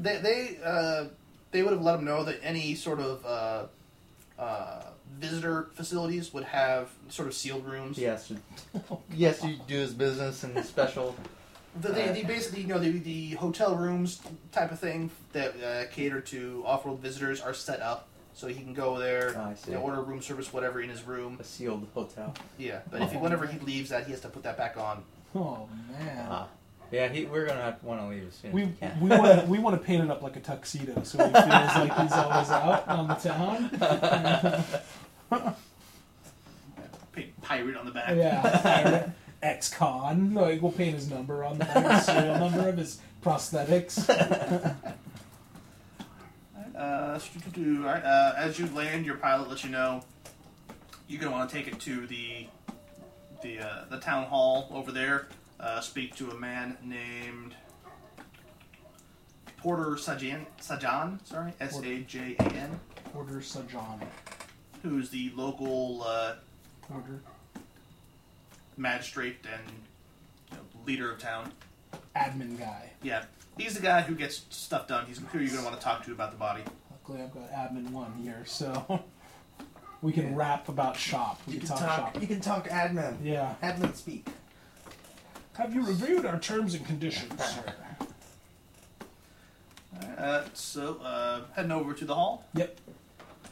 [SPEAKER 2] They they, uh, they would have let him know that any sort of uh, uh, visitor facilities would have sort of sealed [LAUGHS] rooms.
[SPEAKER 3] Yes. Yes, you do his business and special.
[SPEAKER 2] The, they, they basically, you know, the, the hotel rooms type of thing that uh, cater to off-world visitors are set up so he can go there,
[SPEAKER 3] Oh, I see.
[SPEAKER 2] you know, order room service, whatever, in his room.
[SPEAKER 3] A sealed hotel.
[SPEAKER 2] Yeah, but if he, whenever he leaves that, he has to put that back on.
[SPEAKER 1] Oh man.
[SPEAKER 3] Ah. Yeah, he, we're gonna have to want to leave as soon
[SPEAKER 1] we
[SPEAKER 3] as we can.
[SPEAKER 1] we want to we want to paint it up like a tuxedo, so he feels like he's always out on the town.
[SPEAKER 3] [LAUGHS]
[SPEAKER 2] Pi- Pirate on the back.
[SPEAKER 1] Yeah, ex-con. Like we'll paint his number on the back, serial number of his prosthetics.
[SPEAKER 3] [LAUGHS]
[SPEAKER 1] [LAUGHS]
[SPEAKER 2] Uh, alright, uh, as you land, your pilot lets you know you're gonna want to take it to the the uh, the town hall over there. Uh, speak to a man named Porter Sajan. Sajan, sorry, S A J A N,
[SPEAKER 1] Porter Sajan.
[SPEAKER 2] who's the local uh,
[SPEAKER 1] Porter
[SPEAKER 2] magistrate and you know, leader of town.
[SPEAKER 1] admin guy.
[SPEAKER 2] Yeah, he's the guy who gets stuff done. He's who you're gonna want to talk to about the body.
[SPEAKER 1] Luckily, I've got admin one here, so [LAUGHS] we can rap about shop. We
[SPEAKER 9] You
[SPEAKER 1] can,
[SPEAKER 9] can
[SPEAKER 1] talk,
[SPEAKER 9] talk.
[SPEAKER 1] shop.
[SPEAKER 9] You can talk admin.
[SPEAKER 1] Yeah.
[SPEAKER 9] Admin speak.
[SPEAKER 1] Have you reviewed our terms and conditions?
[SPEAKER 2] Uh, so uh, heading over to the hall.
[SPEAKER 1] yep.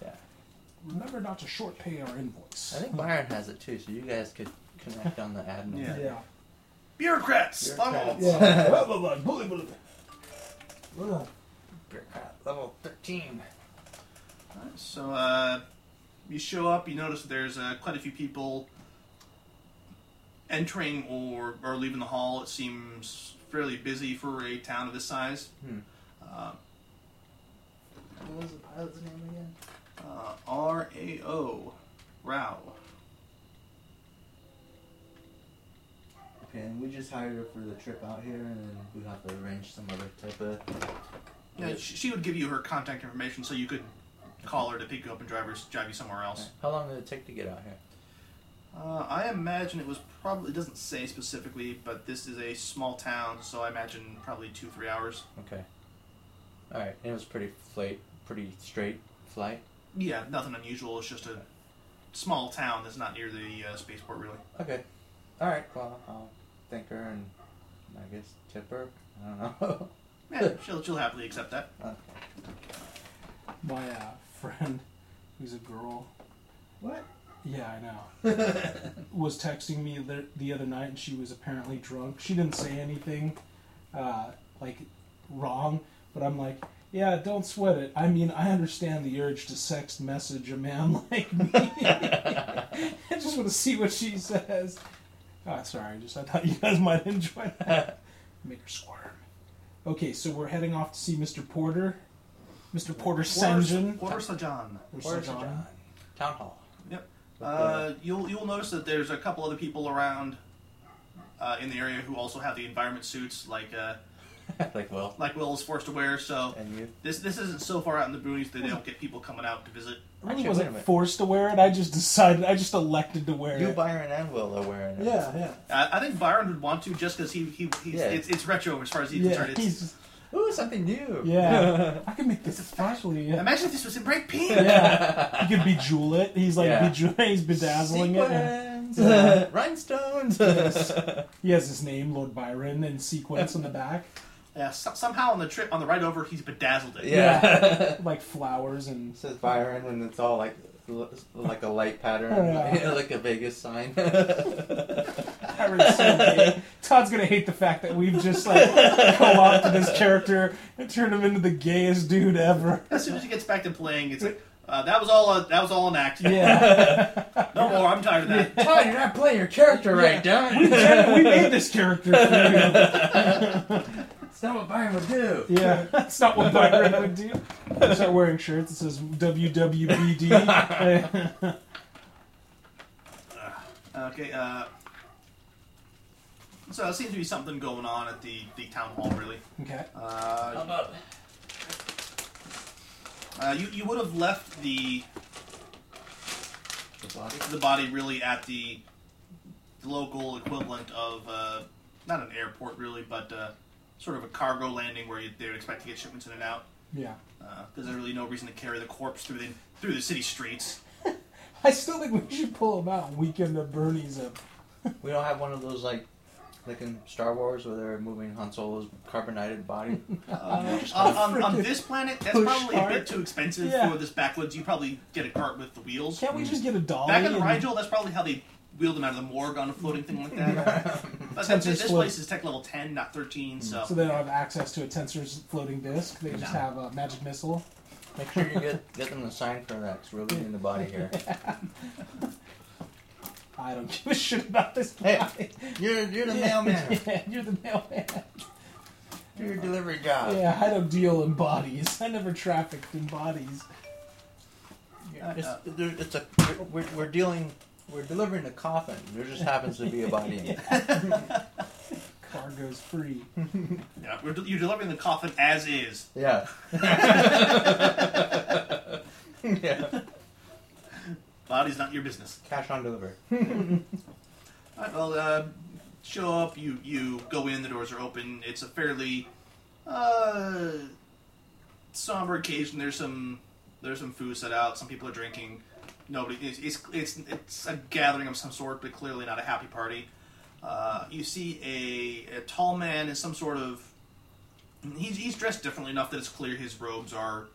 [SPEAKER 3] Yeah.
[SPEAKER 1] Remember not to short pay our invoice.
[SPEAKER 3] I think Byron has it too, so you guys could connect on the admin.
[SPEAKER 2] Yeah.
[SPEAKER 1] Yeah.
[SPEAKER 2] Bureaucrats,
[SPEAKER 9] Bureaucrats.
[SPEAKER 2] Bureaucrats.
[SPEAKER 1] Yeah. Blah, blah, blah, bully, bully. Ugh.
[SPEAKER 9] Bureaucrat level thirteen.
[SPEAKER 2] So uh, you show up. You notice there's uh, quite a few people entering or or leaving the hall. It seems fairly busy for a town of this size.
[SPEAKER 3] Hmm.
[SPEAKER 2] Uh,
[SPEAKER 9] What was the pilot's name again?
[SPEAKER 2] uh, R A O, Rao.
[SPEAKER 7] Okay, and we just hired her for the trip out here, and then we have to arrange some other type of.
[SPEAKER 2] Yeah, sh- she would give you her contact information so you could call her to pick you up and drive her, drive you somewhere else.
[SPEAKER 3] How long did it take to get out here?
[SPEAKER 2] Uh, I imagine it was probably it doesn't say specifically, but this is a small town, so I imagine probably two three hours.
[SPEAKER 3] Okay. All right, it was pretty flight, pretty straight flight.
[SPEAKER 2] Yeah, nothing unusual. It's just a small town that's not near the uh, spaceport, really.
[SPEAKER 3] Okay. All right. Well, I'll thank her and I guess tip her. I don't know. [LAUGHS]
[SPEAKER 2] Yeah, she'll, she'll happily accept that.
[SPEAKER 3] okay.
[SPEAKER 1] My uh, friend, who's a girl.
[SPEAKER 9] What?
[SPEAKER 1] Yeah, I know. [LAUGHS] was texting me the, the other night and she was apparently drunk. She didn't say anything uh, like wrong, but I'm like, yeah, don't sweat it. I mean, I understand the urge to sext message a man [LAUGHS] like me. I just want to see what she says. Ah, sorry, just I thought you guys might enjoy that. [LAUGHS] Make her squirm. Okay, so we're heading off to see Mr. Porter. Mr. Porter Sanjin.
[SPEAKER 2] Porter Sajan.
[SPEAKER 1] Mr. John.
[SPEAKER 3] Town hall. [LAUGHS]
[SPEAKER 2] Uh, you'll you'll notice that there's a couple other people around uh, in the area who also have the environment suits, like uh,
[SPEAKER 3] like well,
[SPEAKER 2] like Will is forced to wear. So
[SPEAKER 3] and you.
[SPEAKER 2] this this isn't so far out in the boonies that they don't get people coming out to visit.
[SPEAKER 1] I really
[SPEAKER 3] Actually, wait a
[SPEAKER 1] wasn't
[SPEAKER 3] minute.
[SPEAKER 1] forced to wear it. I just decided. I just elected to wear
[SPEAKER 3] You,
[SPEAKER 1] it.
[SPEAKER 3] Byron, and Will are wearing it.
[SPEAKER 8] Yeah, yeah.
[SPEAKER 2] Uh, I think Byron would want to just because he, he he's,
[SPEAKER 3] Yeah.
[SPEAKER 2] it's, it's retro as far as he's
[SPEAKER 1] yeah,
[SPEAKER 2] concerned. It's,
[SPEAKER 1] he's,
[SPEAKER 3] Ooh, something new. [LAUGHS]
[SPEAKER 1] yeah. [LAUGHS] I could make this especially. Yeah.
[SPEAKER 2] Imagine if this was in Break
[SPEAKER 1] [LAUGHS]
[SPEAKER 2] Pink.
[SPEAKER 1] yeah, he could bejewel it. He's like
[SPEAKER 3] Yeah.
[SPEAKER 1] bejewel. [LAUGHS] He's bedazzling it.
[SPEAKER 3] Sequins,
[SPEAKER 7] [LAUGHS]
[SPEAKER 1] Yeah.
[SPEAKER 3] [LAUGHS] rhinestones.
[SPEAKER 1] He has his name, Lord Byron, and sequence on the back,
[SPEAKER 2] Yeah, so- somehow on the trip on the ride over, he's bedazzled it.
[SPEAKER 3] yeah.
[SPEAKER 1] like flowers and.
[SPEAKER 3] [LAUGHS] Says Byron when it's all like l- like a light pattern,
[SPEAKER 1] Oh, Yeah.
[SPEAKER 3] [LAUGHS] like a Vegas
[SPEAKER 7] [LAUGHS]
[SPEAKER 3] sign.
[SPEAKER 1] Byron's so gay. Todd's gonna hate the fact that we've just like co-opted this character and turned him into the gayest dude ever.
[SPEAKER 2] As soon as he gets back to playing, it's like uh, that was all a, that was all an act.
[SPEAKER 1] Yeah,
[SPEAKER 2] [LAUGHS] No more. I'm tired of that.
[SPEAKER 7] Todd, you're not playing your character
[SPEAKER 1] [LAUGHS]
[SPEAKER 7] right,
[SPEAKER 1] we
[SPEAKER 7] Don.
[SPEAKER 1] made this character for you.
[SPEAKER 7] That's not what Byron would do.
[SPEAKER 1] Yeah, [LAUGHS] that's not what Byron [LAUGHS] would do. Start wearing shirts that says [LAUGHS] WWBD.
[SPEAKER 2] Okay. Uh, so there seems to be something going on at the, the town hall, really.
[SPEAKER 1] okay.
[SPEAKER 2] Uh,
[SPEAKER 7] about
[SPEAKER 1] Oh.
[SPEAKER 2] uh, you you would have left the
[SPEAKER 7] the body?
[SPEAKER 2] the body really at the, the local equivalent of uh, not an airport really, but uh, sort of a cargo landing where you, they would expect to get shipments in and out.
[SPEAKER 1] Yeah.
[SPEAKER 2] Because there's really no reason to carry the corpse through the through the
[SPEAKER 1] [LAUGHS]
[SPEAKER 2] city streets.
[SPEAKER 1] I still think we should pull him out and weaken the Bernie's up.
[SPEAKER 3] We don't have one of those like, like in Star Wars where they're moving Han Solo's
[SPEAKER 1] [LAUGHS]
[SPEAKER 3] carbonated body.
[SPEAKER 2] Uh,
[SPEAKER 3] Just
[SPEAKER 2] on, on, on
[SPEAKER 1] freaking
[SPEAKER 2] this planet, that's
[SPEAKER 1] push
[SPEAKER 2] probably a
[SPEAKER 1] cart.
[SPEAKER 2] bit too expensive
[SPEAKER 1] Yeah.
[SPEAKER 2] for this backwoods. You probably get a cart with the wheels.
[SPEAKER 1] Can't we just get a dolly?
[SPEAKER 2] Back in
[SPEAKER 1] and-
[SPEAKER 2] Rigel, that's probably how they wheeled him out of the morgue on a floating thing
[SPEAKER 1] [LAUGHS]
[SPEAKER 2] like that. But that's,
[SPEAKER 1] Temper's
[SPEAKER 2] this
[SPEAKER 1] float.
[SPEAKER 2] place is tech level 10, not 13, so.
[SPEAKER 1] So they don't have access to a tensor's floating disk. They just
[SPEAKER 2] No.
[SPEAKER 1] have a magic missile.
[SPEAKER 3] Make sure you get get them to sign for that. Cause we're losing the body
[SPEAKER 7] [LAUGHS]
[SPEAKER 3] here.
[SPEAKER 1] I don't [LAUGHS] give a shit about this
[SPEAKER 3] Hey.
[SPEAKER 1] guy.
[SPEAKER 3] You're you're the mailman.
[SPEAKER 1] yeah, you're the mailman.
[SPEAKER 3] Do your delivery job.
[SPEAKER 1] Yeah, I don't deal in bodies. I never trafficked in bodies.
[SPEAKER 3] It's, there- it's a we're, we're dealing we're delivering a coffin. There just happens to be a body in it.
[SPEAKER 1] Cargo's free.
[SPEAKER 2] Yeah, we're, you're delivering the coffin as is.
[SPEAKER 3] [LAUGHS] Yeah. [LAUGHS] yeah.
[SPEAKER 2] Body's not your business.
[SPEAKER 3] Cash on delivery.
[SPEAKER 2] All right, well, uh, show up. You you go in. The doors are open. It's a fairly uh, somber occasion. There's some there's some food set out. Some people are drinking. Nobody. It's it's it's, it's a gathering of some sort, but clearly not a happy party. Uh, you see a, a tall man in some sort of. He's, he's dressed differently enough that it's clear his robes are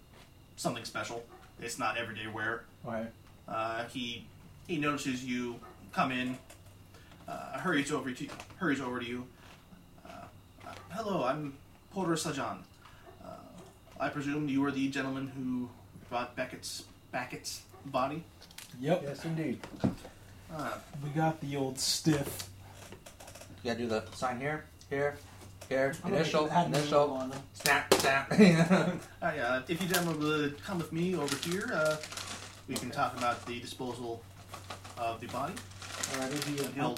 [SPEAKER 2] something special. It's not everyday wear.
[SPEAKER 3] Right.
[SPEAKER 2] Uh, he he notices you come in, uh, hurries over to hurries over to you. Uh, uh, Hello, I'm Porter Sajan. Uh, I presume you are the gentleman who brought Beckett's Beckett's body.
[SPEAKER 1] Yep.
[SPEAKER 3] Yes, indeed.
[SPEAKER 2] Uh,
[SPEAKER 1] We got the old stiff.
[SPEAKER 3] You gotta do the sign here, here, here.
[SPEAKER 8] I'm gonna
[SPEAKER 3] initial,
[SPEAKER 8] get that move
[SPEAKER 3] initial.
[SPEAKER 8] on him.
[SPEAKER 3] Snap, snap. yeah.
[SPEAKER 2] uh, yeah, if you gentlemen would come with me over here, uh, we can talk about the disposal of the body.
[SPEAKER 8] Alright, it'd
[SPEAKER 1] Uh-huh.
[SPEAKER 8] be a-
[SPEAKER 2] He'll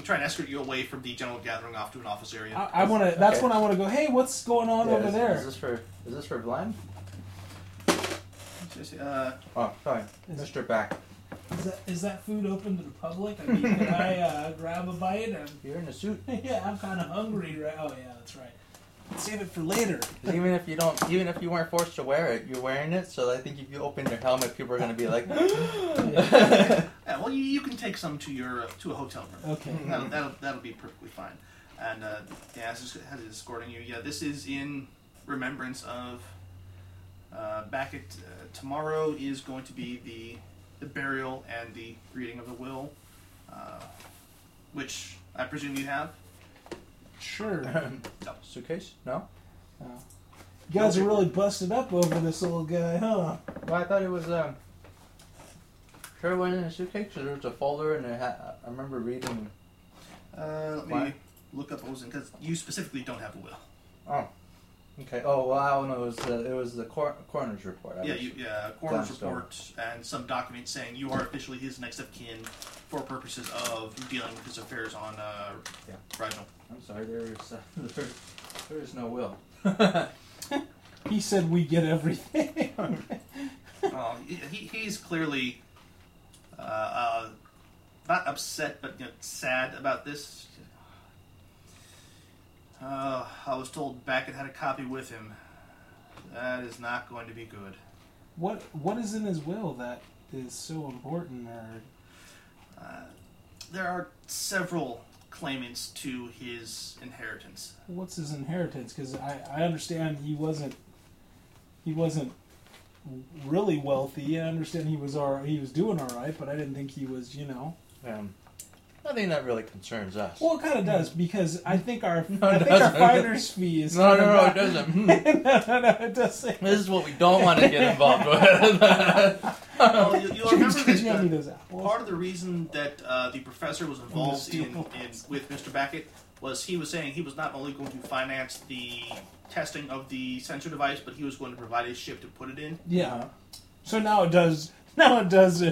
[SPEAKER 2] try and escort you away from the general gathering off to an office area.
[SPEAKER 1] I, I want to. That's
[SPEAKER 3] Okay.
[SPEAKER 1] when I want to go. Hey, what's going on
[SPEAKER 3] [LAUGHS]
[SPEAKER 1] over
[SPEAKER 3] is,
[SPEAKER 1] there?
[SPEAKER 3] Is this for? Is this for Glenn?
[SPEAKER 2] Uh,
[SPEAKER 3] Oh, sorry,
[SPEAKER 1] Is-
[SPEAKER 3] Mr. Back.
[SPEAKER 1] Is that, is that food open to the public? I mean, [LAUGHS] can I uh, grab a bite? I'm,
[SPEAKER 3] You're in a suit.
[SPEAKER 1] [LAUGHS] yeah, I'm kind of hungry. Right? Oh yeah, that's right. Save it for later.
[SPEAKER 3] 'Cause even if you don't, even if you weren't forced to wear it, you're wearing it. So I think if you open your helmet, people are gonna be [GASPS] like,
[SPEAKER 2] yeah, well, you, you can take some to your uh, to a hotel room.
[SPEAKER 1] Okay.
[SPEAKER 2] That'll, that'll, that'll be perfectly fine. And uh, yeah, as is as is escorting you, yeah, this is in remembrance of uh, back at uh, tomorrow is going to be the the burial and the reading of the will, uh, which I presume you have.
[SPEAKER 1] Sure.
[SPEAKER 3] "Um, suitcase? No.
[SPEAKER 1] You guys are really busted up over this little guy, huh?
[SPEAKER 3] Well, I thought it was um. Sure, it wasn't a suitcase. 'cause there was a folder, and it ha- I remember reading.
[SPEAKER 2] Uh, let me
[SPEAKER 3] Why?
[SPEAKER 2] look up what was in because you specifically don't have a will.
[SPEAKER 3] Oh. Okay. Oh well, I don't know. It was the, it was the cor- coroner's report. I
[SPEAKER 2] yeah,
[SPEAKER 3] was-
[SPEAKER 2] you, yeah, coroner's
[SPEAKER 3] glanced over.
[SPEAKER 2] report and some documents saying you are officially his next of kin for purposes of dealing with his affairs on uh,
[SPEAKER 7] Yeah.
[SPEAKER 2] Rigel.
[SPEAKER 7] I'm sorry, there is,
[SPEAKER 3] [LAUGHS]
[SPEAKER 7] uh, there, there is no will.
[SPEAKER 1] He said we get everything. [LAUGHS]
[SPEAKER 2] Well, Um, he, he's clearly uh, uh, not upset, but you know, sad about this. Uh, I was told Beckett had a copy with him. That is not going to be good.
[SPEAKER 1] what What is in his will that is so important? Or
[SPEAKER 2] Uh, there are several claimants to his inheritance.
[SPEAKER 1] what's his inheritance? Because I, I understand he wasn't he wasn't really wealthy. I understand he was all, he was doing all right, but I didn't think he was you know
[SPEAKER 3] Um, nothing that really concerns us.
[SPEAKER 1] Well, it kind of does because I think our
[SPEAKER 3] Hmm. [LAUGHS] No, it
[SPEAKER 1] I think our
[SPEAKER 3] doesn't.
[SPEAKER 1] fighter's fee is
[SPEAKER 3] [LAUGHS] no, no,
[SPEAKER 1] kinda
[SPEAKER 3] no, it
[SPEAKER 1] not- [LAUGHS]
[SPEAKER 3] doesn't. Hmm.
[SPEAKER 1] no, no, no, it
[SPEAKER 3] [LAUGHS]
[SPEAKER 1] doesn't. [LAUGHS]
[SPEAKER 3] This is what we don't want to get [LAUGHS] involved with. [LAUGHS]
[SPEAKER 2] Well, Oh, you, you'll remember
[SPEAKER 1] Could you
[SPEAKER 2] that
[SPEAKER 1] hand me
[SPEAKER 2] uh,
[SPEAKER 1] those apples?
[SPEAKER 2] part of the reason that uh, the professor was involved
[SPEAKER 1] steal
[SPEAKER 2] in, in
[SPEAKER 1] balls.
[SPEAKER 2] with Mr. Beckett was he was saying he was not only going to finance the testing of the sensor device, but he was going to provide a ship to put it in.
[SPEAKER 1] yeah. So now it does. Now it does. [LAUGHS] Uh,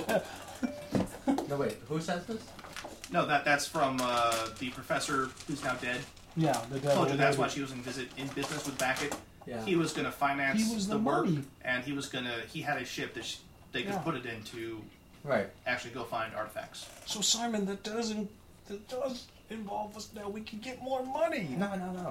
[SPEAKER 7] No, wait, who says this?
[SPEAKER 2] No, that that's from uh, the professor who's now dead.
[SPEAKER 1] yeah, the devil.
[SPEAKER 2] Told you that's
[SPEAKER 1] made
[SPEAKER 2] why
[SPEAKER 1] it.
[SPEAKER 2] she was in visit in business with Beckett.
[SPEAKER 7] Yeah.
[SPEAKER 2] He was going to finance
[SPEAKER 1] He was
[SPEAKER 2] the,
[SPEAKER 1] the
[SPEAKER 2] work,
[SPEAKER 1] money.
[SPEAKER 2] and he was going to he had a ship that sh they could
[SPEAKER 1] Yeah.
[SPEAKER 2] put it in to
[SPEAKER 3] right.
[SPEAKER 2] actually go find artifacts.
[SPEAKER 1] So Simon, that doesn't that does involve us now. We can get more money.
[SPEAKER 3] No, no, no.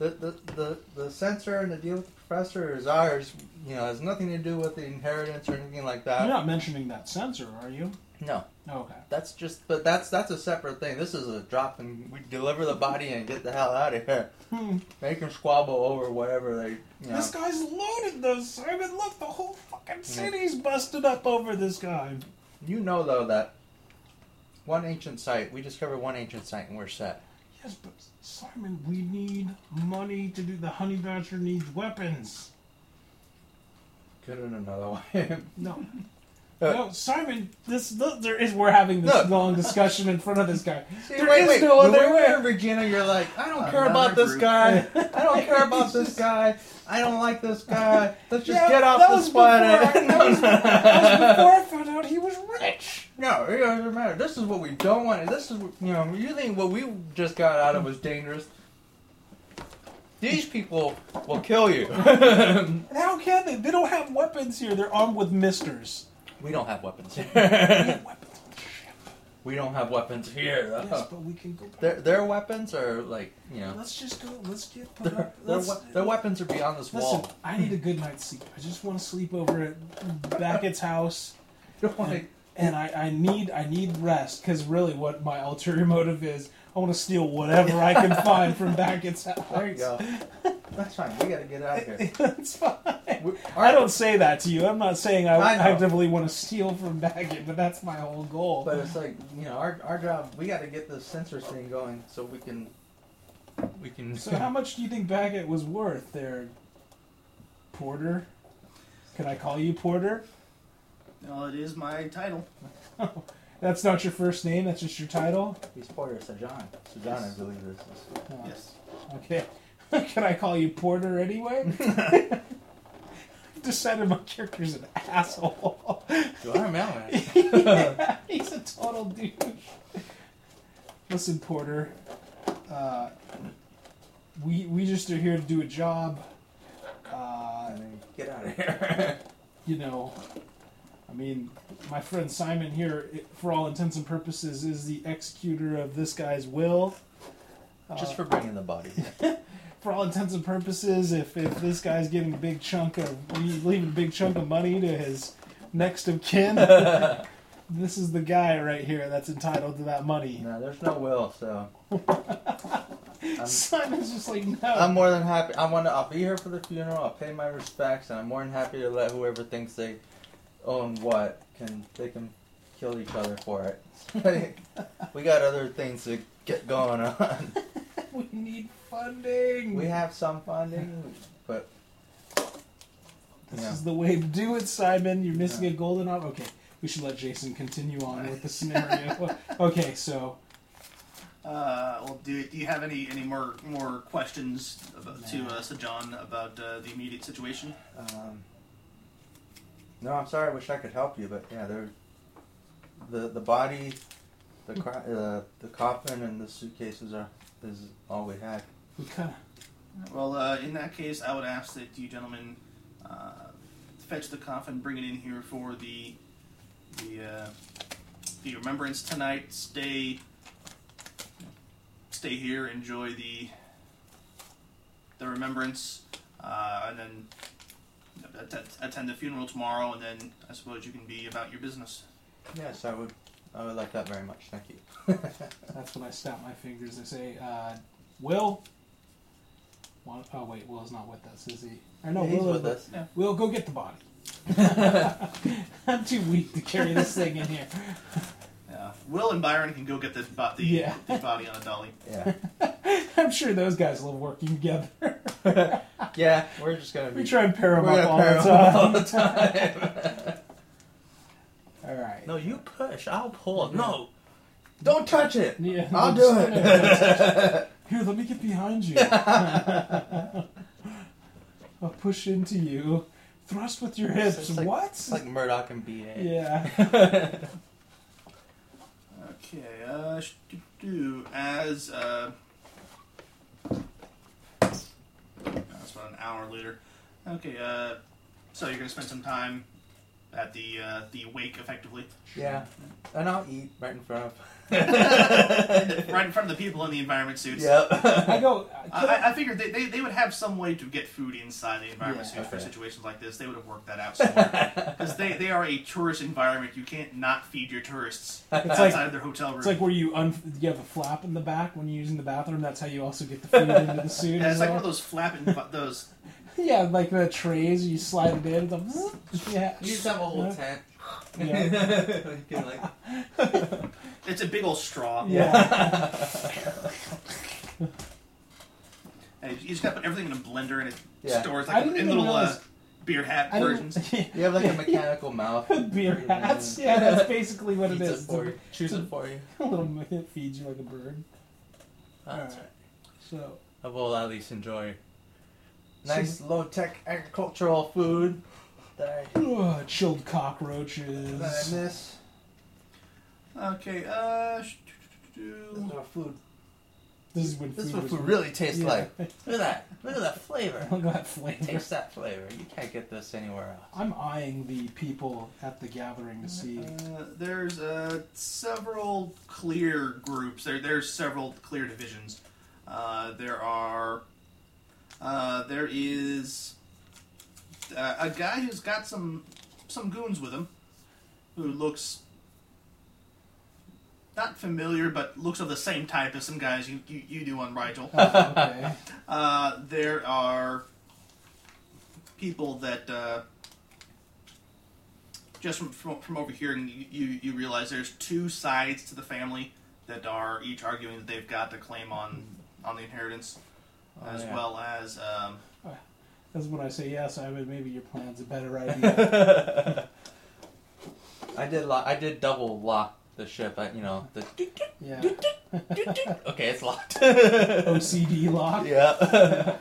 [SPEAKER 3] the, the, the, the censor and the deal with the professor is ours. You know, has nothing to do with the inheritance or anything like that.
[SPEAKER 1] You're not mentioning that censor, are you?
[SPEAKER 3] No,
[SPEAKER 1] Okay.
[SPEAKER 3] that's just. But that's that's a separate thing. This is a drop, and we deliver the body and get the hell out of here.
[SPEAKER 1] Hmm.
[SPEAKER 3] Make them squabble over whatever they. You know.
[SPEAKER 1] This guy's loaded, though, Simon. Look, the whole fucking city's busted up over this guy.
[SPEAKER 3] You know though that one ancient site. We discover one ancient site and we're set.
[SPEAKER 1] Yes, but Simon, we need money to do. The honey badger needs weapons.
[SPEAKER 3] Good in another [LAUGHS] way.
[SPEAKER 1] No,
[SPEAKER 3] Uh,
[SPEAKER 1] no, Simon. This look, there is. We're having this
[SPEAKER 3] Look.
[SPEAKER 1] long discussion in front of this guy.
[SPEAKER 3] See,
[SPEAKER 1] There is no
[SPEAKER 3] When
[SPEAKER 1] other
[SPEAKER 3] we were
[SPEAKER 1] way. Uh,
[SPEAKER 3] in Regina, you're like, I don't care
[SPEAKER 7] Another
[SPEAKER 3] about this
[SPEAKER 1] [LAUGHS]
[SPEAKER 7] group.
[SPEAKER 3] guy. I don't care about this guy. I don't like this guy. Let's just
[SPEAKER 1] Yeah,
[SPEAKER 3] get off
[SPEAKER 1] that
[SPEAKER 3] this
[SPEAKER 1] was before
[SPEAKER 3] planet.
[SPEAKER 1] I- that was-
[SPEAKER 3] [LAUGHS]
[SPEAKER 1] Before I found out he was rich.
[SPEAKER 3] No, it doesn't matter. This is what we don't want. This is, what- you know, you think what we just got out of was dangerous. These people will kill you. [LAUGHS]
[SPEAKER 1] And how can they? They don't have weapons here. They're armed with
[SPEAKER 3] [LAUGHS]
[SPEAKER 1] misters.
[SPEAKER 3] we don't have weapons.
[SPEAKER 1] They [LAUGHS] have weapons on the ship.
[SPEAKER 3] we don't have weapons here. though.
[SPEAKER 1] Yes, but we can go back.
[SPEAKER 3] Their, their weapons are like, you know,
[SPEAKER 1] Let's just go. Let's get. Put
[SPEAKER 3] their,
[SPEAKER 1] up.
[SPEAKER 3] their,
[SPEAKER 1] Let's,
[SPEAKER 3] we- their weapons are beyond this
[SPEAKER 1] listen,
[SPEAKER 3] wall. [CLEARS THROAT]
[SPEAKER 1] I need a good night's sleep. I just want to sleep over at Beckett's house,
[SPEAKER 3] Don't wanna-
[SPEAKER 1] and I, I need I need rest because really, what my ulterior motive is, I want to steal whatever I
[SPEAKER 3] [LAUGHS]
[SPEAKER 1] can find from Beckett's house.
[SPEAKER 3] There you go. That's fine. We gotta get out of here.
[SPEAKER 1] [LAUGHS] That's fine.
[SPEAKER 3] [LAUGHS] We-
[SPEAKER 1] I don't say that to you. I'm not saying I,
[SPEAKER 3] I know.
[SPEAKER 1] actively want to steal from Beckett, but that's my whole goal.
[SPEAKER 3] But it's like you know, our, our job. We got to get the sensors thing going so we can we can. [LAUGHS]
[SPEAKER 1] So how much do you think Baggett was worth there, Porter? Can I call you Porter?
[SPEAKER 2] Well, it is my title.
[SPEAKER 1] That's not your first name. That's just your title.
[SPEAKER 3] He's Porter Sajan. Sajan, I believe this [LAUGHS] is.
[SPEAKER 1] No.
[SPEAKER 2] Yes.
[SPEAKER 1] Okay. [LAUGHS] Can I call you Porter anyway? Decided my character's an asshole. [LAUGHS]
[SPEAKER 3] Do I remember? [LAUGHS]
[SPEAKER 1] yeah, he's a total douche. Listen, Porter. Uh, we we just are here to do a job. Uh,
[SPEAKER 3] And then get out of here.
[SPEAKER 1] you know, I mean, my friend Simon here, i for all intents and purposes, is the executor of this guy's will. Uh,
[SPEAKER 3] Just for bringing the body. [LAUGHS]
[SPEAKER 1] for all intents and purposes, if, if this guy's giving a big chunk of he's leaving a big chunk of money to his next of
[SPEAKER 3] [LAUGHS]
[SPEAKER 1] kin, this is the guy right here that's entitled to that money.
[SPEAKER 3] No, there's no will, so
[SPEAKER 1] Simon's just like no.
[SPEAKER 3] I'm more than happy. I want to. I'll be here for the funeral. I'll pay my respects, and I'm more than happy to let whoever thinks they own what can they can kill each other for it. [LAUGHS] we got other things to get going on. [LAUGHS]
[SPEAKER 1] we need funding.
[SPEAKER 3] We have some funding, but
[SPEAKER 1] this
[SPEAKER 3] yeah.
[SPEAKER 1] is the way to do it, Simon. You're missing a golden op. Okay, we should let Jason continue on
[SPEAKER 3] [LAUGHS]
[SPEAKER 1] with the scenario. okay, so
[SPEAKER 2] Uh, well, do, do you have any, any more more questions about, to uh, Sir John about uh, the immediate situation?
[SPEAKER 3] um, no, I'm sorry. I wish I could help you, but yeah, there, the the body, the cro- uh, the coffin, and the suitcases are is all we had.
[SPEAKER 1] we kind of
[SPEAKER 2] Well, uh, in that case, I would ask that you gentlemen uh, fetch the coffin, bring it in here for the the uh, the remembrance tonight. Stay stay here, enjoy the the remembrance, uh, and then you know, att- att- attend the funeral tomorrow. And then I suppose you can be about your business.
[SPEAKER 3] Yes, I would. I would like that very much. Thank you. [LAUGHS]
[SPEAKER 1] That's when I snap my fingers and say, uh, Will. One, oh, wait, Will's not with us, is he? Or no,
[SPEAKER 3] He's
[SPEAKER 1] Will is
[SPEAKER 3] with us.
[SPEAKER 1] Will, go get the
[SPEAKER 3] [LAUGHS]
[SPEAKER 1] body. I'm too weak to carry this thing in here.
[SPEAKER 2] Yeah. Will and Byron can go get this bo- the,
[SPEAKER 1] Yeah.
[SPEAKER 2] the body on a dolly.
[SPEAKER 3] Yeah,
[SPEAKER 1] I'm sure those guys love working together. [LAUGHS]
[SPEAKER 3] yeah. We're just gonna [LAUGHS] be.
[SPEAKER 1] We try and pair them
[SPEAKER 3] We're
[SPEAKER 1] up
[SPEAKER 3] gonna
[SPEAKER 1] all
[SPEAKER 3] pair 'em up all
[SPEAKER 1] the
[SPEAKER 3] the
[SPEAKER 1] time.
[SPEAKER 3] time.
[SPEAKER 1] [LAUGHS] All right.
[SPEAKER 3] no, you push. I'll pull. No, don't touch it.
[SPEAKER 1] Yeah,
[SPEAKER 3] I'll
[SPEAKER 1] I'm
[SPEAKER 3] do
[SPEAKER 1] just
[SPEAKER 3] it.
[SPEAKER 1] [LAUGHS]
[SPEAKER 3] [LAUGHS]
[SPEAKER 1] Here, let me get behind you. I'll push into you. Thrust with your hips.
[SPEAKER 3] It's like-
[SPEAKER 1] what?
[SPEAKER 3] it's like Murdoch and BA. [LAUGHS]
[SPEAKER 1] yeah.
[SPEAKER 2] Okay, uh, sh- do- do as uh, that's about an hour later. Okay, uh, so you're gonna spend some time at the uh, the wake,
[SPEAKER 1] [LAUGHS]
[SPEAKER 2] effectively,
[SPEAKER 3] Yeah, and I'll eat right in front of. [LAUGHS]
[SPEAKER 2] right in front of the people in the environment suits.
[SPEAKER 1] I [LAUGHS]
[SPEAKER 3] Yep.
[SPEAKER 1] go. could
[SPEAKER 2] I, I- I figured they, they, they would have some way to get food inside the environment
[SPEAKER 8] Yeah,
[SPEAKER 2] suits for
[SPEAKER 3] okay.
[SPEAKER 2] situations like this. They would have worked that
[SPEAKER 1] [LAUGHS]
[SPEAKER 2] out somewhere. Because they, they are a tourist environment. You can't not feed your tourists
[SPEAKER 1] It's
[SPEAKER 2] outside
[SPEAKER 3] [LAUGHS]
[SPEAKER 1] like-
[SPEAKER 2] of their hotel room.
[SPEAKER 1] It's like where you un- you have a flap in the back when you're using the bathroom. That's how you also get the food into the suit.
[SPEAKER 3] [LAUGHS]
[SPEAKER 2] yeah,
[SPEAKER 1] as
[SPEAKER 2] it's like
[SPEAKER 1] well.
[SPEAKER 2] one of those flapping bu- those.
[SPEAKER 1] yeah, like the trays you slide it in. It's
[SPEAKER 7] [LAUGHS]
[SPEAKER 1] like, yeah.
[SPEAKER 7] You just have a whole tent.
[SPEAKER 3] [LAUGHS]
[SPEAKER 1] Yeah.
[SPEAKER 7] you can, like,
[SPEAKER 2] It's a big old straw.
[SPEAKER 1] Yeah. [LAUGHS]
[SPEAKER 2] And you just got to put everything in a blender and it
[SPEAKER 3] Yeah.
[SPEAKER 2] stores
[SPEAKER 1] I
[SPEAKER 2] like
[SPEAKER 1] didn't
[SPEAKER 2] in
[SPEAKER 1] even
[SPEAKER 2] little uh,
[SPEAKER 1] realize-
[SPEAKER 2] beer hat
[SPEAKER 1] [LAUGHS] I
[SPEAKER 7] [LAUGHS]
[SPEAKER 2] versions.
[SPEAKER 1] [LAUGHS] didn't-
[SPEAKER 3] You have like a mechanical mouth.
[SPEAKER 1] [LAUGHS] beer hats. Yeah, that's basically what it
[SPEAKER 3] Eats
[SPEAKER 1] is. [LAUGHS]
[SPEAKER 3] It for you. Choose
[SPEAKER 1] it's a-
[SPEAKER 3] it for you.
[SPEAKER 1] A little it feeds you like a bird.
[SPEAKER 3] That's
[SPEAKER 1] Alright.
[SPEAKER 3] right.
[SPEAKER 1] So
[SPEAKER 3] I will at least enjoy nice low tech agricultural food that I,
[SPEAKER 1] ugh, chilled
[SPEAKER 3] that I
[SPEAKER 1] cockroaches.
[SPEAKER 3] miss.
[SPEAKER 2] Okay, uh. sh-
[SPEAKER 3] This is what food.
[SPEAKER 1] This is when
[SPEAKER 3] This is
[SPEAKER 1] food
[SPEAKER 3] what
[SPEAKER 1] was-
[SPEAKER 3] food really tastes
[SPEAKER 1] Yeah.
[SPEAKER 3] like. Look at that. Look at that flavor.
[SPEAKER 1] [LAUGHS] Look at that flavor.
[SPEAKER 3] Taste that flavor. You can't get this anywhere else.
[SPEAKER 1] I'm eyeing the people at the gathering to
[SPEAKER 7] [LAUGHS]
[SPEAKER 1] see. [LAUGHS]
[SPEAKER 2] Uh, there's uh, several clear groups. There, there's several clear divisions. Uh, there are. Uh, there is uh, a guy who's got some some goons with him, who looks not familiar, but looks of the same type as some guys you you, you do on Rigel.
[SPEAKER 1] Oh, okay.
[SPEAKER 2] Uh, there are people that uh, just from, from, from overhearing you, you you realize there's two sides to the family that are each arguing that they've got the claim on on the inheritance
[SPEAKER 3] Oh,
[SPEAKER 2] as
[SPEAKER 3] yeah.
[SPEAKER 2] well as um,
[SPEAKER 1] That's when I say yes. I mean, maybe your plan's a better
[SPEAKER 7] [LAUGHS]
[SPEAKER 1] idea.
[SPEAKER 3] [LAUGHS] I did. Lo- I did double lock the ship. I, you know, the
[SPEAKER 1] yeah.
[SPEAKER 3] okay, it's locked. Oh,
[SPEAKER 1] OCD lock.
[SPEAKER 3] [LAUGHS] yeah. [LAUGHS]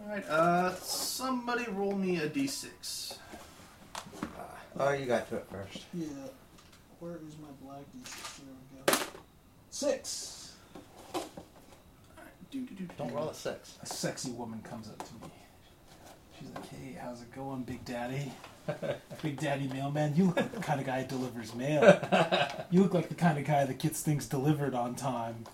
[SPEAKER 2] all right uh, somebody roll me a d6
[SPEAKER 3] oh, you got to it first.
[SPEAKER 8] Yeah. Where is my black D6? There we go. Six.
[SPEAKER 2] do, do, do, do.
[SPEAKER 3] Don't roll a six.
[SPEAKER 1] A sexy woman comes up to me. She's like, "Hey, how's it going, Big
[SPEAKER 3] [LAUGHS]
[SPEAKER 1] Daddy? Big Daddy mailman. You look like the kind of guy who delivers
[SPEAKER 3] [LAUGHS]
[SPEAKER 1] mail. You look like the kind of guy that gets things delivered on time."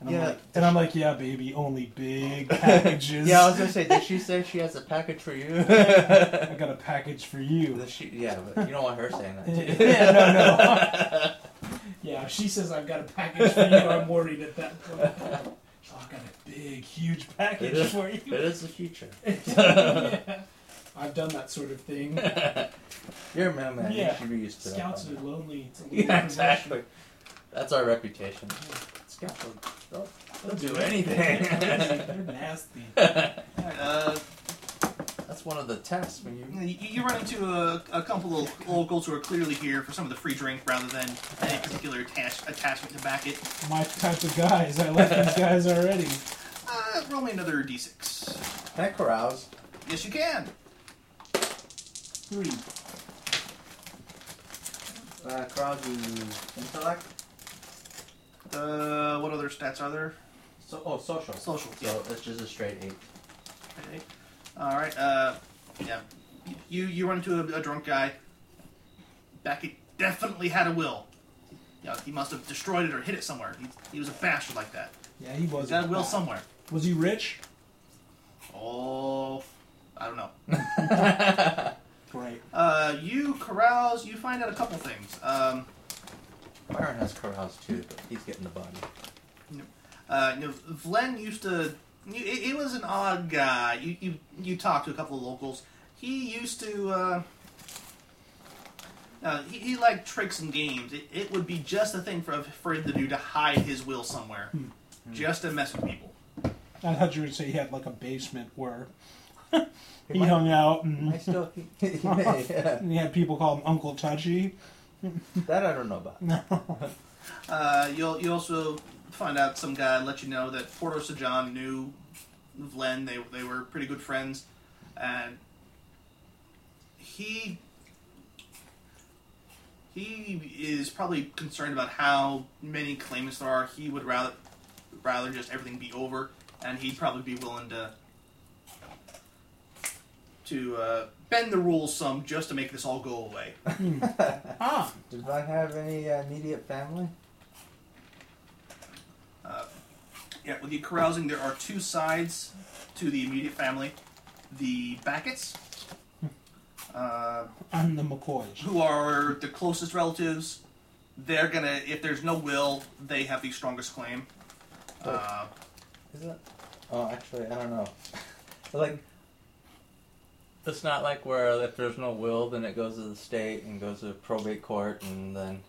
[SPEAKER 1] And I'm
[SPEAKER 3] Yeah.
[SPEAKER 1] like, and I'm like, "Yeah, baby, only
[SPEAKER 3] [LAUGHS]
[SPEAKER 1] big packages.
[SPEAKER 3] Yeah, I was gonna say. Did she say she has a package for [LAUGHS] you?
[SPEAKER 1] I got a package for you."
[SPEAKER 3] Does she, yeah, but you don't want her saying that. To you.
[SPEAKER 1] [LAUGHS] yeah, no,
[SPEAKER 3] [LAUGHS]
[SPEAKER 1] no. yeah, if she says I've got a package for you, I'm worried at that point. Oh, I've got a big, huge
[SPEAKER 3] It [LAUGHS]
[SPEAKER 1] package
[SPEAKER 3] is-
[SPEAKER 1] for
[SPEAKER 3] It
[SPEAKER 1] you.
[SPEAKER 3] is
[SPEAKER 1] [LAUGHS]
[SPEAKER 3] the future.
[SPEAKER 1] Yeah. I've done that sort of
[SPEAKER 3] [LAUGHS]
[SPEAKER 1] thing.
[SPEAKER 3] You're a mailman.
[SPEAKER 1] Yeah.
[SPEAKER 3] You should be used to
[SPEAKER 1] Scouts
[SPEAKER 3] that.
[SPEAKER 1] are lonely. It's a lonely
[SPEAKER 3] [LAUGHS] Yeah,
[SPEAKER 1] profession.
[SPEAKER 3] exactly. That's our reputation. Scouts, will- they'll, they'll do anything.
[SPEAKER 1] [LAUGHS] They're nasty.
[SPEAKER 2] All right, uh,
[SPEAKER 3] That's one of the tests when you.
[SPEAKER 2] you, you run into a, a couple of locals who are clearly here for some of the free drink rather than any particular attach, attachment to back it
[SPEAKER 1] My type of guys. I like these guys already.
[SPEAKER 2] Uh, roll me another d6.
[SPEAKER 3] Can I carouse?
[SPEAKER 2] Yes, you can.
[SPEAKER 1] Three.
[SPEAKER 7] uh, Crowd's intellect.
[SPEAKER 2] Uh, what other stats are there?
[SPEAKER 7] So, oh, social.
[SPEAKER 2] Social.
[SPEAKER 7] So it's just a straight
[SPEAKER 1] [LAUGHS]
[SPEAKER 7] eight.
[SPEAKER 2] Okay. All right. Uh, yeah. You you run into a, a drunk guy. Beckett definitely had a will. Yeah, he must have destroyed it or hid it somewhere. He, he was a bastard like that.
[SPEAKER 1] Yeah, he was.
[SPEAKER 2] He's got a will somewhere.
[SPEAKER 1] Was he rich?
[SPEAKER 2] Oh, I don't know.
[SPEAKER 1] Right.
[SPEAKER 2] Uh, you carouse. You find out a couple things. Um,
[SPEAKER 3] Byron has carouse too, but he's getting the body.
[SPEAKER 2] Uh, you know, Vlen used to. You, it, it was an odd guy. You you you talked to a couple of locals. He used to. Uh, uh, he, he liked tricks and games. It, it would be just the thing for for him to do to hide his will somewhere, just to mess with people.
[SPEAKER 1] I thought you would say he had like a basement
[SPEAKER 3] [LAUGHS]
[SPEAKER 1] where he
[SPEAKER 3] might-
[SPEAKER 1] hung out and
[SPEAKER 3] I still. he may, [LAUGHS] yeah.
[SPEAKER 1] and [LAUGHS] he had people call him Uncle Touchy. [LAUGHS]
[SPEAKER 3] That I don't know about. [LAUGHS]
[SPEAKER 2] Uh, you'll you also find out some guy let you know that Porto Sajan knew Vlen. They they were pretty good friends, and he he is probably concerned about how many claimants there are. He would rather rather just everything be over, and he'd probably be willing to to uh, bend the rules some just to make this all go away.
[SPEAKER 1] Ah,
[SPEAKER 3] Did Ron have any uh, immediate family?
[SPEAKER 2] Yeah, with the carousing, there are two sides to the immediate family: the Backets, uh,
[SPEAKER 1] I'm the McCoys.
[SPEAKER 2] who are the closest relatives. They're gonna, if there's no will, they have the strongest claim. Uh,
[SPEAKER 3] Is it? Oh, actually, I don't know. [LAUGHS] like, it's not like where if there's no will, then it goes to the state and goes to probate court, and then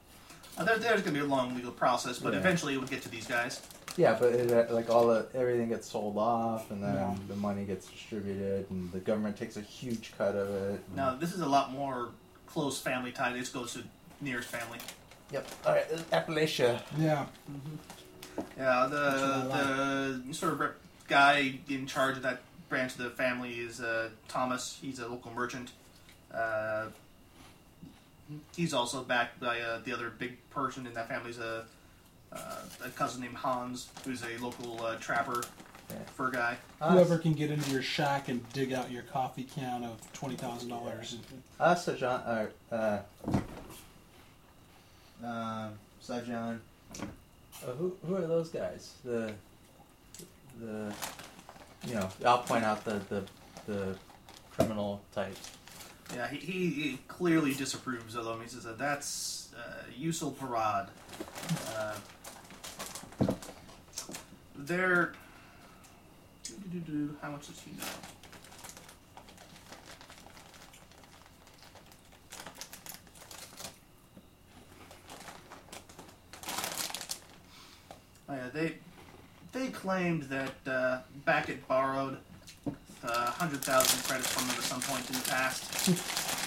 [SPEAKER 2] there, there's gonna be a long legal process, but
[SPEAKER 3] Yeah.
[SPEAKER 2] eventually it will get to these guys.
[SPEAKER 3] yeah, but it, like all the everything gets sold off, and then
[SPEAKER 1] Yeah.
[SPEAKER 3] the money gets distributed, and the government takes a huge cut of it. and-
[SPEAKER 2] Now, this is a lot more close family tie. This goes to nearest family.
[SPEAKER 3] Yep. All right, this is Appalachia.
[SPEAKER 1] Yeah.
[SPEAKER 2] Yeah,
[SPEAKER 1] That's what
[SPEAKER 2] the the sort of rep- guy in charge of that branch of the family is uh, Thomas. He's a local merchant. Uh, he's also backed by uh, the other big person in that family's a uh, a cousin named Hans, who's a local uh, trapper
[SPEAKER 3] Yeah.
[SPEAKER 2] fur guy.
[SPEAKER 1] Whoever can get into your shack and dig out your coffee can of twenty thousand dollars.
[SPEAKER 3] Uh, Sajan, uh, uh,
[SPEAKER 7] Um, Sajan.
[SPEAKER 3] Uh, who who are those guys? The the you know I'll point out the the, the criminal types.
[SPEAKER 2] Yeah, he, he, he clearly disapproves of them. He says that that's uh, Yusul Parad. Uh, they're. How much does he know? Oh, yeah, they they claimed that uh, Backett borrowed uh, hundred thousand credits from them at some point in the past,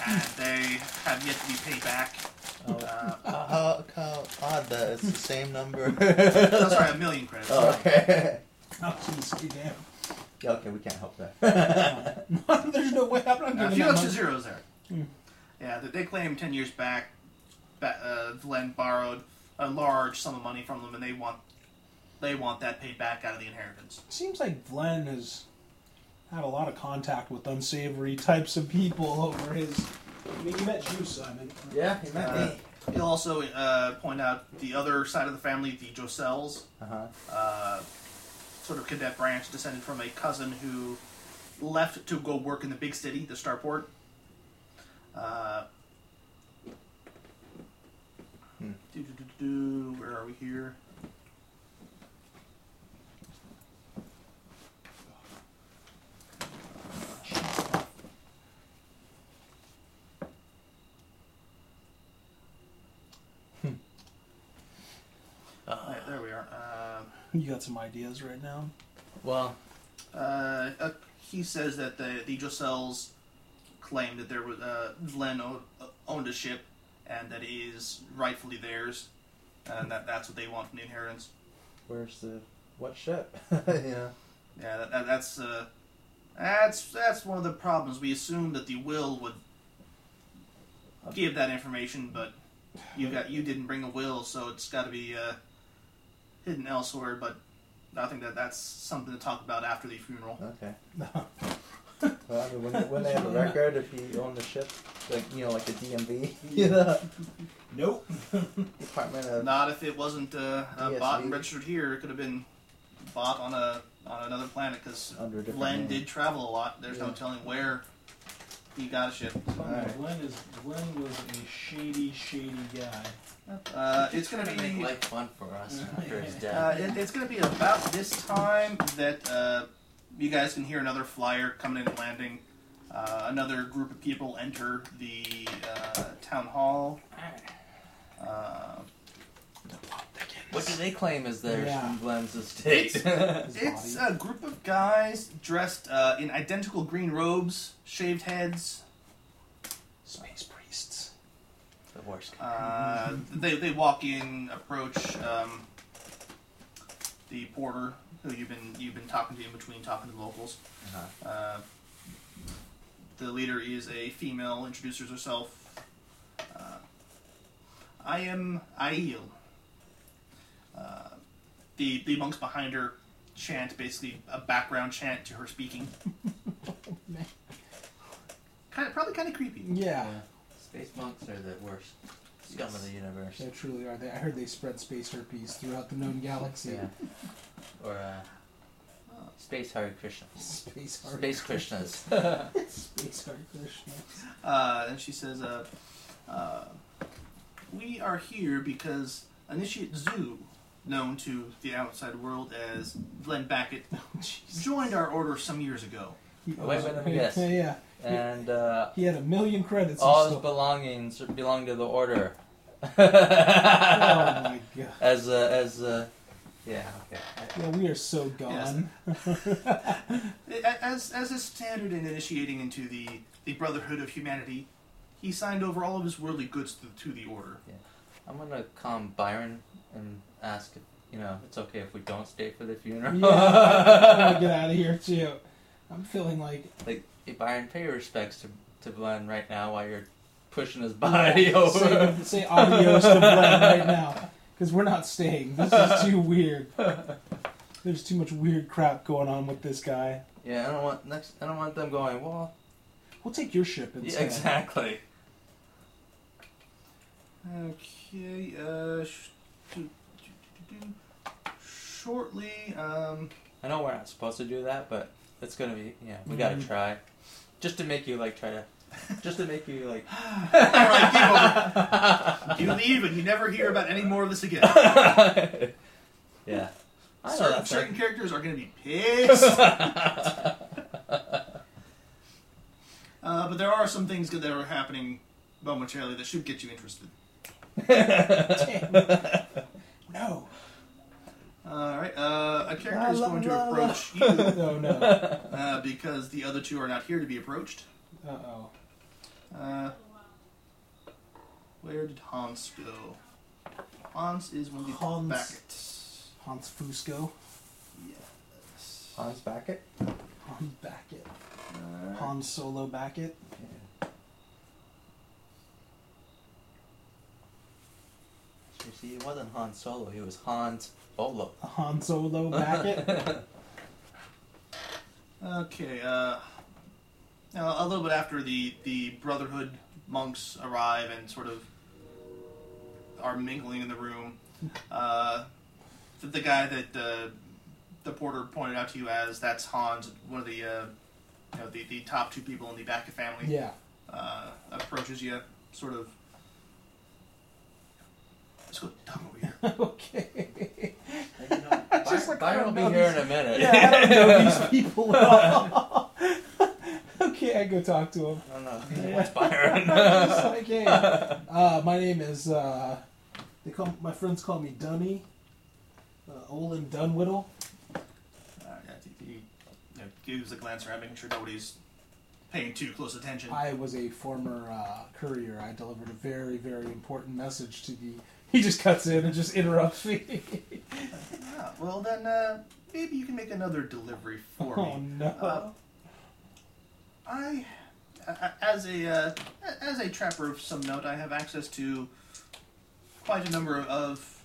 [SPEAKER 2] and [SIGHS] they have yet to be paid back.
[SPEAKER 3] Oh.
[SPEAKER 2] Uh,
[SPEAKER 3] How, how odd that it's the same
[SPEAKER 7] [LAUGHS]
[SPEAKER 3] number.
[SPEAKER 2] no, sorry, a million credits.
[SPEAKER 3] oh, okay.
[SPEAKER 1] Oh, jeez, damn.
[SPEAKER 3] Yeah, okay, we can't help that.
[SPEAKER 1] [LAUGHS]
[SPEAKER 7] [LAUGHS]
[SPEAKER 1] There's no way I'm not
[SPEAKER 2] Uh, a
[SPEAKER 1] giving
[SPEAKER 2] few
[SPEAKER 1] that
[SPEAKER 2] extra
[SPEAKER 1] much.
[SPEAKER 2] zeros there.
[SPEAKER 3] Hmm.
[SPEAKER 2] Yeah, they, they claim ten years back, ba- uh, Glenn borrowed a large sum of money from them, and they want they want that paid back out of the inheritance.
[SPEAKER 1] Seems like Glenn has had a lot of contact with unsavory types of people [LAUGHS] over his. I mean, you met you, Simon.
[SPEAKER 3] yeah, you meant
[SPEAKER 2] Uh, He'll also uh, point out the other side of the family, the Josells,
[SPEAKER 3] Uh huh.
[SPEAKER 2] uh, sort of cadet branch descended from a cousin who left to go work in the big city, the Starport. Uh,
[SPEAKER 3] Hmm.
[SPEAKER 2] doo-doo-doo-doo, Where are we here?
[SPEAKER 3] Uh,
[SPEAKER 2] Alright, Oh, there we are. Um,
[SPEAKER 1] You got some ideas right now. [LAUGHS]
[SPEAKER 3] Well,
[SPEAKER 2] Uh, uh, he says that the the Jocells claim that there was uh, Vlen o- owned a ship and that it is rightfully theirs, and that that's what they want from the inheritance.
[SPEAKER 3] where's the what ship? [LAUGHS] yeah.
[SPEAKER 2] Yeah, that, that, that's uh, that's that's one of the problems. We assumed that the will would give that information, but you got you didn't bring a will, so it's got to be uh, hidden elsewhere. But I think that that's something to talk about after the funeral.
[SPEAKER 3] Okay. Well, I mean, when, when they have a record, if you own the ship, like you know, like the DMV, you know,
[SPEAKER 1] Nope.
[SPEAKER 3] [LAUGHS]
[SPEAKER 1] [LAUGHS]
[SPEAKER 3] Department of
[SPEAKER 2] Not if it wasn't uh, uh,
[SPEAKER 3] DSV.
[SPEAKER 2] bought and registered here. It could have been bought on a on another planet because
[SPEAKER 3] under a different
[SPEAKER 2] Glenn
[SPEAKER 3] name.
[SPEAKER 2] did travel a lot. There's no
[SPEAKER 3] Yeah.
[SPEAKER 2] telling where he got a ship.
[SPEAKER 3] Alright.
[SPEAKER 1] Glenn is Glenn was a shady, shady guy.
[SPEAKER 2] Uh, it's gonna
[SPEAKER 7] Gonna make
[SPEAKER 2] be
[SPEAKER 7] life fun for us
[SPEAKER 3] Mm-hmm.
[SPEAKER 7] after his death.
[SPEAKER 2] uh, it, it's gonna be about this time that uh, you guys can hear another flyer coming in and landing. Uh, another group of people enter the uh, town hall. Uh,
[SPEAKER 7] What do they claim is theirs
[SPEAKER 1] Yeah.
[SPEAKER 7] from Glenn's
[SPEAKER 3] [LAUGHS]
[SPEAKER 7] estate?
[SPEAKER 1] His
[SPEAKER 2] It's
[SPEAKER 1] body.
[SPEAKER 2] a group of guys dressed uh, in identical green robes, shaved heads.
[SPEAKER 1] Space priests.
[SPEAKER 7] the worst.
[SPEAKER 2] Uh, they, they walk in, approach um, the porter who you've been you've been talking to in between talking to the locals. uh the leader is a female. Introduces herself. Uh, I am Aiel. Uh, the the monks behind her chant basically a background chant to her speaking. kind of, probably kind of creepy.
[SPEAKER 1] Yeah,
[SPEAKER 3] Space monks are the worst scum of the universe.
[SPEAKER 1] they truly are. They, I heard they spread space herpes throughout the known galaxy.
[SPEAKER 3] Yeah. [LAUGHS] Or uh, space Hare Krishnas.
[SPEAKER 1] [LAUGHS] Space herpes.
[SPEAKER 3] Space Krishnas.
[SPEAKER 1] [LAUGHS]
[SPEAKER 3] [LAUGHS]
[SPEAKER 1] Space herpes.
[SPEAKER 2] Uh, and she says, uh, uh, "We are here because Initiate Zoo, known to the outside world as Glenn [LAUGHS] Backett, joined our order some years ago.
[SPEAKER 1] He-
[SPEAKER 3] Oh, Wait, wait, let me
[SPEAKER 1] [LAUGHS]
[SPEAKER 3] guess.
[SPEAKER 1] Yeah,
[SPEAKER 3] And uh,
[SPEAKER 1] he had a million credits. and
[SPEAKER 3] all his
[SPEAKER 1] stuff.
[SPEAKER 3] belongings belong to the [LAUGHS] order.
[SPEAKER 1] oh my god.
[SPEAKER 3] as uh, as uh, yeah okay.
[SPEAKER 1] Yeah, we are so gone. [LAUGHS]
[SPEAKER 2] As as is standard in initiating into the the Brotherhood of Humanity, he signed over all of his worldly goods to, to the order.
[SPEAKER 3] I'm gonna call him Byron and ask if you know it's okay if we don't stay for the funeral.
[SPEAKER 1] Yeah, I want to get out of here too. I'm feeling like
[SPEAKER 3] like [LAUGHS] hey, Byron, pay your respects to to Glenn right now while you're pushing his [LAUGHS] body over.
[SPEAKER 1] say, say adios to Glenn right now because we're not staying. This is too weird. There's too much weird crap going on with this guy.
[SPEAKER 3] Yeah, I don't want next. I don't want them going. Well,
[SPEAKER 1] We'll take your ship instead.
[SPEAKER 3] yeah, exactly.
[SPEAKER 2] Okay. Uh, sh- do- do- do- do. shortly, um,
[SPEAKER 3] I know we're not supposed to do that, but it's gonna be. Yeah, we gotta
[SPEAKER 1] Mm-hmm.
[SPEAKER 3] try, just to make you like try to, just to make
[SPEAKER 1] [LAUGHS]
[SPEAKER 3] you like.
[SPEAKER 2] [LAUGHS] all right, game over. You leave and you never hear about any more of this again.
[SPEAKER 3] yeah. I know
[SPEAKER 2] certain,
[SPEAKER 3] that's
[SPEAKER 2] certain
[SPEAKER 3] right. [LAUGHS]
[SPEAKER 2] characters are going to be
[SPEAKER 1] [LAUGHS]
[SPEAKER 2] pissed. uh, but there are some things that are happening momentarily that should get you interested.
[SPEAKER 1] No.
[SPEAKER 2] All right, uh, a character is
[SPEAKER 1] La, la,
[SPEAKER 2] going
[SPEAKER 1] la,
[SPEAKER 2] to
[SPEAKER 1] la.
[SPEAKER 2] approach you
[SPEAKER 1] no, no. Uh
[SPEAKER 2] uh, because the other two are not here to be approached.
[SPEAKER 1] oh.
[SPEAKER 2] Uh, where did Hans go? Hans is one of the
[SPEAKER 1] Hans.
[SPEAKER 2] Backets.
[SPEAKER 1] Hans Fusco.
[SPEAKER 2] Yes.
[SPEAKER 3] Hans Backett.
[SPEAKER 1] Hans Backett.
[SPEAKER 2] Alright.
[SPEAKER 1] Hans Solo Backett.
[SPEAKER 3] You see, it wasn't Han Solo. He was Hans Bolo.
[SPEAKER 1] Han Solo
[SPEAKER 3] [LAUGHS]
[SPEAKER 1] Backett.
[SPEAKER 2] Okay. Uh, now, a little bit after the the Brotherhood monks arrive and sort of are mingling in the room, uh, the, the guy that uh, the porter pointed out to you as that's Hans, one of the uh, you know, the the top two people in the Baca family
[SPEAKER 1] yeah.
[SPEAKER 2] uh, approaches you, sort of. Let's go dumb over here.
[SPEAKER 1] [LAUGHS] okay.
[SPEAKER 7] Like, you know, Byron,
[SPEAKER 1] [LAUGHS] Just like, I
[SPEAKER 3] Byron
[SPEAKER 1] don't
[SPEAKER 3] will be
[SPEAKER 1] know
[SPEAKER 3] here
[SPEAKER 1] these-
[SPEAKER 3] in a
[SPEAKER 1] [LAUGHS]
[SPEAKER 3] minute.
[SPEAKER 1] Yeah, I don't know
[SPEAKER 3] [LAUGHS]
[SPEAKER 1] these people at all. [LAUGHS] okay, I go talk to him. [LAUGHS]
[SPEAKER 3] I don't know.
[SPEAKER 1] Yeah. [LAUGHS]
[SPEAKER 3] What's Byron?
[SPEAKER 1] I'm just like, hey,
[SPEAKER 3] [LAUGHS]
[SPEAKER 1] uh, my name is. Uh, they call my friends call me Dunny. Uh, Olin Dunwhiddle.
[SPEAKER 2] Uh, yeah, he, he you know, gives a glance around, making sure nobody's paying too close attention.
[SPEAKER 1] I was a former uh, courier. I delivered a very, very important message to the. He just cuts in and just interrupts me. [LAUGHS]
[SPEAKER 2] Ah, well then, uh, maybe you can make another delivery for
[SPEAKER 1] oh
[SPEAKER 2] me.
[SPEAKER 1] no!
[SPEAKER 2] Uh, I, a- as a uh, a- as a trapper of some note, I have access to quite a number of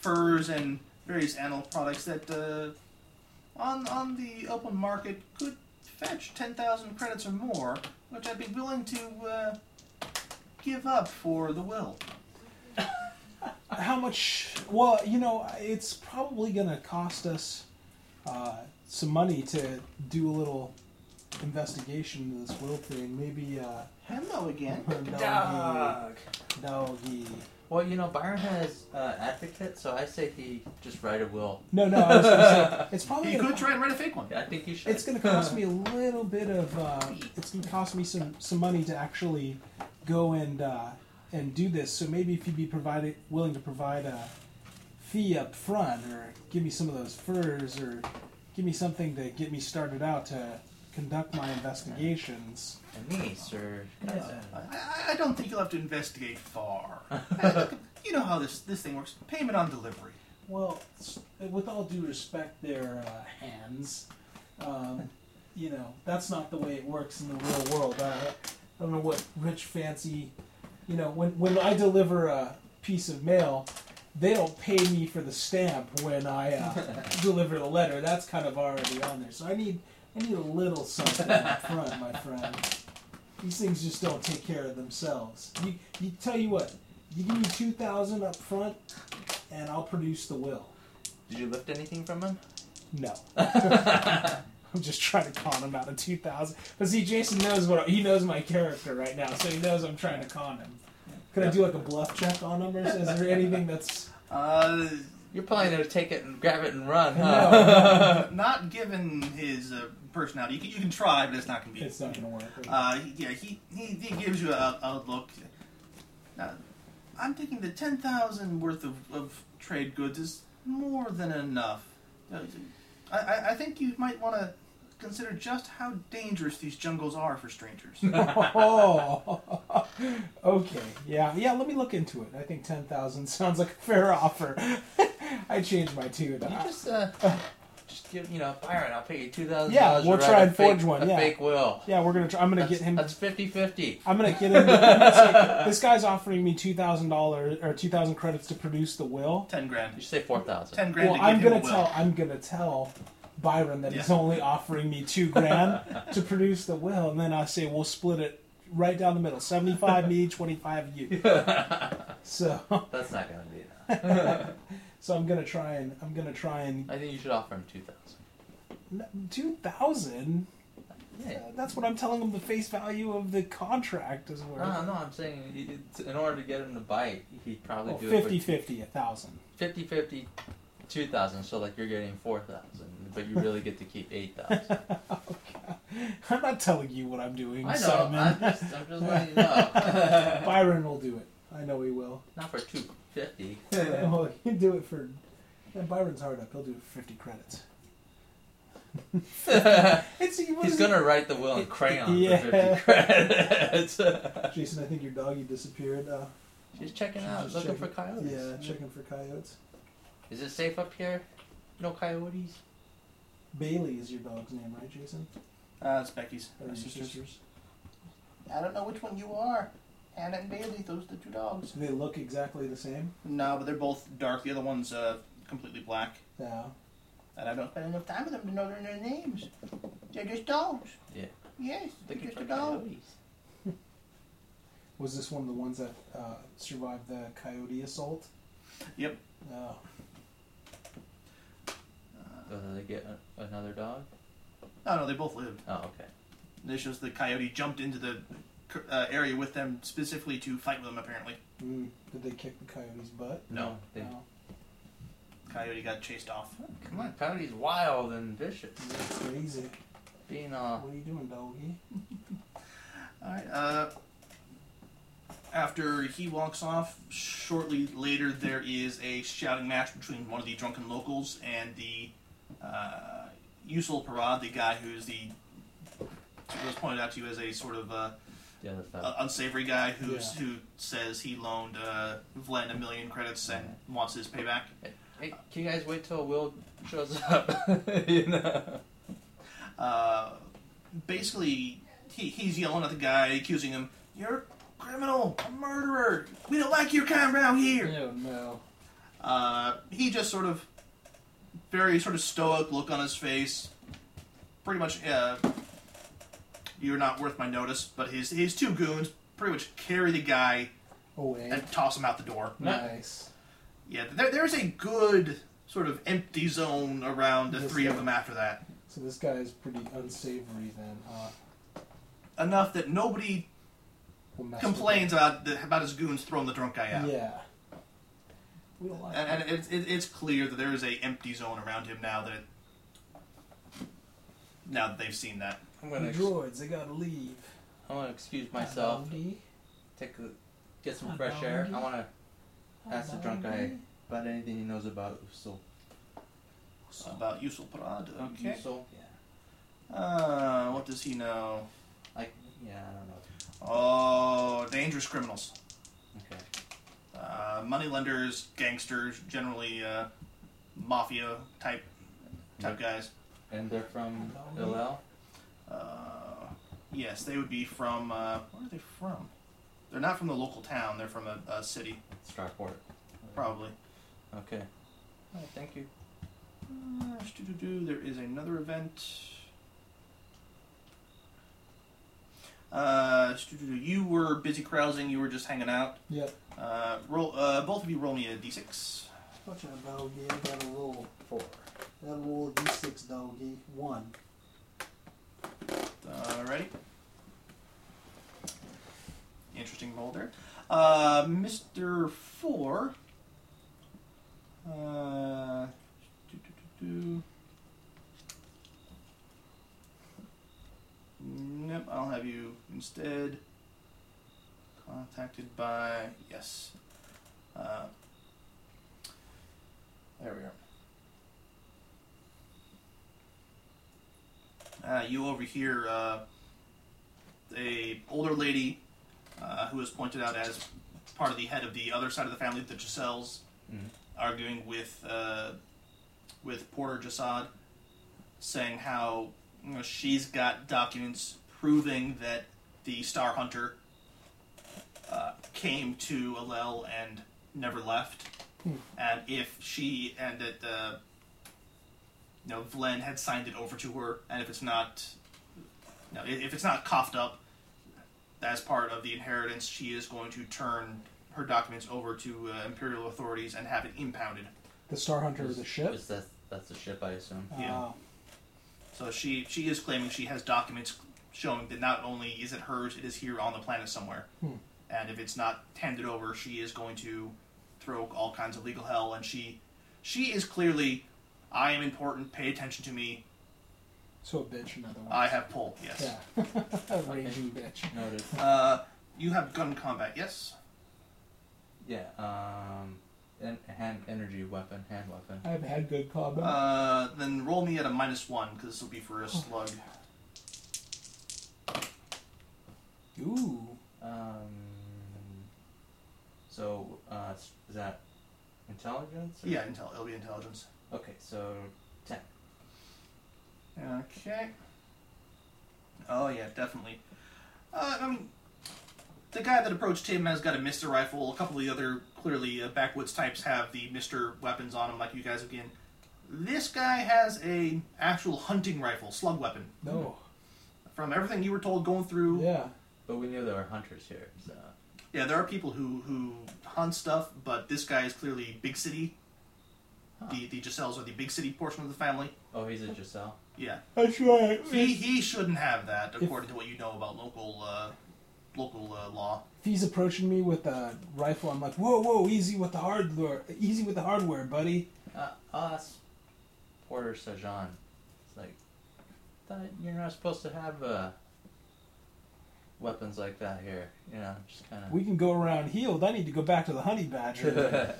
[SPEAKER 2] furs and various animal products that uh, on on the open market could fetch ten thousand credits or more, which I'd be willing to uh, give up for the will.
[SPEAKER 1] How much? Well, you know, it's probably going to cost us uh, some money to do a little investigation into this will thing. Maybe uh, [LAUGHS]
[SPEAKER 2] Hello again.
[SPEAKER 1] doggy,
[SPEAKER 7] Dog.
[SPEAKER 1] doggy.
[SPEAKER 3] Well, you know, Byron has uh, advocate, so I say he just write a will.
[SPEAKER 1] No, no, I was going to say it's probably
[SPEAKER 2] You
[SPEAKER 1] gonna,
[SPEAKER 2] could try and write a fake one.
[SPEAKER 3] Yeah, [LAUGHS] I think you should.
[SPEAKER 1] it's going to cost
[SPEAKER 3] Uh.
[SPEAKER 1] me a little bit of uh, it's going to cost me some some money to actually go and uh, and do this. So maybe if you'd be provided willing to provide a fee up front, or give me some of those furs, or give me something to get me started out to conduct my investigations.
[SPEAKER 3] A niece or Uh,
[SPEAKER 2] I, I- I don't think you'll have to investigate far. Hey, look, you know how this this thing works. Payment on delivery.
[SPEAKER 1] Well, s- with all due respect, their uh, hands, um, you know, that's not the way it works in the real world. I, I don't know what rich fancy, you know, when when I deliver a piece of mail, they don't pay me for the stamp when I uh, deliver the letter. That's kind of already on there. So I need I need a little something up front, my friend. These things just don't take care of themselves. You, you tell you what, you give me two thousand up front, and I'll produce the will.
[SPEAKER 3] Did you lift anything from
[SPEAKER 1] [LAUGHS]
[SPEAKER 3] him?
[SPEAKER 1] No, I'm just trying to con him out of two thousand. But see, Jason knows what he knows my character right now, so he knows I'm trying to con him. Could I do like a bluff check on him, or is is there anything that's
[SPEAKER 2] Uh,
[SPEAKER 3] You're probably gonna take it and grab it and run, huh?
[SPEAKER 1] no,
[SPEAKER 2] not given his uh, personality, you can, you can try, but it's not going to be.
[SPEAKER 1] it's not gonna work?
[SPEAKER 2] Uh, he- yeah, he, he, he gives you a, a look. Now, I'm thinking the 10,000 worth of, of trade goods is more than enough. Uh, I, I, I think you might want to consider just how dangerous these jungles are for strangers.
[SPEAKER 1] [LAUGHS]
[SPEAKER 3] Uh.
[SPEAKER 1] oh, [LAUGHS] okay. Yeah, yeah. Let me look into it. I think ten thousand [LAUGHS] sounds like a fair offer. [LAUGHS] I changed my tune.
[SPEAKER 3] [LAUGHS] You
[SPEAKER 1] I-
[SPEAKER 3] just uh, just give you know, Byron. I'll pay you two thousand.
[SPEAKER 1] Yeah, we'll try and forge
[SPEAKER 3] fake,
[SPEAKER 1] one,
[SPEAKER 3] A
[SPEAKER 1] yeah.
[SPEAKER 3] fake will.
[SPEAKER 1] yeah, we're gonna. Try, I'm gonna
[SPEAKER 3] That's,
[SPEAKER 1] get him.
[SPEAKER 3] That's 50-50.
[SPEAKER 1] I'm gonna get him. I'm gonna
[SPEAKER 3] [LAUGHS]
[SPEAKER 1] say, this guy's offering me two thousand dollars or two thousand credits to produce the will.
[SPEAKER 2] 10 grand.
[SPEAKER 3] You say four thousand.
[SPEAKER 2] 10 grand
[SPEAKER 1] Well,
[SPEAKER 2] to give
[SPEAKER 1] I'm
[SPEAKER 2] him
[SPEAKER 1] gonna
[SPEAKER 2] a will.
[SPEAKER 1] tell. I'm gonna tell Byron that he's
[SPEAKER 2] Yeah.
[SPEAKER 1] only offering me two grand to produce the will, and then I say we'll split it right down the middle: seventy-five me, twenty-five
[SPEAKER 2] [LAUGHS]
[SPEAKER 1] you. So,
[SPEAKER 3] That's not gonna be enough.
[SPEAKER 1] so I'm gonna try and I'm gonna try and
[SPEAKER 3] I think you should offer him two thousand.
[SPEAKER 1] Two thousand.
[SPEAKER 3] Yeah.
[SPEAKER 1] That's what I'm telling them. The face value of the contract is worth.
[SPEAKER 3] No, no, I'm saying it- it's, in order to get him to bite, he'd probably
[SPEAKER 1] Well,
[SPEAKER 3] do
[SPEAKER 1] 50
[SPEAKER 3] it for
[SPEAKER 1] 50 a thousand.
[SPEAKER 3] 50 50 2000 so like you're getting 4000 but you really get to keep 8000
[SPEAKER 1] I'm not telling you what I'm doing,
[SPEAKER 3] [LAUGHS] i know
[SPEAKER 1] Simon.
[SPEAKER 3] i'm just, I'm just letting you know
[SPEAKER 1] Byron will do it. I know he will.
[SPEAKER 3] [LAUGHS] not for 250
[SPEAKER 1] [LAUGHS] well, he'll Oh, do it for. Yeah, Byron's hard up. He'll do it for 50 credits. it's, what
[SPEAKER 3] [LAUGHS]
[SPEAKER 1] is
[SPEAKER 3] he's
[SPEAKER 1] it?
[SPEAKER 3] gonna write the will in crayon
[SPEAKER 1] Yeah.
[SPEAKER 3] for 50 credits [LAUGHS]
[SPEAKER 1] Jason, I think your doggy disappeared. Uh,
[SPEAKER 3] she's checking
[SPEAKER 1] she's
[SPEAKER 3] out
[SPEAKER 1] just
[SPEAKER 3] looking
[SPEAKER 1] checking-
[SPEAKER 3] for coyotes
[SPEAKER 1] Yeah, checking for coyotes.
[SPEAKER 3] is it safe up here no coyotes
[SPEAKER 1] Bailey is your dog's name, right, Jason?
[SPEAKER 2] Uh, it's Becky's.
[SPEAKER 1] Or
[SPEAKER 2] My
[SPEAKER 1] your
[SPEAKER 2] sister's.
[SPEAKER 1] sister's?
[SPEAKER 2] I don't know which one you are. Hannah and Bailey, those are the two dogs.
[SPEAKER 1] Do they look exactly the same?
[SPEAKER 2] No, but they're both dark. The other one's uh, completely black.
[SPEAKER 1] Yeah.
[SPEAKER 2] And I don't spend enough time with them to know their their names. They're just dogs.
[SPEAKER 3] Yeah.
[SPEAKER 2] Yes, they're
[SPEAKER 3] looking
[SPEAKER 2] just
[SPEAKER 3] for
[SPEAKER 2] a dog.
[SPEAKER 3] coyotes
[SPEAKER 1] Was this one of the ones that uh, survived the coyote assault?
[SPEAKER 2] Yep.
[SPEAKER 1] Oh,
[SPEAKER 3] Whether Oh, they get a, another dog
[SPEAKER 2] No, no, they both lived.
[SPEAKER 3] oh okay
[SPEAKER 2] It's just the coyote jumped into the uh, area with them specifically to fight with them, apparently.
[SPEAKER 1] mm. did they kick the coyote's butt?
[SPEAKER 2] No.
[SPEAKER 3] they,
[SPEAKER 1] No.
[SPEAKER 2] Coyote got chased off.
[SPEAKER 3] come on coyotes wild and vicious
[SPEAKER 1] That's crazy.
[SPEAKER 3] being uh
[SPEAKER 1] What are you doing, doggy?
[SPEAKER 2] Alright, uh. After he walks off, shortly later there is a shouting match between one of the drunken locals and the uh, Yusul Parad, the guy who's the. was pointed out to you as a sort of. Uh,
[SPEAKER 3] the other fellow
[SPEAKER 2] uh, unsavory guy who's
[SPEAKER 1] Yeah.
[SPEAKER 2] who says he loaned uh, Vlen a million credits and wants his payback.
[SPEAKER 3] Hey, can you guys wait till Will shows up? [LAUGHS] you know?
[SPEAKER 2] Uh, basically, he, he's yelling at the guy, accusing him, "You're a criminal, a murderer. We don't like your kind around here."
[SPEAKER 1] Oh no.
[SPEAKER 2] Uh, he just sort of very sort of stoic look on his face. Pretty much, uh, you're not worth my notice. But his his two goons pretty much carry the guy
[SPEAKER 1] Away.
[SPEAKER 2] and toss him out the door.
[SPEAKER 1] Nice.
[SPEAKER 2] Yeah, there, there's a good sort of empty zone around the
[SPEAKER 1] Yes,
[SPEAKER 2] three of
[SPEAKER 1] sir.
[SPEAKER 2] them after that.
[SPEAKER 1] So this guy is pretty unsavory then, uh, huh?
[SPEAKER 2] Enough that nobody
[SPEAKER 1] We'll mess with
[SPEAKER 2] complains about the, about his goons throwing the drunk guy
[SPEAKER 1] him.
[SPEAKER 2] out.
[SPEAKER 1] Yeah. We don't like
[SPEAKER 2] And, and it's, it, it's clear that there is a empty zone around him now that now that they've seen that.
[SPEAKER 3] I'm
[SPEAKER 1] the
[SPEAKER 3] gonna, ex- I'm
[SPEAKER 1] droids. They gotta leave.
[SPEAKER 3] gonna excuse myself,
[SPEAKER 1] Doggy.
[SPEAKER 3] take a, get some fresh air. I wanna ask the drunk guy about anything he knows about Usul.
[SPEAKER 2] About Yusul Parad. Okay.
[SPEAKER 3] Usul? Yeah.
[SPEAKER 2] Uh, what does he know?
[SPEAKER 3] Like, yeah, I don't know.
[SPEAKER 2] Oh, dangerous criminals.
[SPEAKER 3] Okay.
[SPEAKER 2] Uh, moneylenders, gangsters, generally uh, mafia type type guys.
[SPEAKER 3] And they're from LL?
[SPEAKER 2] Uh, yes, they would be from. Uh, where are they from? They're not from the local town. They're from a, a city,
[SPEAKER 3] Starport.
[SPEAKER 2] probably.
[SPEAKER 3] Okay. All right, thank you.
[SPEAKER 2] Uh, doo-doo-doo, there is another event. Uh, Alex, you were busy carousing. You were just hanging out.
[SPEAKER 1] Yep.
[SPEAKER 2] Uh, roll. Uh, both of you roll me a d6.
[SPEAKER 8] Watching a doggy, I got a roll.
[SPEAKER 7] Four.
[SPEAKER 8] That roll a d6 doggy. One.
[SPEAKER 2] Alrighty. Interesting roll there. Uh, Mr. Four. Uh, do, do, do, do. Nope, I'll have you instead. Contacted by. Yes. Uh, there we are. Uh, you overhear uh, a older lady uh, who is pointed out as part of the head of the other side of the family, the Giselles,
[SPEAKER 7] Mhm.
[SPEAKER 2] arguing with uh, with Porter Jasad, saying how you know, she's got documents proving that the Star Hunter uh, came to Alel and never left,
[SPEAKER 1] Hmm.
[SPEAKER 2] and if she and that. Uh, you know, Vlen had signed it over to her, and if it's not, you know, if it's not coughed up as part of the inheritance, she is going to turn her documents over to uh, imperial authorities and have it impounded.
[SPEAKER 1] The Star Hunter of the ship.
[SPEAKER 7] Is that, that's the ship, I assume.
[SPEAKER 2] yeah.
[SPEAKER 1] Uh,
[SPEAKER 2] So she she is claiming she has documents showing that not only is it hers, it is here on the planet somewhere.
[SPEAKER 1] Hmm.
[SPEAKER 2] And if it's not handed over, she is going to throw all kinds of legal hell. And she she is clearly, I am important. Pay attention to me.
[SPEAKER 1] so a bitch, another one.
[SPEAKER 2] I have pull. Ah, Yes.
[SPEAKER 1] Yeah. [LAUGHS] a raging bitch.
[SPEAKER 7] Noted.
[SPEAKER 2] Uh, you have gun combat, yes?
[SPEAKER 7] Yeah, um, en- hand energy weapon, hand weapon.
[SPEAKER 1] I've had good combat.
[SPEAKER 2] Uh, then roll me at a minus one, because this will be for a slug. Uh.
[SPEAKER 1] Ooh.
[SPEAKER 7] Um, so uh, s- is that intelligence? or-
[SPEAKER 2] Yeah, intel- it'll be intelligence.
[SPEAKER 7] Okay, so ten.
[SPEAKER 2] Okay. Oh, yeah, definitely. Uh, I mean, the guy that approached him has got a Mr. rifle. A couple of the other, clearly, uh, backwoods types have the Mr. weapons on them, like you guys again. This guy has a actual hunting rifle, slug weapon.
[SPEAKER 1] No.
[SPEAKER 2] From everything you were told going through,
[SPEAKER 1] Yeah.
[SPEAKER 7] But we knew there were hunters here, so
[SPEAKER 2] Yeah, there are people who who hunt stuff, but this guy is clearly big city. The the Giselles are the big city portion of the family.
[SPEAKER 7] oh, he's a Giselle.
[SPEAKER 2] Yeah,
[SPEAKER 1] That's right.
[SPEAKER 2] he he shouldn't have that, according to what you know about local uh, local uh, law.
[SPEAKER 1] If he's approaching me with a rifle, I'm like, whoa, whoa, easy with the hardware, easy with the hardware, buddy.
[SPEAKER 7] Uh, us, Porter Sajan. It's like, thought you're not supposed to have uh, weapons like that here. You know, just kind of. [LAUGHS]
[SPEAKER 1] We can go around healed. I need to go back to the honey
[SPEAKER 3] [LAUGHS]
[SPEAKER 1] badger.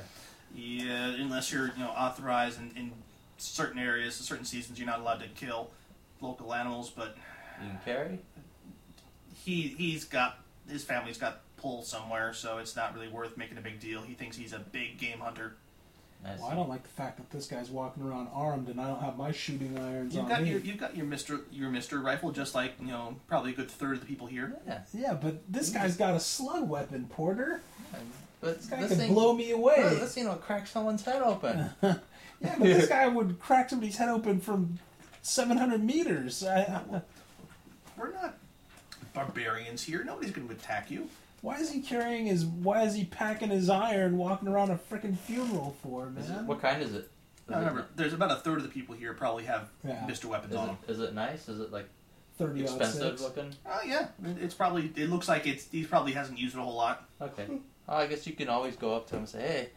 [SPEAKER 2] Yeah, unless you're you know authorized in, in certain areas, in certain seasons, you're not allowed to kill local animals. But
[SPEAKER 7] you can carry.
[SPEAKER 2] he he's got his family's got pull somewhere, so it's not really worth making a big deal. He thinks he's a big game hunter.
[SPEAKER 7] Nice.
[SPEAKER 1] well, I don't like the fact that this guy's walking around armed and I don't have my shooting irons
[SPEAKER 2] You've
[SPEAKER 1] on
[SPEAKER 2] got
[SPEAKER 1] me.
[SPEAKER 2] your you've got your Mister your Mister rifle, just like you know probably a good third of the people here.
[SPEAKER 7] yeah,
[SPEAKER 1] Yeah, but this guy's got a slug weapon, Porter.
[SPEAKER 7] but
[SPEAKER 1] This guy
[SPEAKER 7] this
[SPEAKER 1] could
[SPEAKER 7] thing,
[SPEAKER 1] blow me away.
[SPEAKER 7] Oh, this thing will crack someone's head
[SPEAKER 1] [LAUGHS]
[SPEAKER 7] open.
[SPEAKER 1] yeah, but
[SPEAKER 7] [LAUGHS]
[SPEAKER 1] this guy would crack somebody's head open from 700 meters. I, I-
[SPEAKER 2] We're not barbarians here. Nobody's going to attack you.
[SPEAKER 1] why is he carrying his? Why is he packing his iron, walking around a freaking funeral for,
[SPEAKER 7] Is it,
[SPEAKER 1] man?
[SPEAKER 7] what kind is it? Is
[SPEAKER 2] Now,
[SPEAKER 7] it-
[SPEAKER 2] remember, there's about a third of the people here probably have
[SPEAKER 1] Yeah.
[SPEAKER 2] Mister weapons
[SPEAKER 7] Is
[SPEAKER 2] on them.
[SPEAKER 7] it, is it nice? Is it like
[SPEAKER 1] Thirty
[SPEAKER 7] expensive looking?
[SPEAKER 2] Oh yeah, It- it's probably it looks like it's he probably hasn't used it a whole lot.
[SPEAKER 1] [LAUGHS]
[SPEAKER 7] Okay. Oh, I guess you can always go up to him and say, "Hey,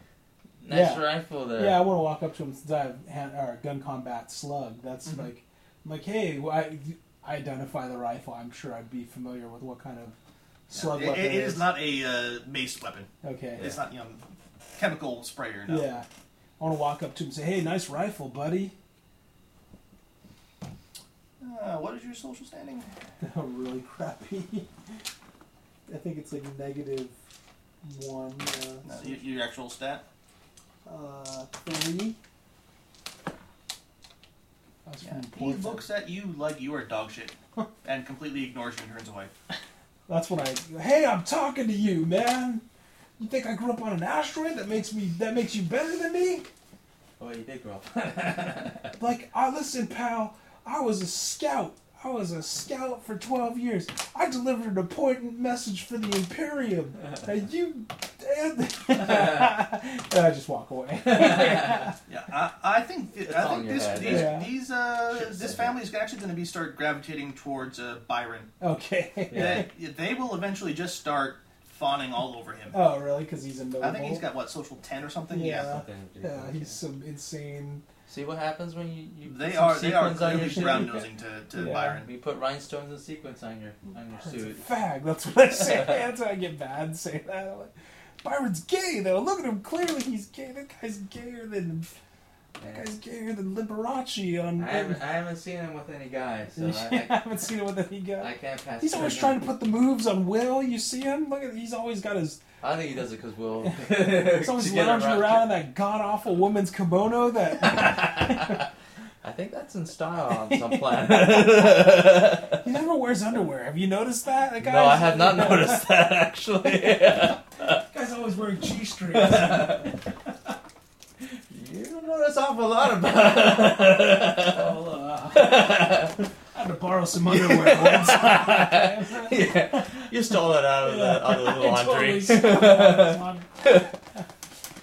[SPEAKER 7] nice
[SPEAKER 1] Yeah.
[SPEAKER 7] rifle there."
[SPEAKER 1] Yeah, I want to walk up to him since I have hand, or gun combat slug. That's
[SPEAKER 2] Mhm.
[SPEAKER 1] like, I'm like, hey, well, I, I identify the rifle. I'm sure I'd be familiar with what kind of slug
[SPEAKER 2] It-
[SPEAKER 1] weapon
[SPEAKER 2] it- it is not a uh, mace weapon.
[SPEAKER 1] Okay.
[SPEAKER 2] It's not you know chemical sprayer.
[SPEAKER 1] Yeah.
[SPEAKER 2] No.
[SPEAKER 1] I want to walk up to him and say, hey, nice rifle, buddy. [LAUGHS]
[SPEAKER 2] Uh, what is your social standing?
[SPEAKER 8] really crappy.
[SPEAKER 1] [LAUGHS]
[SPEAKER 8] I think it's like negative one. Uh,
[SPEAKER 2] No, your, your actual stat.
[SPEAKER 8] uh, three.
[SPEAKER 1] That's
[SPEAKER 2] Yeah.
[SPEAKER 1] from
[SPEAKER 2] He
[SPEAKER 1] Portland.
[SPEAKER 2] looks at you like you are dog
[SPEAKER 1] [LAUGHS]
[SPEAKER 2] shit, and completely ignores you and turns away.
[SPEAKER 1] That's when I, hey, I'm talking to you, man. You think I grew up on an asteroid? That makes me. That makes you better than me?
[SPEAKER 7] Oh, you did grow up.
[SPEAKER 1] Like, I listen, pal. I was a scout. I was a scout for 12 years. I delivered an important message for the Imperium. And you. And, and I just walk away. [LAUGHS]
[SPEAKER 2] Yeah, I, I think th-
[SPEAKER 7] It's
[SPEAKER 2] I
[SPEAKER 7] all
[SPEAKER 2] think
[SPEAKER 7] in your
[SPEAKER 2] this
[SPEAKER 7] head.
[SPEAKER 2] these
[SPEAKER 1] Yeah.
[SPEAKER 2] these uh
[SPEAKER 7] Should've
[SPEAKER 2] this
[SPEAKER 7] said
[SPEAKER 2] family is actually going to be start gravitating towards uh, Byron.
[SPEAKER 1] okay.
[SPEAKER 7] Yeah.
[SPEAKER 2] They, they will eventually just start fawning all over him.
[SPEAKER 1] Oh, really? Because he's a noble.
[SPEAKER 2] I think he's got what social ten or something.
[SPEAKER 1] Yeah.
[SPEAKER 7] Something to do
[SPEAKER 1] Yeah,
[SPEAKER 7] with
[SPEAKER 1] he's
[SPEAKER 7] it.
[SPEAKER 1] some insane.
[SPEAKER 3] [LAUGHS] See what happens when you, you put
[SPEAKER 2] They
[SPEAKER 3] some
[SPEAKER 2] are they are
[SPEAKER 3] sequins on your
[SPEAKER 2] clearly
[SPEAKER 3] shit?
[SPEAKER 2] brown
[SPEAKER 3] [LAUGHS]
[SPEAKER 2] nosing to, to
[SPEAKER 1] Yeah.
[SPEAKER 2] Byron.
[SPEAKER 3] We put rhinestones and sequins on your on your
[SPEAKER 1] It's a [LAUGHS]
[SPEAKER 3] suit.
[SPEAKER 1] fag. That's what I say. [LAUGHS] That's why I get mad and say that. I'm like, Byron's gay, though. Look at him. Clearly, he's gay. That guy's gayer than. That
[SPEAKER 7] Yeah.
[SPEAKER 1] guy's gayer than Liberace on.
[SPEAKER 7] I haven't, I haven't seen him with any guys,
[SPEAKER 1] [LAUGHS]
[SPEAKER 7] so
[SPEAKER 1] Yeah, I
[SPEAKER 7] I,
[SPEAKER 1] haven't seen it with any guy.
[SPEAKER 7] I, I can't pass.
[SPEAKER 1] He's always trying to put the moves on Will. You see him? Look at he's always got his
[SPEAKER 3] [LAUGHS] I think he does it because [LAUGHS]
[SPEAKER 1] [LAUGHS]
[SPEAKER 3] Will.
[SPEAKER 1] he's always lounging around, in that god awful woman's kimono that [LAUGHS]
[SPEAKER 3] [LAUGHS] I think that's in style on some
[SPEAKER 1] [LAUGHS]
[SPEAKER 3] planet.
[SPEAKER 1] he never wears underwear. Have you noticed that? That
[SPEAKER 3] no, I
[SPEAKER 1] guy's-
[SPEAKER 3] have
[SPEAKER 1] [LAUGHS]
[SPEAKER 3] not noticed that actually.
[SPEAKER 1] That [LAUGHS] guy's always wearing G strings.
[SPEAKER 3] You don't know this awful lot about.
[SPEAKER 1] Well, uh, I had to borrow some underwear once.
[SPEAKER 3] [LAUGHS] yeah, you stole it out of the out of the
[SPEAKER 1] I totally
[SPEAKER 3] laundry.
[SPEAKER 1] stole that one.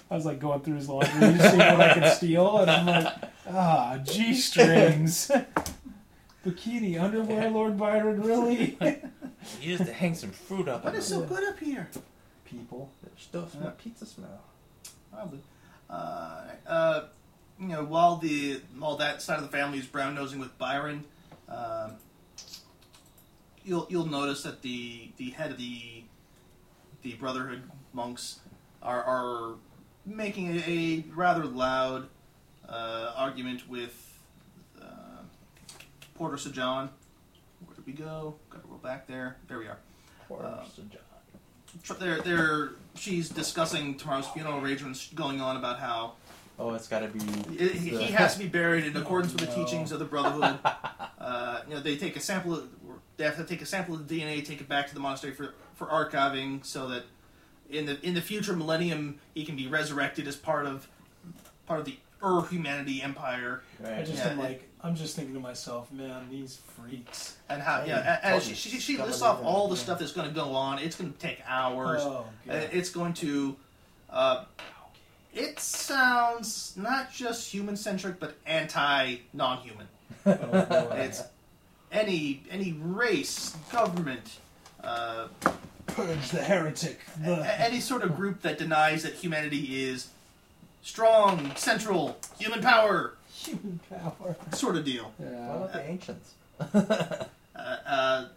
[SPEAKER 1] I was like going through his laundry to see what I [LAUGHS] could steal, and I'm like, ah, G strings. [LAUGHS] Bikini underwear, Lord Byron, really?
[SPEAKER 3] [LAUGHS] you used to hang some fruit up.
[SPEAKER 2] What
[SPEAKER 3] on
[SPEAKER 2] is
[SPEAKER 3] it.
[SPEAKER 2] so good up here?
[SPEAKER 1] [LAUGHS] People.
[SPEAKER 3] There's still smell, pizza smell.
[SPEAKER 2] Probably. Uh, uh, you know, while the while that side of the family is brown nosing with Byron, um you'll you'll notice that the the head of the the Brotherhood monks are are making a, a rather loud uh, argument with uh, Porter Sir John. Where did we go? Got to roll back there. There we are.
[SPEAKER 3] Poor
[SPEAKER 2] Uh,
[SPEAKER 3] Mr. John.
[SPEAKER 2] Tr- They're, they're, she's discussing tomorrow's funeral arrangements, going on about how
[SPEAKER 3] Oh, it's got to be.
[SPEAKER 2] It, he,
[SPEAKER 3] the-
[SPEAKER 2] he has to be buried in accordance with the
[SPEAKER 1] no.
[SPEAKER 2] teachings of the Brotherhood. uh, you know, they take a sample. Of, they have to take a sample of the DNA, take it back to the monastery for for archiving, so that in the in the future millennium he can be resurrected as part of part of the Ur Humanity Empire.
[SPEAKER 1] I
[SPEAKER 3] [LAUGHS] Right.
[SPEAKER 1] just
[SPEAKER 2] Yeah,
[SPEAKER 1] am
[SPEAKER 2] it-
[SPEAKER 1] like, I'm just thinking to myself, man, these freaks.
[SPEAKER 2] And how?
[SPEAKER 3] Hey,
[SPEAKER 2] Yeah, and, and
[SPEAKER 3] totally
[SPEAKER 2] she, she, she
[SPEAKER 3] discovered
[SPEAKER 2] lists off
[SPEAKER 3] that,
[SPEAKER 2] all the
[SPEAKER 3] yeah.
[SPEAKER 2] stuff that's going to go on. It's going to take hours.
[SPEAKER 1] Oh,
[SPEAKER 2] Uh,
[SPEAKER 1] God.
[SPEAKER 2] It's going to. Uh, it sounds not just human centric, but anti non human.
[SPEAKER 1] Oh, Lord.
[SPEAKER 2] It's any any race, government, uh,
[SPEAKER 1] purge the heretic.
[SPEAKER 2] a-
[SPEAKER 1] The...
[SPEAKER 2] any sort of group that denies that humanity is strong, central, human power
[SPEAKER 1] Human power.
[SPEAKER 2] sort of deal.
[SPEAKER 3] What
[SPEAKER 1] Yeah.
[SPEAKER 3] about the ancients? [LAUGHS]
[SPEAKER 2] Uh, uh,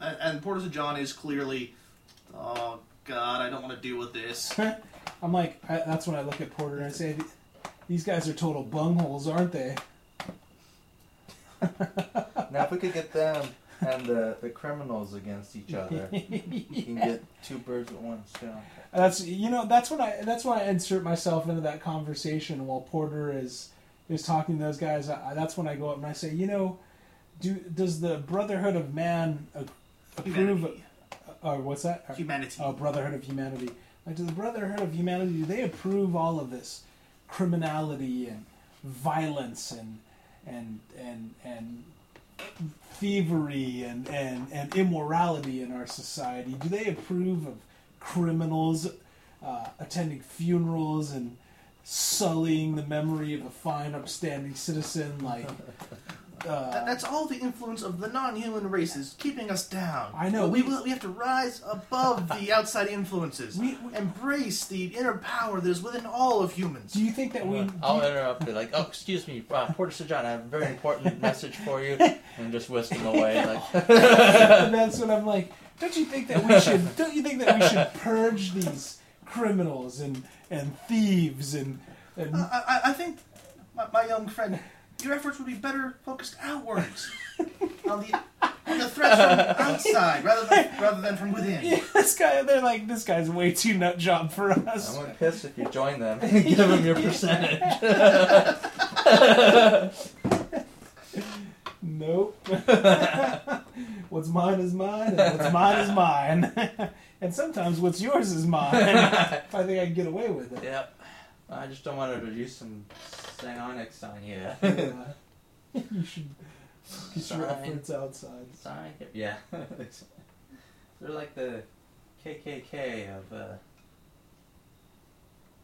[SPEAKER 2] and- and Porters of John is clearly, oh god, I don't want to deal with this.
[SPEAKER 1] I'm like, I, that's when I look at Porter and I say, these guys are total bungholes, aren't they?
[SPEAKER 3] Now, if we could get them and the, the criminals against
[SPEAKER 1] [LAUGHS]
[SPEAKER 3] each other, you can get two birds with one stone.
[SPEAKER 1] That's you know that's when I that's when I insert myself into that conversation while Porter is is talking to those guys. I, I- that's when I go up and I say, you know, do does the Brotherhood of Man a- approve?
[SPEAKER 2] Humanity.
[SPEAKER 1] Or what's that? Or-
[SPEAKER 2] Humanity.
[SPEAKER 1] Oh, Brotherhood of Humanity. Like, do the Brotherhood of Humanity, do they approve all of this criminality and violence and and and and thievery and, and, and immorality in our society? Do they approve of criminals uh, attending funerals and sullying the memory of a fine, upstanding citizen like?
[SPEAKER 2] That-
[SPEAKER 1] Uh,
[SPEAKER 2] That's all the influence of the non-human races keeping us down.
[SPEAKER 1] I know,
[SPEAKER 2] But we
[SPEAKER 1] we-
[SPEAKER 2] will, we have to rise above
[SPEAKER 1] [LAUGHS]
[SPEAKER 2] the outside influences.
[SPEAKER 1] We- we-
[SPEAKER 2] embrace the inner power that is within all of humans.
[SPEAKER 1] do you think that
[SPEAKER 3] [LAUGHS]
[SPEAKER 1] we?
[SPEAKER 3] I'll
[SPEAKER 1] do you-
[SPEAKER 3] interrupt it like, oh, excuse me, uh, Porter Sir John, I have a very [LAUGHS] important message for you. And just whisk them [LAUGHS] away. Like,
[SPEAKER 1] and that's what I'm like. Don't you think that we should? Don't you think that we should purge these criminals and and thieves and and
[SPEAKER 2] I, I, I think, my, my young friend, your efforts would be better focused outwards on the on the threats from outside rather than rather than from within.
[SPEAKER 1] Yeah, [LAUGHS] this guy? They're like, this guy's way too nut job for
[SPEAKER 3] I'm
[SPEAKER 1] us.
[SPEAKER 3] going to piss if you join them. [LAUGHS] Give them your percentage. [LAUGHS]
[SPEAKER 1] Nope. [LAUGHS] what's mine is mine, and what's mine is mine, [LAUGHS] and sometimes what's yours is mine.
[SPEAKER 3] [LAUGHS]
[SPEAKER 1] if I think I can get away with it. [LAUGHS]
[SPEAKER 7] Yep. I just don't want to do some psionics on you.
[SPEAKER 1] Yeah. you should
[SPEAKER 10] It's
[SPEAKER 3] Sign.
[SPEAKER 10] reference outside.
[SPEAKER 3] [LAUGHS] Sign. Yeah. [LAUGHS] They're like the KKK of uh,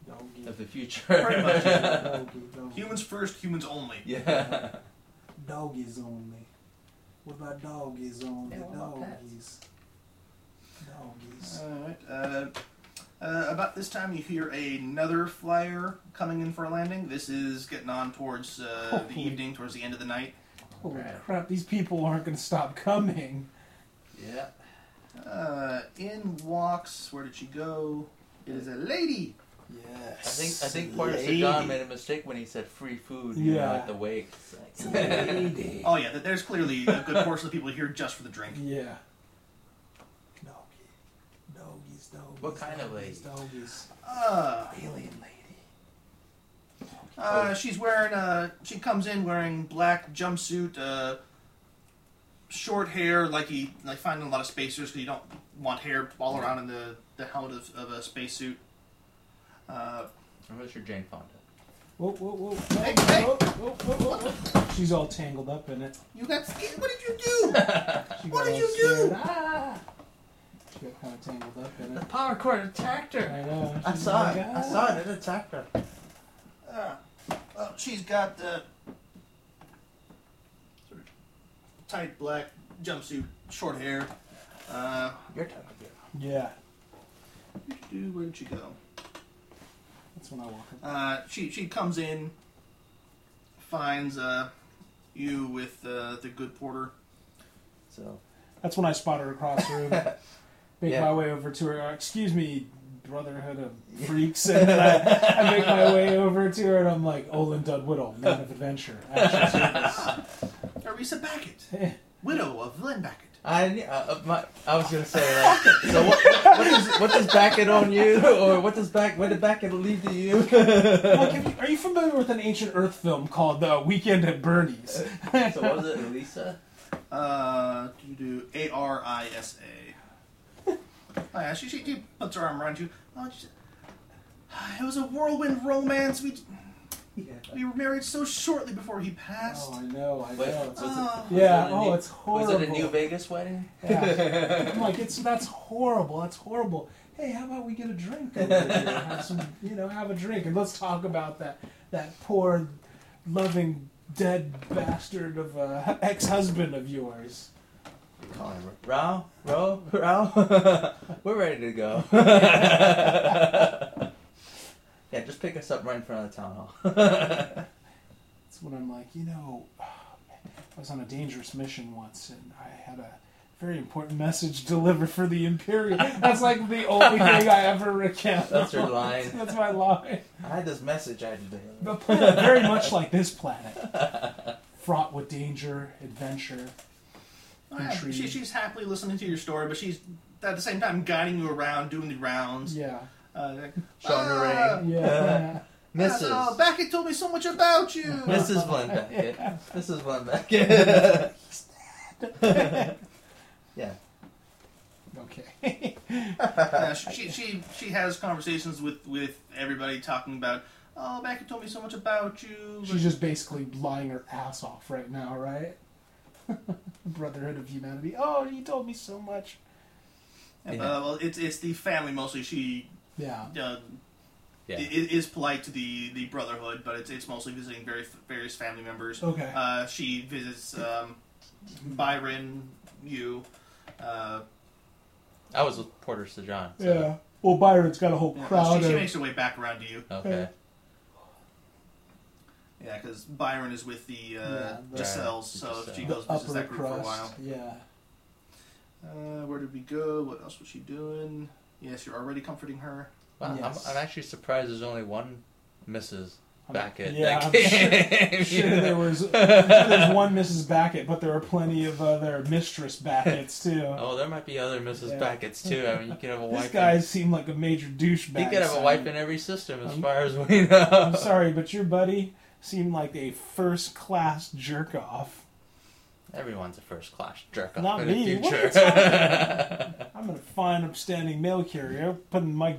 [SPEAKER 10] Donkey.
[SPEAKER 3] of the future.
[SPEAKER 2] Pretty much,
[SPEAKER 10] Doggy, doggy.
[SPEAKER 2] Humans first, humans only.
[SPEAKER 3] yeah.
[SPEAKER 10] Doggies only. What about doggies only?
[SPEAKER 3] Yeah, what about
[SPEAKER 10] Doggies. Doggies.
[SPEAKER 2] Alright. Uh, uh, about this time, you hear another flyer coming in for a landing. This is getting on towards uh, the
[SPEAKER 1] Oh.
[SPEAKER 2] evening, towards the end of the night.
[SPEAKER 1] Holy
[SPEAKER 3] Right.
[SPEAKER 1] crap, these people aren't going to stop coming.
[SPEAKER 3] [LAUGHS] Yeah.
[SPEAKER 2] Uh, in walks. Where did she go? It is a lady.
[SPEAKER 3] I
[SPEAKER 10] Yes.
[SPEAKER 3] think I think Porter
[SPEAKER 2] Lady.
[SPEAKER 3] Sagan made a mistake when he said free food. You know,
[SPEAKER 1] Yeah.
[SPEAKER 3] at the wake. It's [LAUGHS] like-
[SPEAKER 10] Lady.
[SPEAKER 2] Oh yeah, th- there's clearly a good portion of people here just for
[SPEAKER 1] [LAUGHS]
[SPEAKER 2] the drink.
[SPEAKER 1] Yeah.
[SPEAKER 10] Doggy. Doggies, doggies.
[SPEAKER 3] What kind of
[SPEAKER 10] doggies, Doggies.
[SPEAKER 2] Uh,
[SPEAKER 10] Alien lady.
[SPEAKER 2] uh, she's wearing a. She comes in wearing black jumpsuit, uh, short hair, like you like finding a lot of spacers because you don't want hair all around in the the helmet of, of a spacesuit. Uh,
[SPEAKER 3] I'm not sure Jane Fonda.
[SPEAKER 1] Whoa, whoa, whoa. whoa,
[SPEAKER 2] Hey, hey.
[SPEAKER 1] whoa, whoa, whoa, whoa. She's all tangled up in it.
[SPEAKER 2] you got scared. What did you do?
[SPEAKER 1] She got
[SPEAKER 2] What did
[SPEAKER 1] all
[SPEAKER 2] you do?
[SPEAKER 1] scared. Ah! She got kind of tangled up in it.
[SPEAKER 3] power cord Oh attacked her.
[SPEAKER 1] I know.
[SPEAKER 3] I
[SPEAKER 1] She's
[SPEAKER 3] saw
[SPEAKER 1] like,
[SPEAKER 3] it. I
[SPEAKER 1] "Ah."
[SPEAKER 3] saw it. It attacked her.
[SPEAKER 2] Uh, well, she's got the sort of tight black jumpsuit, short hair. Uh,
[SPEAKER 3] You're talking about.
[SPEAKER 1] Yeah.
[SPEAKER 2] where did she go?
[SPEAKER 1] That's when I walk up.
[SPEAKER 2] Uh, she she comes in, finds uh, you with uh, the good porter.
[SPEAKER 3] So
[SPEAKER 1] That's when I spot her across
[SPEAKER 3] [LAUGHS]
[SPEAKER 1] the room. Make
[SPEAKER 3] Yeah.
[SPEAKER 1] my way over to her. uh, Excuse me, Brotherhood of Freaks. And then I, I make my way over to her and I'm like, Olin Dudwittle, Man of Adventure. Action service.
[SPEAKER 2] Arisa Backett, widow of Len Backett.
[SPEAKER 3] I knew- uh, uh, my, I was gonna say like so what what, does, what does Backett on you or what does back what did Backett leave to you? [LAUGHS]
[SPEAKER 1] Like, have you, [LAUGHS] are you familiar with an ancient Earth film called The Weekend at
[SPEAKER 3] Uh,
[SPEAKER 1] Bernie's?
[SPEAKER 3] so was it Elisa?
[SPEAKER 2] Uh, do do A R I S A. Oh yeah, she, she she puts her arm around you. Oh, she, it was a whirlwind romance. We
[SPEAKER 10] Yeah.
[SPEAKER 2] we were married so shortly before he passed.
[SPEAKER 1] Oh, I know, I
[SPEAKER 3] Wait,
[SPEAKER 1] know.
[SPEAKER 3] was
[SPEAKER 2] Oh.
[SPEAKER 3] it,
[SPEAKER 1] yeah,
[SPEAKER 3] was it a
[SPEAKER 1] oh,
[SPEAKER 3] new,
[SPEAKER 1] it's
[SPEAKER 3] was
[SPEAKER 1] horrible.
[SPEAKER 3] it a New Vegas wedding?
[SPEAKER 1] Yeah. I'm like, it's that's horrible. That's horrible. Hey, how about we get a drink over here? Have some, you know, have a drink, and let's talk about that that poor, loving, dead bastard of a ex-husband of yours.
[SPEAKER 3] Call him Rao, Ro, Rao. [LAUGHS] We're ready to go. [LAUGHS] yeah, just pick us up right in front of the town hall. [LAUGHS]
[SPEAKER 1] That's when I'm like, you know, I was on a dangerous mission once, and I had a very important message delivered for the Imperium. That's like the only thing I ever recount.
[SPEAKER 3] That's your line.
[SPEAKER 1] That's my line.
[SPEAKER 3] I had this message I had to deliver.
[SPEAKER 1] A planet very much like this planet, fraught with danger, adventure.
[SPEAKER 2] Oh, yeah,
[SPEAKER 1] Intrigued.
[SPEAKER 2] she, she's happily listening to your story, but she's at the same time guiding you around, doing the rounds.
[SPEAKER 1] Yeah,
[SPEAKER 2] Uh, like,
[SPEAKER 3] Showing her
[SPEAKER 2] "Ah,
[SPEAKER 3] ring.
[SPEAKER 1] yeah.
[SPEAKER 2] Basil,
[SPEAKER 3] Mrs.
[SPEAKER 2] Beckett uh, told me so much about
[SPEAKER 1] [LAUGHS]
[SPEAKER 2] you. [LAUGHS]
[SPEAKER 3] Mrs. Glenn Beckett. Mrs. Glenn Beckett.
[SPEAKER 1] okay. [LAUGHS]
[SPEAKER 2] Uh, she, [LAUGHS] she, she she has conversations with with everybody talking about. Oh, Beckett told me so much about you.
[SPEAKER 1] She's just basically lying her ass off right now, right? [LAUGHS] Brotherhood of Humanity. Oh, you told me so much.
[SPEAKER 2] Uh,
[SPEAKER 3] Yeah.
[SPEAKER 2] well, it's it's the family mostly. She
[SPEAKER 1] Yeah.
[SPEAKER 2] uh, i
[SPEAKER 3] Yeah.
[SPEAKER 2] i- is polite to the the brotherhood, but it's it's mostly visiting various various family members.
[SPEAKER 1] Okay.
[SPEAKER 2] Uh, she visits um, Byron, you. Uh,
[SPEAKER 3] I was with Porter Sajan. so-
[SPEAKER 1] yeah. Well, Byron's got a whole
[SPEAKER 2] yeah,
[SPEAKER 1] crowd
[SPEAKER 2] she, she
[SPEAKER 1] of.
[SPEAKER 2] makes her way back around to you.
[SPEAKER 3] Okay.
[SPEAKER 2] Yeah, because Byron is with the uh,
[SPEAKER 1] Yeah,
[SPEAKER 2] Giselles,
[SPEAKER 1] the-
[SPEAKER 2] so
[SPEAKER 3] Giselle.
[SPEAKER 2] she
[SPEAKER 1] the
[SPEAKER 2] goes visits
[SPEAKER 1] upper
[SPEAKER 2] that group for a
[SPEAKER 1] crust.
[SPEAKER 2] while.
[SPEAKER 1] Yeah.
[SPEAKER 2] Uh, where did we go? What else was she doing? Yes, you're already comforting her.
[SPEAKER 3] Wow,
[SPEAKER 1] Yes.
[SPEAKER 3] I'm, I'm actually surprised there's only one Mrs.
[SPEAKER 1] I'm-
[SPEAKER 3] Beckett.
[SPEAKER 1] yeah,
[SPEAKER 3] that
[SPEAKER 1] I'm
[SPEAKER 3] came.
[SPEAKER 1] Sure, there was there's one Mrs. Backett, but there are plenty of other Mistress Backetts too.
[SPEAKER 3] [LAUGHS] Oh, there might be other Mrs.
[SPEAKER 1] Yeah.
[SPEAKER 3] Beckett's too. I mean, you could have a
[SPEAKER 1] This
[SPEAKER 3] wife.
[SPEAKER 1] guy
[SPEAKER 3] in-
[SPEAKER 1] seemed like a major douchebag.
[SPEAKER 3] he could have a
[SPEAKER 1] son.
[SPEAKER 3] wife in every system, as
[SPEAKER 1] I'm-
[SPEAKER 3] far as we know.
[SPEAKER 1] I'm sorry, but your buddy seemed like a first class jerk off.
[SPEAKER 3] Everyone's a first class jerk off
[SPEAKER 1] Not
[SPEAKER 3] in
[SPEAKER 1] me.
[SPEAKER 3] the
[SPEAKER 1] What are
[SPEAKER 3] future.
[SPEAKER 1] you talking I'm a fine, upstanding mail carrier, putting my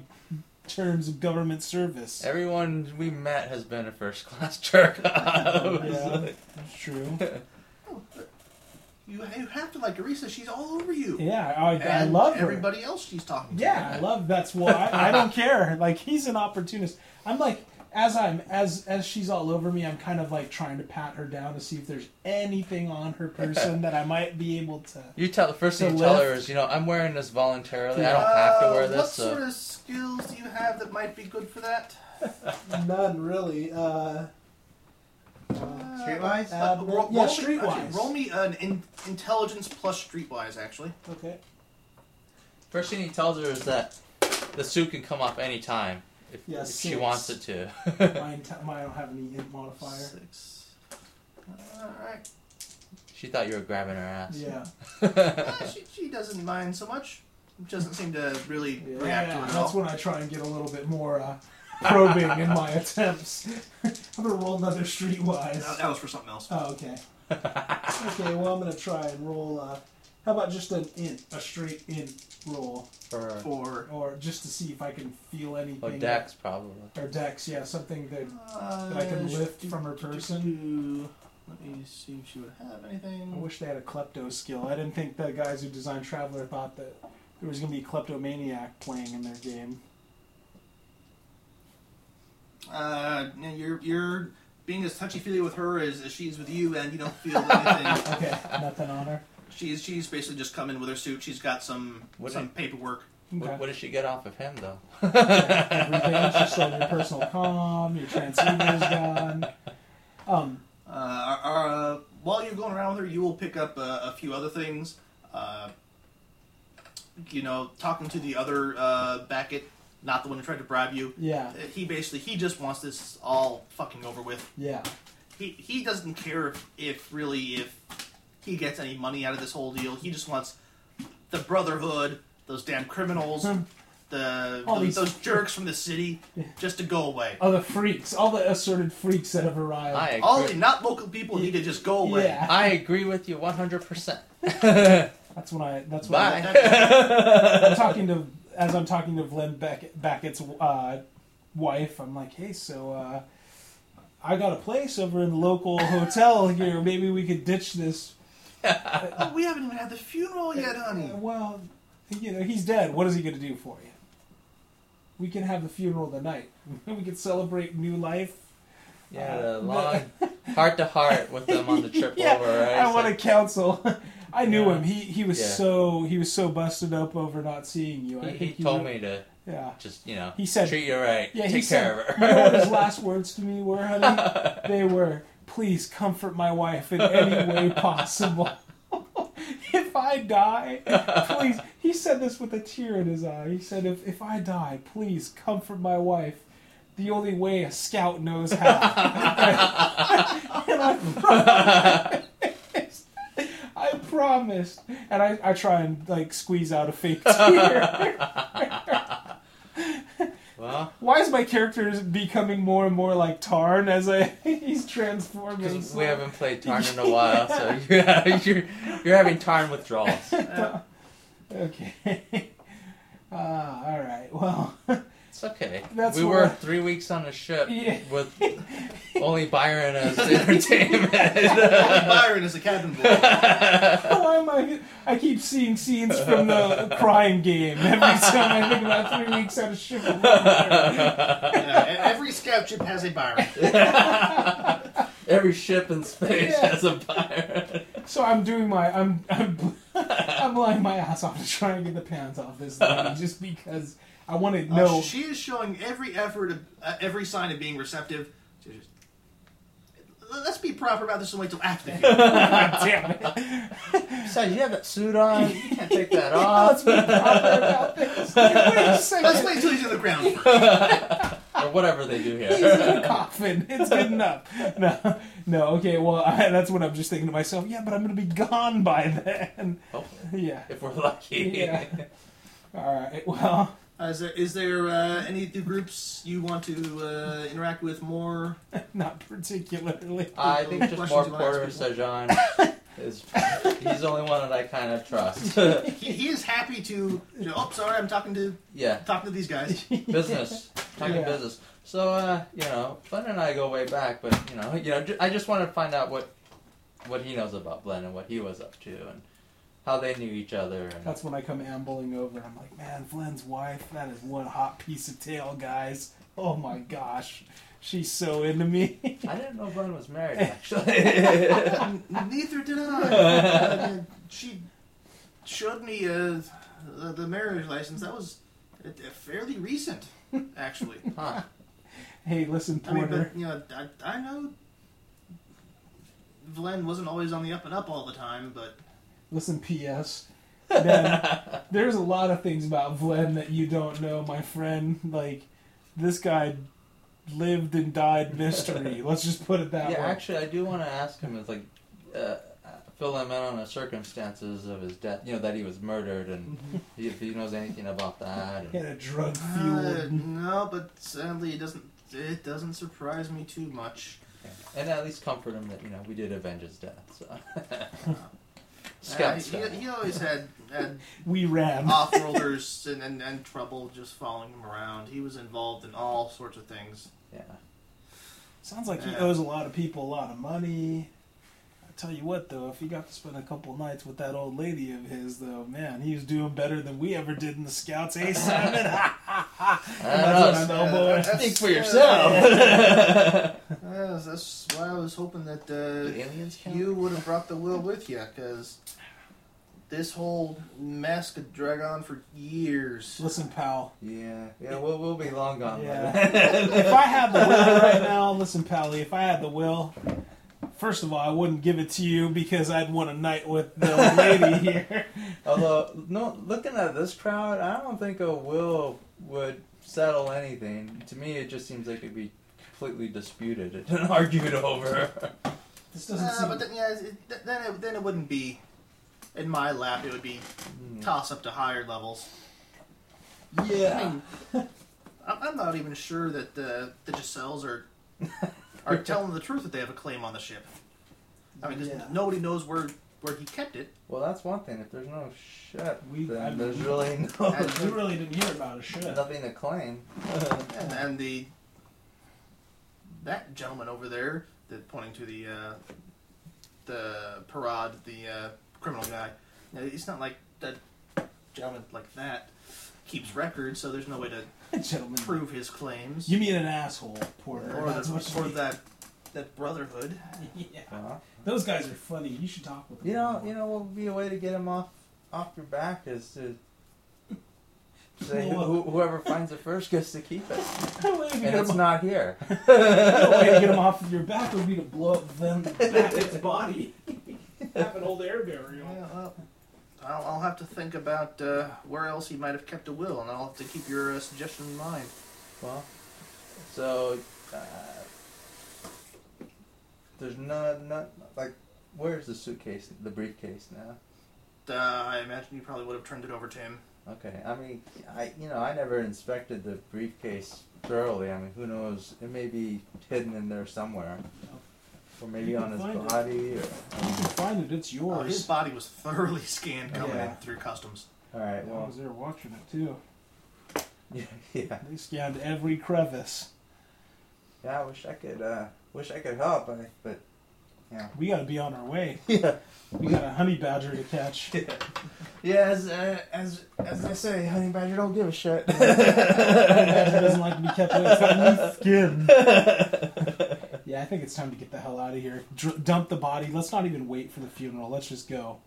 [SPEAKER 1] terms of government
[SPEAKER 3] [LAUGHS]
[SPEAKER 1] service.
[SPEAKER 3] [LAUGHS] Everyone we [LAUGHS] met has been a first class jerk off.
[SPEAKER 1] Yeah, that's true.
[SPEAKER 2] Oh, You, you have to like Arisa. She's all over you.
[SPEAKER 1] Yeah, I, I
[SPEAKER 2] And
[SPEAKER 1] love her.
[SPEAKER 2] everybody else she's talking to.
[SPEAKER 1] Yeah, I love that's why I, I
[SPEAKER 8] [LAUGHS]
[SPEAKER 1] don't care. Like he's an opportunist. I'm like as I'm as as she's all over me, I'm kind of like trying to pat her down to see if there's anything on her person that I might be able to.
[SPEAKER 3] You tell the first thing
[SPEAKER 1] The
[SPEAKER 3] you tell her
[SPEAKER 1] lift.
[SPEAKER 3] is, you know, I'm wearing this voluntarily. I
[SPEAKER 1] Yeah.
[SPEAKER 3] don't have to wear
[SPEAKER 2] Uh, What
[SPEAKER 3] this. So.
[SPEAKER 2] sort of skills do you have that might be good for that?
[SPEAKER 8] None really. Uh, uh,
[SPEAKER 7] Streetwise?
[SPEAKER 8] Uh,
[SPEAKER 2] Uh, roll,
[SPEAKER 8] yeah,
[SPEAKER 2] roll me,
[SPEAKER 8] streetwise.
[SPEAKER 2] actually, roll me an in, intelligence plus streetwise, actually.
[SPEAKER 8] okay.
[SPEAKER 3] First thing he tells her is that the suit can come off any time if,
[SPEAKER 8] Yeah,
[SPEAKER 3] if she
[SPEAKER 8] six.
[SPEAKER 3] wants it to. [LAUGHS]
[SPEAKER 1] Mine, t- mine don't have any int modifier.
[SPEAKER 2] Six. All [LAUGHS] right.
[SPEAKER 3] she thought you were grabbing her ass.
[SPEAKER 1] Yeah,
[SPEAKER 2] Eh, she, she doesn't mind so much. Doesn't seem to really
[SPEAKER 1] yeah.
[SPEAKER 2] react to it at all.
[SPEAKER 1] that's when I try and get a little bit more uh, probing in my attempts. [LAUGHS] I'm gonna roll another
[SPEAKER 2] That-
[SPEAKER 1] streetwise.
[SPEAKER 2] that was for something else.
[SPEAKER 1] Oh, okay.
[SPEAKER 8] Okay, well, I'm going to try and roll. Uh, how about just an int?
[SPEAKER 1] A straight int roll,
[SPEAKER 3] [LAUGHS] For
[SPEAKER 2] For
[SPEAKER 1] or just to see if I can feel anything.
[SPEAKER 3] oh, Dex probably.
[SPEAKER 1] Or Dex, yeah, something that
[SPEAKER 2] uh,
[SPEAKER 1] that I can lift from her person.
[SPEAKER 2] Let me see if she would have
[SPEAKER 1] I
[SPEAKER 2] anything.
[SPEAKER 1] wish they had a klepto skill. I didn't think the guys who designed Traveler thought that there was going to be a kleptomaniac playing in their [LAUGHS] game.
[SPEAKER 2] Uh, you know, you're you're being as touchy feely with her as, as she is with you, and you don't
[SPEAKER 1] [LAUGHS]
[SPEAKER 2] feel anything.
[SPEAKER 1] Okay, nothing on her.
[SPEAKER 2] she's she's basically just come in with her suit. She's got some
[SPEAKER 3] What
[SPEAKER 2] some paperwork.
[SPEAKER 3] What,
[SPEAKER 1] Okay.
[SPEAKER 3] what does she get off of him
[SPEAKER 1] [LAUGHS]
[SPEAKER 3] though? [LAUGHS]
[SPEAKER 1] Everything. It's just on your personal comm, your transceiver's gone. Um,
[SPEAKER 2] Uh, uh, while you're going around with her, you will pick up uh, a few other things. Uh, you know, talking to the other uh, Beckett, not the one who tried to bribe you.
[SPEAKER 1] yeah,
[SPEAKER 2] Uh, He basically he just wants this all fucking over with.
[SPEAKER 1] yeah.
[SPEAKER 2] he he doesn't care if, if really if he gets any money out of this whole deal. He just wants the brotherhood, those
[SPEAKER 1] [LAUGHS]
[SPEAKER 2] damn criminals,
[SPEAKER 1] Hmm.
[SPEAKER 2] the
[SPEAKER 1] All
[SPEAKER 2] those,
[SPEAKER 1] these-
[SPEAKER 2] those jerks from
[SPEAKER 1] [LAUGHS]
[SPEAKER 2] the city, just to go away.
[SPEAKER 1] All the freaks, all the assorted freaks that have arrived.
[SPEAKER 3] I agree.
[SPEAKER 2] All the not local people need to just go away. [LAUGHS]
[SPEAKER 1] Yeah.
[SPEAKER 3] I agree with you 100%.
[SPEAKER 1] That's when I. That's when I,
[SPEAKER 3] Bye.
[SPEAKER 1] I'm talking to as I'm talking to Vlen Beckett, Beckett's uh, wife. I'm like, hey, so uh, I got a place over in the local hotel here. Maybe we could ditch this.
[SPEAKER 2] Oh, we haven't even had the funeral
[SPEAKER 1] [LAUGHS]
[SPEAKER 2] yet, honey. [LAUGHS]
[SPEAKER 1] Uh, well, you know, he's dead. What is he gonna do for you? We can have the funeral tonight. [LAUGHS] we can celebrate new life.
[SPEAKER 3] [LAUGHS] yeah, the long heart to heart with them on the trip
[SPEAKER 1] [LAUGHS] Yeah,
[SPEAKER 3] over, right?
[SPEAKER 1] I
[SPEAKER 3] It's
[SPEAKER 1] want to
[SPEAKER 3] like,
[SPEAKER 1] counsel. [LAUGHS] I knew
[SPEAKER 3] Yeah.
[SPEAKER 1] him. He he was
[SPEAKER 3] Yeah.
[SPEAKER 1] so he was so busted up over not seeing you. I
[SPEAKER 3] he,
[SPEAKER 1] think
[SPEAKER 3] he told
[SPEAKER 1] re-
[SPEAKER 3] me to
[SPEAKER 1] Yeah.
[SPEAKER 3] just, you know,
[SPEAKER 1] He said-
[SPEAKER 3] treat you right.
[SPEAKER 1] Yeah,
[SPEAKER 3] take
[SPEAKER 1] he
[SPEAKER 3] care
[SPEAKER 1] said,
[SPEAKER 3] of
[SPEAKER 1] You know what his
[SPEAKER 3] her.
[SPEAKER 1] last [LAUGHS] words to me were, honey? they were, please comfort my wife in any way possible. [LAUGHS] if I die, please. He said this with a tear in his eye. He said, if, if I die, please comfort my wife. The only way a scout knows how. [LAUGHS] and I promised. I promised. And I, I try and like squeeze out a fake tear.
[SPEAKER 3] [LAUGHS]
[SPEAKER 1] [LAUGHS]
[SPEAKER 3] well,
[SPEAKER 1] Why is my character becoming more and more like Tarn as I [LAUGHS] he's transforming?
[SPEAKER 3] Because we haven't played Tarn in a while, so [LAUGHS] you're, you're, you're having Tarn withdrawals.
[SPEAKER 1] [LAUGHS] Okay. [LAUGHS] Uh, all right. Well, [LAUGHS]
[SPEAKER 3] It's okay.
[SPEAKER 1] That's
[SPEAKER 3] we were
[SPEAKER 1] what-
[SPEAKER 3] three weeks on a ship
[SPEAKER 1] Yeah. [LAUGHS]
[SPEAKER 3] with only Byron as [LAUGHS] entertainment. [LAUGHS]
[SPEAKER 2] Byron is a cabin boy.
[SPEAKER 1] why am I? I keep seeing scenes from the crime game every time I think about three weeks out of ship.
[SPEAKER 2] Yeah, e- every scout ship has a
[SPEAKER 1] [LAUGHS]
[SPEAKER 2] Byron.
[SPEAKER 3] [LAUGHS] Every ship in space
[SPEAKER 1] Yeah.
[SPEAKER 3] has a Byron.
[SPEAKER 1] So I'm doing my I'm I'm I'm lying my ass off to try and get the pounds off this lady just because I want to
[SPEAKER 2] Uh,
[SPEAKER 1] know.
[SPEAKER 2] she is showing every effort, of, uh, every sign of being receptive. She's just- Let's be proper about this and wait till after the funeral.
[SPEAKER 1] [LAUGHS] damn it.
[SPEAKER 3] Besides, you have that suit on. You can't take [LAUGHS] that
[SPEAKER 1] Let's
[SPEAKER 3] off.
[SPEAKER 1] be proper about this. Wait a second.
[SPEAKER 2] Let's wait till he's in the ground first.
[SPEAKER 3] [LAUGHS] or whatever they do
[SPEAKER 1] He's in
[SPEAKER 3] here.
[SPEAKER 1] a coffin. It's good enough. No, no. Okay. Well, I, that's what I'm just thinking to myself. Yeah, but I'm gonna be gone by then.
[SPEAKER 3] [LAUGHS]
[SPEAKER 1] [LAUGHS]
[SPEAKER 3] Hopefully,
[SPEAKER 1] Yeah.
[SPEAKER 3] if we're lucky.
[SPEAKER 1] Yeah. All right. Well,
[SPEAKER 2] Uh, is there, is there uh, any of the groups you want to uh, interact with more?
[SPEAKER 1] not particularly.
[SPEAKER 3] I think just
[SPEAKER 2] Questions
[SPEAKER 3] more
[SPEAKER 2] you wanna
[SPEAKER 3] Porter
[SPEAKER 2] ask
[SPEAKER 3] Sajan
[SPEAKER 1] [LAUGHS]
[SPEAKER 3] is he's the only one that I kind of trust. [LAUGHS]
[SPEAKER 2] He, he is happy to. you know, oh, sorry, I'm talking to
[SPEAKER 3] yeah,
[SPEAKER 2] talking to these guys.
[SPEAKER 3] [LAUGHS] business, talking
[SPEAKER 1] Yeah.
[SPEAKER 3] business. So uh, you know, Glenn and I go way back, but you know, you know, ju- I just want to find out what what he knows about Blen and what he was up to and how they knew each other. And
[SPEAKER 1] That's when I come ambling over and I'm like, man, Flynn's wife, that is one hot piece of tail, guys. Oh my gosh. She's so into me. [LAUGHS]
[SPEAKER 3] I didn't know Blen was married actually. [LAUGHS]
[SPEAKER 2] Neither did I. I mean, she showed me uh, the, the marriage license. That was uh, fairly recent, actually.
[SPEAKER 3] huh.
[SPEAKER 1] hey, listen,
[SPEAKER 2] I mean,
[SPEAKER 1] Porter.
[SPEAKER 2] but you know, I, I know Vlen wasn't always on the up and up all the time, but
[SPEAKER 1] Listen, P.S. Then, there's a lot of things about Vlen that you don't know, my friend. Like, this guy lived and died
[SPEAKER 2] [LAUGHS]
[SPEAKER 1] mystery. Let's just put it that
[SPEAKER 3] [LAUGHS] yeah,
[SPEAKER 1] way.
[SPEAKER 3] actually, I do want to ask him is like uh, fill him in on the circumstances of his death. You know that he was murdered, and
[SPEAKER 1] Mm-hmm.
[SPEAKER 3] if he knows anything about that.
[SPEAKER 1] He
[SPEAKER 3] And,
[SPEAKER 1] had a drug
[SPEAKER 2] uh,
[SPEAKER 1] fueled.
[SPEAKER 2] no. But sadly, it doesn't. It doesn't surprise me too much.
[SPEAKER 3] and at least comfort him that you know we did avenge his death. So. [LAUGHS]
[SPEAKER 2] Uh,
[SPEAKER 3] Scout
[SPEAKER 2] he,
[SPEAKER 3] style.
[SPEAKER 2] he always had,
[SPEAKER 3] [LAUGHS]
[SPEAKER 2] had
[SPEAKER 1] we ran.
[SPEAKER 2] uh, off-worlders and, and, and trouble just following him around. He was involved in all sorts of things.
[SPEAKER 3] Yeah.
[SPEAKER 1] Sounds like he
[SPEAKER 2] Yeah.
[SPEAKER 1] owes a lot of people a lot of money. I tell you what, though, if he got to spend a couple nights with that old lady of his, though, man, he was doing better than we ever did in the Scouts, eh, Simon?
[SPEAKER 2] [LAUGHS]
[SPEAKER 3] I
[SPEAKER 1] That's what
[SPEAKER 3] don't
[SPEAKER 1] I'm-
[SPEAKER 3] know.
[SPEAKER 1] Oh, boy.
[SPEAKER 2] that's-
[SPEAKER 3] Speak for
[SPEAKER 2] uh, [LAUGHS]
[SPEAKER 3] yourself. [LAUGHS]
[SPEAKER 2] uh, that's why I was hoping that
[SPEAKER 3] Do
[SPEAKER 2] uh,
[SPEAKER 3] aliens count?
[SPEAKER 2] you would have brought the will with you, because this whole mess could drag on for years.
[SPEAKER 1] Listen, pal.
[SPEAKER 3] Yeah, yeah, we'll, we'll be long gone. by [LAUGHS]
[SPEAKER 1] Yeah.
[SPEAKER 3] then.
[SPEAKER 1] If I had the will right now, listen, Pally, if I had the will, first of all, I wouldn't give it to you because I'd want a night with the old
[SPEAKER 2] [LAUGHS]
[SPEAKER 1] lady here.
[SPEAKER 3] Although, no, looking at this crowd, I don't think a will would settle anything. To me, it just seems like it'd be completely disputed and [LAUGHS] argued over.
[SPEAKER 1] This doesn't
[SPEAKER 2] Uh,
[SPEAKER 1] seem. [LAUGHS]
[SPEAKER 2] but then, yeah, it, th- then it, then it wouldn't be in my lap. It would be
[SPEAKER 3] Hmm.
[SPEAKER 2] toss up to higher levels. I
[SPEAKER 8] Yeah.
[SPEAKER 2] mean, I'm I'm not even sure that uh, the Giselles are
[SPEAKER 1] [LAUGHS]
[SPEAKER 2] are telling the truth that they have a claim on the ship. I mean, 'cause
[SPEAKER 8] Yeah.
[SPEAKER 2] nobody knows where where he kept it.
[SPEAKER 3] Well, that's one thing. If there's no shit,
[SPEAKER 1] We-
[SPEAKER 3] then
[SPEAKER 1] I mean,
[SPEAKER 3] there's
[SPEAKER 1] we-
[SPEAKER 3] really no,
[SPEAKER 1] you really didn't hear about it,
[SPEAKER 2] [LAUGHS]
[SPEAKER 1] should.
[SPEAKER 3] [LAUGHS] nothing to claim.
[SPEAKER 2] And, and the that gentleman over there, that pointing to the uh, the parade, the uh, criminal guy. you know, It's not like that gentleman like that keeps records, so there's no way to
[SPEAKER 1] Gentlemen.
[SPEAKER 2] prove his claims.
[SPEAKER 1] You mean an asshole, Porter.
[SPEAKER 2] or
[SPEAKER 1] That's
[SPEAKER 2] the,
[SPEAKER 1] what you
[SPEAKER 2] or
[SPEAKER 1] mean.
[SPEAKER 2] that that brotherhood.
[SPEAKER 1] [LAUGHS] Yeah.
[SPEAKER 3] Uh,
[SPEAKER 1] Those guys are funny. You should talk with them.
[SPEAKER 3] you know,
[SPEAKER 1] [LAUGHS]
[SPEAKER 3] you know what would be a way to get him off off your back is to say
[SPEAKER 1] Blow
[SPEAKER 3] who, whoever finds it first gets to keep it,
[SPEAKER 1] The way to get
[SPEAKER 3] and it's
[SPEAKER 1] them- [LAUGHS]
[SPEAKER 3] not here.
[SPEAKER 1] the way
[SPEAKER 3] [LAUGHS]
[SPEAKER 1] to get them off of your back would be to blow up them [LAUGHS] back its body. Have an old air
[SPEAKER 2] Yeah,
[SPEAKER 1] burial.
[SPEAKER 2] well, I'll, I'll have to think about uh, where else he might have kept a will, and I'll have to keep your uh, suggestion in mind.
[SPEAKER 3] Well, so uh, there's not not like where's the suitcase, the briefcase now?
[SPEAKER 2] Uh, I imagine you probably would have turned it over to him.
[SPEAKER 3] Okay, I mean, I you know I never inspected the briefcase thoroughly. I mean, who knows? It may be hidden in there somewhere, or maybe
[SPEAKER 1] You
[SPEAKER 3] on
[SPEAKER 1] can
[SPEAKER 3] his
[SPEAKER 1] find it.
[SPEAKER 3] body. Or,
[SPEAKER 1] You can find it. It's
[SPEAKER 2] Uh,
[SPEAKER 3] Oh,
[SPEAKER 1] [LAUGHS]
[SPEAKER 2] his
[SPEAKER 1] yours.
[SPEAKER 2] body was thoroughly [LAUGHS] scanned coming
[SPEAKER 3] Yeah.
[SPEAKER 2] in through
[SPEAKER 3] [LAUGHS]
[SPEAKER 2] customs.
[SPEAKER 3] all right,
[SPEAKER 1] I
[SPEAKER 3] well,
[SPEAKER 1] was there watching it too.
[SPEAKER 3] yeah, [LAUGHS] yeah,
[SPEAKER 1] They scanned every crevice.
[SPEAKER 3] yeah. I wish I could, uh, wish I could help, I, but
[SPEAKER 1] We gotta be on our way.
[SPEAKER 3] [LAUGHS] yeah,
[SPEAKER 1] We got a honey badger to
[SPEAKER 3] [LAUGHS]
[SPEAKER 1] catch.
[SPEAKER 3] yeah. As uh, as as they say, honey badger don't give a shit.
[SPEAKER 1] Honey badger doesn't like to be kept away from
[SPEAKER 3] [LAUGHS]
[SPEAKER 1] skin. yeah, I think it's time to get the hell out of here. Dr- dump the body. Let's not even wait for the funeral. Let's just go.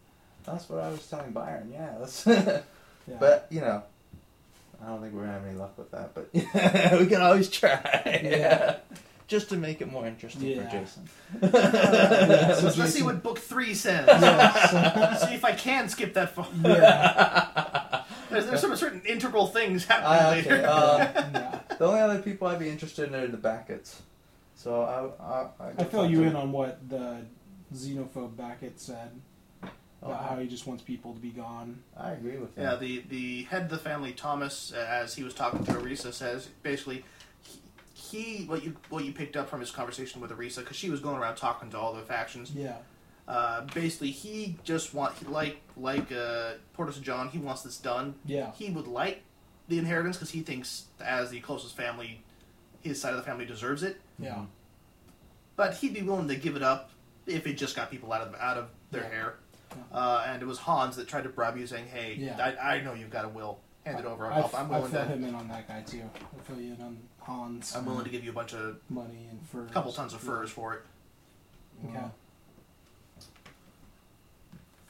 [SPEAKER 3] That's what I was telling Byron. Yeah, that's. [LAUGHS]
[SPEAKER 1] Yeah.
[SPEAKER 3] But you know, I don't think we're gonna have any luck with that. But we can always try.
[SPEAKER 1] Yeah.
[SPEAKER 3] just to make it more interesting
[SPEAKER 1] Yeah.
[SPEAKER 3] for
[SPEAKER 7] [LAUGHS]
[SPEAKER 3] Jason. [LAUGHS]
[SPEAKER 1] Yeah, so
[SPEAKER 2] Let's, let's see
[SPEAKER 1] Jason-
[SPEAKER 2] what book three says.
[SPEAKER 1] [LAUGHS]
[SPEAKER 2] see if I can skip that far.
[SPEAKER 1] Yeah.
[SPEAKER 2] [LAUGHS] There's, there's some certain integral things happening
[SPEAKER 3] Uh,
[SPEAKER 2] later.
[SPEAKER 3] okay. Um,
[SPEAKER 1] yeah.
[SPEAKER 3] the only other people I'd be interested in are the Backets. So I, I, I,
[SPEAKER 1] I fill you in on what the xenophobe Backett said
[SPEAKER 3] Oh,
[SPEAKER 1] about how
[SPEAKER 3] I,
[SPEAKER 1] he just wants people to be gone.
[SPEAKER 3] I agree with
[SPEAKER 2] Yeah,
[SPEAKER 3] that.
[SPEAKER 2] the, the head of the family, Thomas, uh, as he was talking to Arisa, says basically he, he what you what you picked up from his conversation with Arisa, because she was going around talking to all the factions.
[SPEAKER 1] Yeah.
[SPEAKER 2] Uh, basically, he just want he- like like uh, Porter St. John. He wants this done.
[SPEAKER 1] Yeah.
[SPEAKER 2] He would like the inheritance because he thinks, as the closest
[SPEAKER 1] Mm-hmm.
[SPEAKER 2] family, his side of the family deserves it.
[SPEAKER 1] Yeah.
[SPEAKER 2] But he'd be willing to give it up if it just got people out of out of their
[SPEAKER 1] Yeah.
[SPEAKER 2] hair.
[SPEAKER 1] Yeah.
[SPEAKER 2] Uh, and it was Hans that tried to bribe you, saying, "Hey,
[SPEAKER 1] Yeah.
[SPEAKER 2] I, I know you've got a will. Hand it over.
[SPEAKER 1] I,
[SPEAKER 2] I'll help. I'm
[SPEAKER 1] I
[SPEAKER 2] willing
[SPEAKER 1] fill
[SPEAKER 2] to.
[SPEAKER 1] him in on that guy too. I fill you in on Hans.
[SPEAKER 2] I'm willing to give you a bunch of
[SPEAKER 1] money and furs.
[SPEAKER 2] couple tons of furs for it."
[SPEAKER 1] Okay.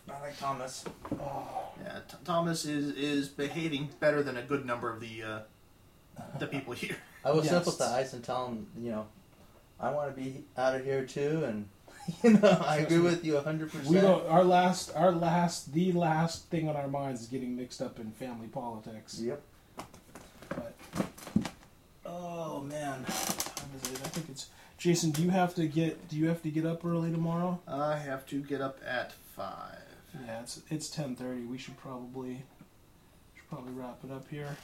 [SPEAKER 3] Not like Thomas.
[SPEAKER 1] Oh,
[SPEAKER 2] Yeah, Th- Thomas is is behaving better than a good number of the uh,
[SPEAKER 1] [LAUGHS]
[SPEAKER 2] the people here.
[SPEAKER 3] I will
[SPEAKER 1] Yes.
[SPEAKER 3] sympathize and tell him, you know, I want to be out of here too, and [LAUGHS] you know, I agree with you hundred
[SPEAKER 1] We
[SPEAKER 3] percent.
[SPEAKER 1] don't, our last, our last, the last thing on our minds is getting mixed up in family politics.
[SPEAKER 3] Yep.
[SPEAKER 1] Oh man, what time is it? I think it's Jason. Do you have to get? Do you have to get up early tomorrow?
[SPEAKER 2] I have to get up at five.
[SPEAKER 1] Yeah, it's it's ten thirty. We should probably should probably wrap it up here.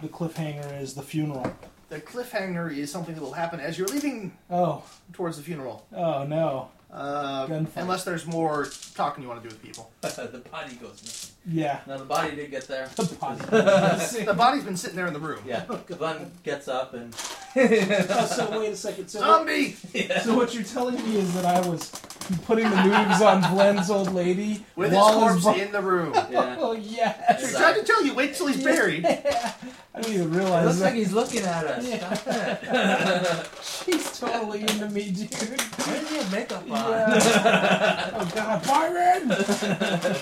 [SPEAKER 1] The cliffhanger is the funeral.
[SPEAKER 2] The cliffhanger is something that will happen as you're leaving
[SPEAKER 1] Oh,
[SPEAKER 2] towards the funeral,
[SPEAKER 1] oh no.
[SPEAKER 2] uh,
[SPEAKER 1] Gunfight.
[SPEAKER 2] unless there's more talking you want to do
[SPEAKER 1] [LAUGHS]
[SPEAKER 2] with people.
[SPEAKER 7] [LAUGHS] the body goes missing.
[SPEAKER 1] Yeah. [LAUGHS]
[SPEAKER 7] Now the body did get
[SPEAKER 3] [LAUGHS]
[SPEAKER 7] there.
[SPEAKER 1] The podcast.
[SPEAKER 2] The body's been sitting there in the room.
[SPEAKER 7] [LAUGHS] Yeah.
[SPEAKER 1] Oh,
[SPEAKER 7] Glenn gets up and
[SPEAKER 3] [LAUGHS]
[SPEAKER 8] Oh, so wait a second. So
[SPEAKER 2] Zombie
[SPEAKER 1] so what you're telling me is that I was putting the moves on Glenn's old lady
[SPEAKER 2] with his
[SPEAKER 1] while
[SPEAKER 2] corpse
[SPEAKER 1] bo-
[SPEAKER 2] in
[SPEAKER 1] [LAUGHS]
[SPEAKER 2] the room.
[SPEAKER 7] yeah.
[SPEAKER 1] Oh yes.
[SPEAKER 2] We tried to tell you, wait till he's
[SPEAKER 1] [LAUGHS]
[SPEAKER 2] buried.
[SPEAKER 1] I didn't even
[SPEAKER 7] It looks
[SPEAKER 1] realize
[SPEAKER 7] like
[SPEAKER 1] that.
[SPEAKER 7] he's looking at us.
[SPEAKER 1] Yeah.
[SPEAKER 7] Stop that.
[SPEAKER 1] She's totally into me, dude.
[SPEAKER 7] Where is your makeup
[SPEAKER 1] [LAUGHS]
[SPEAKER 2] [LAUGHS]
[SPEAKER 7] on?
[SPEAKER 1] Yeah. Oh god, Byron!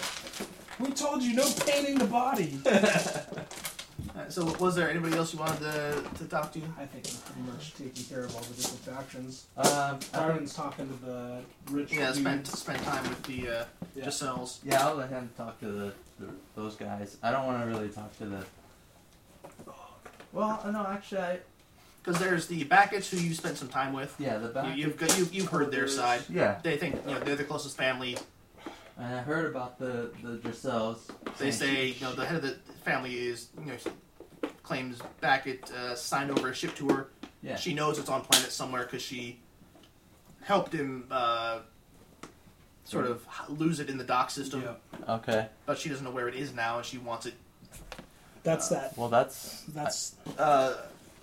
[SPEAKER 1] we told you no painting the body.
[SPEAKER 2] Alright, so, was there anybody else you wanted to, to talk to?
[SPEAKER 1] I think we're pretty much taking care of all the different factions.
[SPEAKER 7] Um, I think-
[SPEAKER 1] Byron's talking to the rich.
[SPEAKER 2] Yeah, spend
[SPEAKER 1] dudes.
[SPEAKER 2] spend time with the uh,
[SPEAKER 1] Yeah.
[SPEAKER 2] Giselles.
[SPEAKER 7] yeah, I'll let him talk to the, the those guys. I don't want to really talk to the. Well, no, actually, I,
[SPEAKER 2] because there's the Backets who you spent some time with.
[SPEAKER 7] yeah, the back.
[SPEAKER 2] You, you've got you, you've heard their side.
[SPEAKER 7] Yeah,
[SPEAKER 2] They think you know they're the closest family.
[SPEAKER 7] and I heard about the the Giselles.
[SPEAKER 2] They
[SPEAKER 7] saying-
[SPEAKER 2] say you know the head of the family is you know claims Backett uh, signed over a ship to her.
[SPEAKER 7] Yeah.
[SPEAKER 2] She knows it's on planet somewhere because she helped him uh, sort of h- lose it in the dock system.
[SPEAKER 1] Yeah.
[SPEAKER 7] Okay.
[SPEAKER 2] But she doesn't know where it is now, and she wants it.
[SPEAKER 1] That's that.
[SPEAKER 7] Well, that's
[SPEAKER 1] That's
[SPEAKER 2] Uh,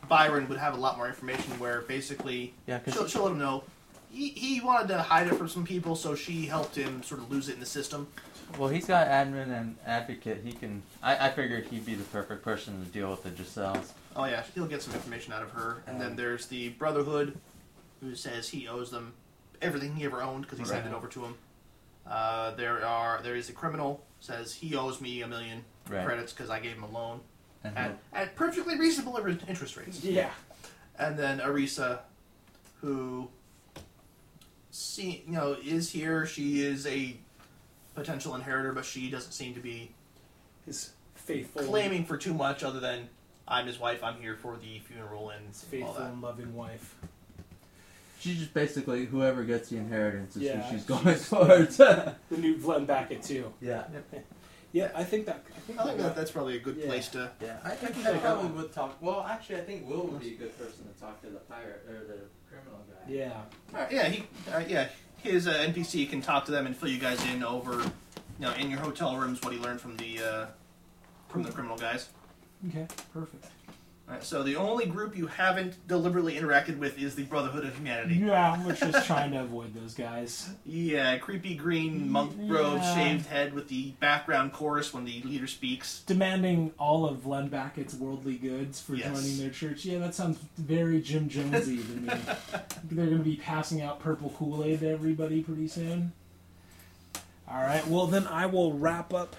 [SPEAKER 2] Byron would have a lot more information where basically
[SPEAKER 7] yeah, because
[SPEAKER 2] she'll, she'll let him know. He, he wanted to hide it from some people, so she helped him sort of lose it in the system.
[SPEAKER 7] Well, he's got admin and advocate. He can. I, I figured he'd be the perfect person to deal with the Giselles.
[SPEAKER 2] Oh yeah, he'll get some information out of her. And then there's the Brotherhood, who says he owes them everything he ever owned because he signed
[SPEAKER 7] Right.
[SPEAKER 2] it over to him. Uh, there are there is a criminal says he owes me a million
[SPEAKER 7] Right. Uh-huh.
[SPEAKER 2] credits because I gave him a loan
[SPEAKER 7] And
[SPEAKER 2] at, at perfectly reasonable re- interest rates.
[SPEAKER 1] yeah.
[SPEAKER 2] And then Arisa, who see you know is here. She is a potential inheritor, but she doesn't seem to be
[SPEAKER 1] His faithful,
[SPEAKER 2] claiming for too much other than. I'm his wife. I'm here for the funeral and
[SPEAKER 1] his
[SPEAKER 2] all
[SPEAKER 1] faithful
[SPEAKER 2] that.
[SPEAKER 1] and loving wife.
[SPEAKER 7] she's just basically whoever gets the inheritance is
[SPEAKER 1] Yeah,
[SPEAKER 7] who she's
[SPEAKER 1] she's-
[SPEAKER 7] going towards. yeah.
[SPEAKER 1] The new Glenn Backett too.
[SPEAKER 7] [LAUGHS] Yeah.
[SPEAKER 1] Yeah, I think that. I think,
[SPEAKER 2] I think that, that's probably a good
[SPEAKER 1] Yeah.
[SPEAKER 2] place to.
[SPEAKER 7] I think I probably would talk. Well, actually, I think Will would be a good person to talk to the pirate or the criminal guy.
[SPEAKER 1] Yeah.
[SPEAKER 2] Alright, yeah, he, uh, yeah, his uh, NPC can talk to them and fill you guys in over, you know, in your hotel rooms what he learned from the uh, from the criminal guys.
[SPEAKER 1] Okay. Perfect.
[SPEAKER 2] Alright, so the only group you haven't deliberately interacted with is the Brotherhood of Humanity.
[SPEAKER 1] Yeah, we're just trying to avoid those guys.
[SPEAKER 2] Yeah, creepy green monk robe,
[SPEAKER 1] Yeah.
[SPEAKER 2] shaved head with the background chorus when the leader speaks.
[SPEAKER 1] demanding all of Len Backett's worldly goods for
[SPEAKER 2] Yes.
[SPEAKER 1] joining their church. Yeah, that sounds very Jim Jonesy to
[SPEAKER 2] [LAUGHS]
[SPEAKER 1] me. They're going to be passing out purple Kool Aid to everybody pretty soon. All right. Well, then I will wrap up.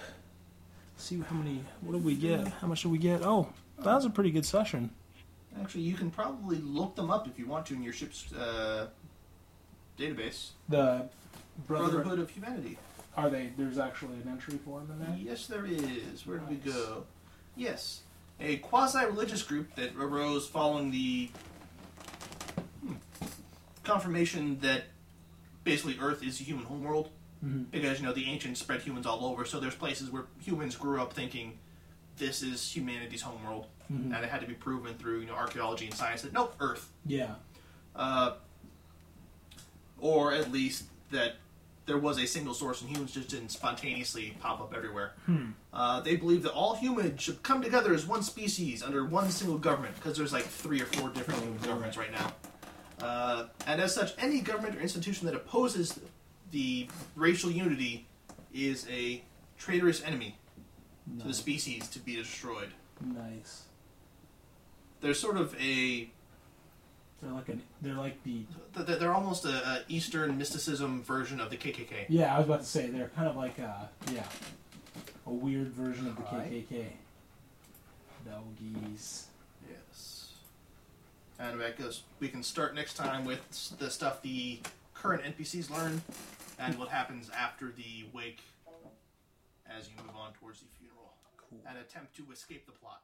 [SPEAKER 1] See how many. What did we get? How much did we get? Oh, that was a pretty good session.
[SPEAKER 2] Actually, you can probably look them up if you want to in your ship's uh, database.
[SPEAKER 1] The brother.
[SPEAKER 2] Brotherhood of Humanity.
[SPEAKER 1] Are they? There's actually an entry for them in there.
[SPEAKER 2] Yes, there is. Where did we
[SPEAKER 1] Nice.
[SPEAKER 2] go? Yes, a quasi-religious group that arose following the hmm, confirmation that basically Earth is a human homeworld
[SPEAKER 1] Mhm.
[SPEAKER 2] because you know the ancients spread humans all over. So there's places where humans grew up thinking this is humanity's homeworld,
[SPEAKER 1] Mhm.
[SPEAKER 2] and it had to be proven through you know archaeology and science that nope, Earth
[SPEAKER 1] Yeah.
[SPEAKER 2] uh, or at least that there was a single source and humans just didn't spontaneously pop up everywhere. Uh, they believe that all humans should come together as one species under one single government because there's like three or four different governments right now. Uh, and as such, any government or institution that opposes the racial unity is a traitorous enemy to the
[SPEAKER 1] Nice.
[SPEAKER 2] species to be destroyed.
[SPEAKER 1] nice.
[SPEAKER 2] They're sort of a
[SPEAKER 1] They're like an. They're like the.
[SPEAKER 2] th- th- they're almost a, a Eastern mysticism version of the KKK.
[SPEAKER 1] Yeah, I was about to say they're kind of like a yeah, a weird version of the
[SPEAKER 9] Alright.
[SPEAKER 1] KKK. Doggies.
[SPEAKER 2] Yes. And that goes. We can start next time with s- the stuff the current NPCs learn, and what happens after the wake, as you move on towards the funeral,
[SPEAKER 1] Cool.
[SPEAKER 2] and attempt to escape the plot.